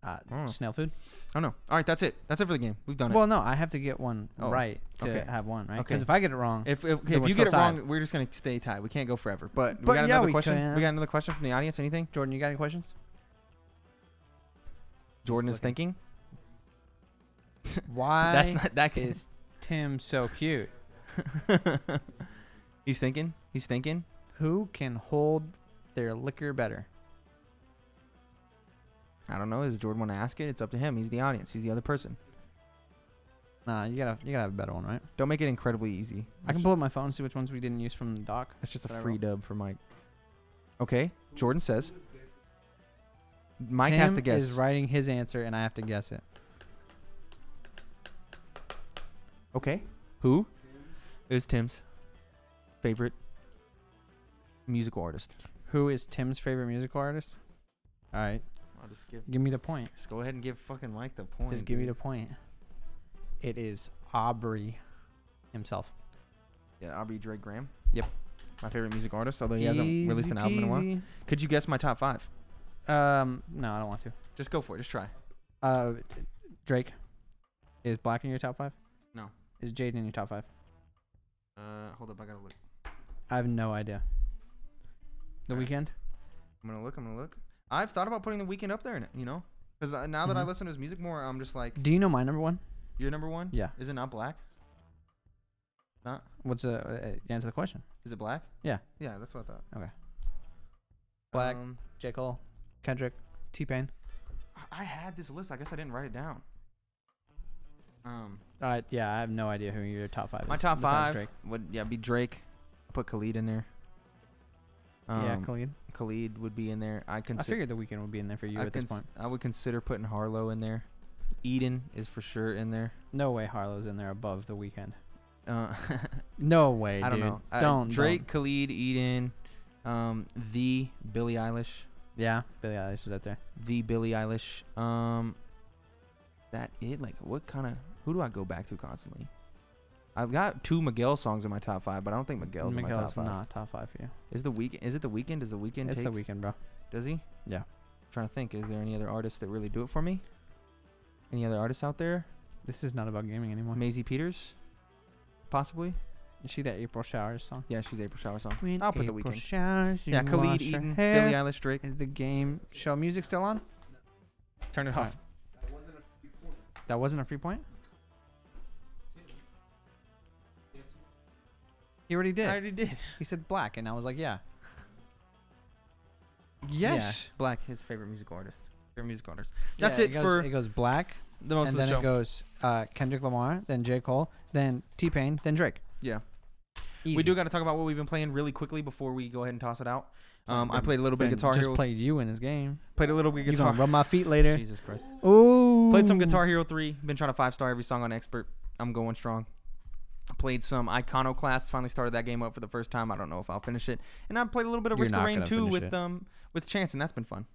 S2: Uh,
S1: Oh.
S2: Snail food.
S1: I don't know. All right, that's it. That's it for the game. We've done it.
S2: Well, no, I have to get one
S1: Oh,
S2: right to
S1: okay.
S2: have one right.
S1: Okay.
S2: Because if I get it wrong,
S1: If if,
S2: Then
S1: if
S2: we're
S1: you
S2: still
S1: get it
S2: tied.
S1: wrong, we're just gonna stay tied. We can't go forever. But we
S2: But
S1: got
S2: yeah,
S1: another
S2: we
S1: question.
S2: can.
S1: We got another question from the audience. Anything?
S2: Jordan, you got any questions?
S1: Jordan
S2: Just
S1: is thinking.
S2: Why
S1: That's not that can-
S2: is Tim so cute?
S1: He's thinking. He's thinking.
S2: Who can hold their liquor better?
S1: I don't know. Does Jordan want to ask it? It's up to him. He's the audience. He's the other person.
S2: Nah, you gotta you gotta have a better one, right?
S1: Don't make it incredibly easy.
S2: I can pull up my phone and see which ones we didn't use from the doc.
S1: That's just a
S2: But I
S1: free
S2: will.
S1: dub for Mike. Okay. Jordan says. Mike has
S2: Tim
S1: to guess.
S2: Is writing his answer and I have to guess it.
S1: Okay. Who is Tim's favorite musical artist?
S2: Who is Tim's favorite musical artist? All right,
S1: I'll just give.
S2: give me the point.
S1: Just go ahead and give fucking Mike the point.
S2: Just give me
S1: dude.
S2: the point. It is Aubrey himself.
S1: Yeah, Aubrey Drake Graham.
S2: Yep.
S1: My favorite music artist, although he hasn't released an album in a while. Could you guess my top five?
S2: while. Um, no, I don't want to.
S1: Just go for it. Just try.
S2: Uh, Drake. Is Black in your top five?
S1: No.
S2: Is Jaden in your top five?
S1: Uh, hold up. I gotta look.
S2: I have no idea. The
S1: All right.
S2: weekend.
S1: I'm gonna look. I'm gonna look. I've thought about putting the weekend up there, you know, because now that I
S2: Mhm.
S1: listen to his music more, I'm just like,
S2: Do you know my number one?
S1: your number one.
S2: Yeah.
S1: Is it not black? Not.
S2: What's the uh, uh, answer the question?
S1: Is it black?
S2: Yeah.
S1: Yeah, that's what I thought.
S2: Okay. Black.
S1: Um,
S2: J Cole, Kendrick, T Pain.
S1: I- I had this list. I guess I didn't write it down. Um,
S2: All right, yeah, I have no idea who your top five.
S1: my
S2: is
S1: top
S2: besides
S1: five
S2: Drake.
S1: would yeah be Drake. I put Khalid in there. Um,
S2: yeah, Khalid.
S1: Khalid would be in there. I
S2: I
S1: consider.
S2: figured the weekend would be in there for you
S1: I,
S2: at this
S1: cons-
S2: point.
S1: I would consider putting Harlow in there. Eden is for sure in there.
S2: No way Harlow's in there above the weekend.
S1: Uh,
S2: No way,
S1: I don't
S2: dude.
S1: know. I-
S2: Don't
S1: Drake,
S2: don't.
S1: Khalid, Eden, um, the Billie Eilish,
S2: Yeah, Billie Eilish is up there.
S1: the Billie Eilish. Um, that it like what kind of who do I go back to constantly? I've got two Miguel songs in my top five, but I don't think Miguel's, in my top
S2: Miguel's
S1: five.
S2: not top five for you.
S1: Is the week? Is it the weekend? Is the weekend?
S2: It's
S1: take,
S2: the weekend, bro.
S1: Does he?
S2: Yeah.
S1: trying to think. Is there any other artists that really do it for me? Any other artists out there?
S2: This is not about gaming anymore.
S1: Maisie Peters, possibly.
S2: Is she that April Showers song?
S1: Yeah, she's April Shower song. I'll put the weekend.
S2: Showers,
S1: yeah, Khalid, Eden, Billie Eilish, Drake.
S2: Is the game show music still on?
S1: Turn it
S2: All
S1: off.
S2: That wasn't a free point. He already did.
S1: I already did.
S2: He said black, and I was like, yeah. Yes.
S1: Yeah, Black, his favorite musical artist. Favorite musical artist. That's it
S2: goes,
S1: for
S2: it goes black,
S1: the most of
S2: and
S1: the
S2: then
S1: show.
S2: it goes uh, Kendrick Lamar, then J Cole, then T Pain, then Drake.
S1: yeah.
S2: Easy.
S1: We do got to talk about what we've been playing really quickly before we go ahead and toss it out. Um, I
S2: Then-
S1: played a little bit of
S2: then
S1: Guitar
S2: Just
S1: Hero.
S2: played you in his game.
S1: played a little bit of
S2: You
S1: Guitar.
S2: gonna rub my feet later?
S1: Jesus Christ.
S2: Ooh.
S1: Played some Guitar Hero 3. Been trying to five star every song on Expert. I'm going strong. Played some Iconoclast. Finally started that game up for the first time. I don't know if I'll finish it. And I played a little bit of
S2: You're
S1: Risk of
S2: not
S1: Rain
S2: gonna
S1: 2
S2: finish
S1: with
S2: it.
S1: um with Chance, and that's been fun.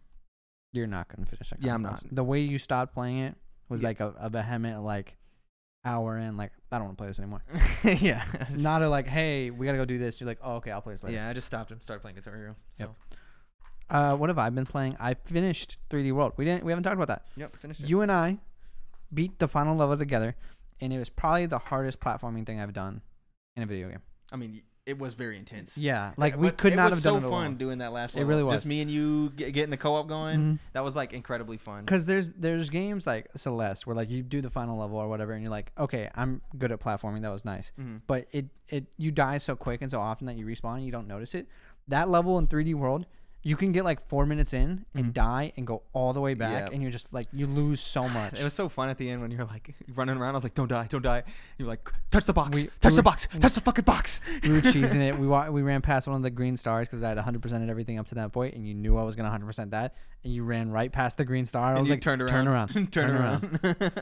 S2: You're not gonna finish that.
S1: Yeah, I'm
S2: conference.
S1: not.
S2: The way you stopped playing it was
S1: Yeah.
S2: like a, a vehement like hour in, like I don't want to play this anymore.
S1: yeah.
S2: not a like, hey, we gotta go do this. You're like, oh, okay, I'll play this later.
S1: yeah, I just stopped and started playing Guitar Hero. So.
S2: Yep. Uh, what have I been playing? I finished 3D World. We didn't. We haven't talked about that.
S1: Yep, finished
S2: You and I beat the final level together, and it was probably the hardest platforming thing I've done in a video game.
S1: I mean, it was very intense.
S2: Yeah, like we could not have done it
S1: so
S2: alone.
S1: fun doing that last.
S2: It
S1: level.
S2: really was.
S1: Just me and you g- getting the co-op going.
S2: Mhm.
S1: That was like incredibly fun.
S2: Because there's there's games like Celeste where like you do the final level or whatever, and you're like, okay, I'm good at platforming. That was nice,
S1: Mhm.
S2: but it it you die so quick and so often that you respawn, you don't notice it. That level in 3D World you can get like four minutes in and
S1: Mhm.
S2: die and go all the way back,
S1: Yep.
S2: and you're just like you lose so much.
S1: It was so fun at the end when you're like running around. I was like, "Don't die, don't die." You're like, "Touch the box,
S2: We-
S1: touch
S2: we-
S1: the box, touch the fucking box."
S2: we were cheesing it. We wa- we ran past one of the green stars because I had 100 percent everything up to that point, and you knew I was gonna 100 percent that, and you ran right past the green star. I
S1: And
S2: was
S1: you
S2: like,
S1: turned around,
S2: turn around,
S1: turn, around.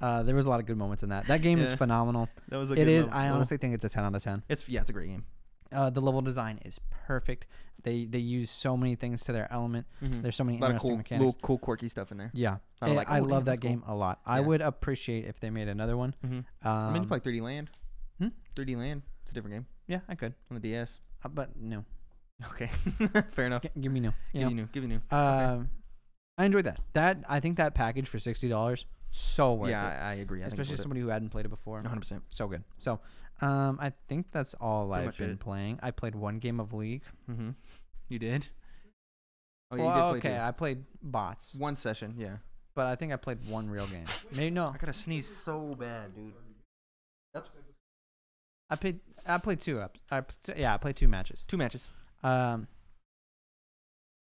S2: Uh, there was a lot of good moments in that. That game is
S1: Yeah.
S2: phenomenal.
S1: that was a
S2: It
S1: good
S2: is.
S1: little-
S2: I
S1: little-
S2: honestly think it's a 10 out of 10.
S1: it's yeah, it's a great game.
S2: Uh, the level design is perfect. They they use so many things to their element.
S1: Mhm.
S2: Mm-hmm. There's so many
S1: A lot of
S2: interesting
S1: cool,
S2: mechanics.
S1: little cool, quirky stuff in there.
S2: Yeah,
S1: I
S2: I,
S1: like-
S2: I
S1: oh, damn,
S2: love
S1: that's
S2: that
S1: cool.
S2: game a lot. I
S1: Yeah.
S2: would appreciate if they made another one.
S1: Mm-hmm.
S2: Um,
S1: I mean, you play 3D Land.
S2: hmm?
S1: 3D Land. It's a different game
S2: yeah, I could,
S1: on the DS.
S2: uh, but no,
S1: Okay, fair enough.
S2: G- give me no. You
S1: Give
S2: know?
S1: you new. Give you new.
S2: Um, I enjoyed that. That I think that package for sixty dollars so worth
S1: yeah,
S2: it,
S1: I, I agree. I
S2: especially
S1: think
S2: somebody who hadn't played it before.
S1: 100. percent
S2: So good. So, um, I think that's all
S1: Pretty
S2: I've
S1: much
S2: been
S1: it.
S2: playing. I played one game of League.
S1: Mm-hmm. You did. Oh
S2: well,
S1: play
S2: okay,
S1: two.
S2: I played bots,
S1: One session, yeah.
S2: but I think I played one real game. Maybe no,
S1: Oh, I gotta sneeze so bad, dude.
S2: I played. I played two up. I, p- yeah, I played two matches.
S1: Two matches.
S2: Um,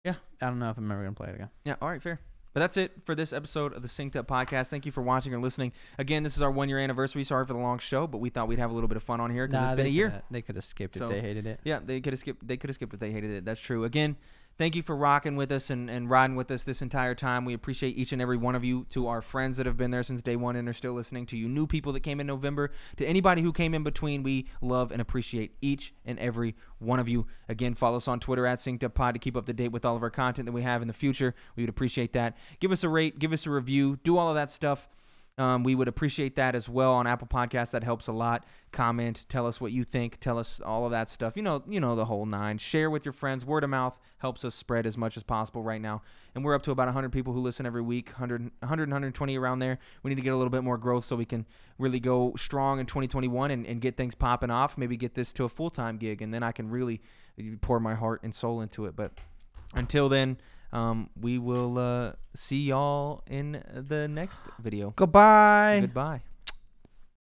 S1: Yeah.
S2: I don't know if I'm ever gonna play it again.
S1: Yeah, all right, fair. But that's it for this episode of the Synced Up Podcast. Thank you for watching or listening. Again, this is our one year anniversary. Sorry for the long show, but we thought we'd have a little bit of fun on here because
S2: Nah,
S1: it's been
S2: they
S1: a year.
S2: coulda- They could have skipped it.
S1: So-
S2: they hated it.
S1: Yeah, they could have skipped. They could have skipped if they hated it. That's true. Again, thank you for rocking with us and, and riding with us this entire time. We appreciate each and every one of you. To our friends that have been there since day one and are still listening. To you new people that came in November. To anybody who came in between, we love and appreciate each and every one of you. Again, follow us on Twitter at Synced Up Pod to keep up to date with all of our content that we have in the future. We would appreciate that. Give us a rate. Give us a review. Do all of that stuff. Um, we would appreciate that as well on Apple Podcasts. That helps a lot. Comment, tell us what you think, tell us all of that stuff. You know, you know the whole nine. Share with your friends. Word of mouth helps us spread as much as possible right now. And we're up to about 100 people who listen every week, 100, 100 120 around there. We need to get a little bit more growth so we can really go strong in 2021 and, and get things popping off. Maybe get this to a full time gig, and then I can really pour my heart and soul into it. But until then. Um, we will uh, see y'all in the next video.
S2: Goodbye.
S1: Goodbye.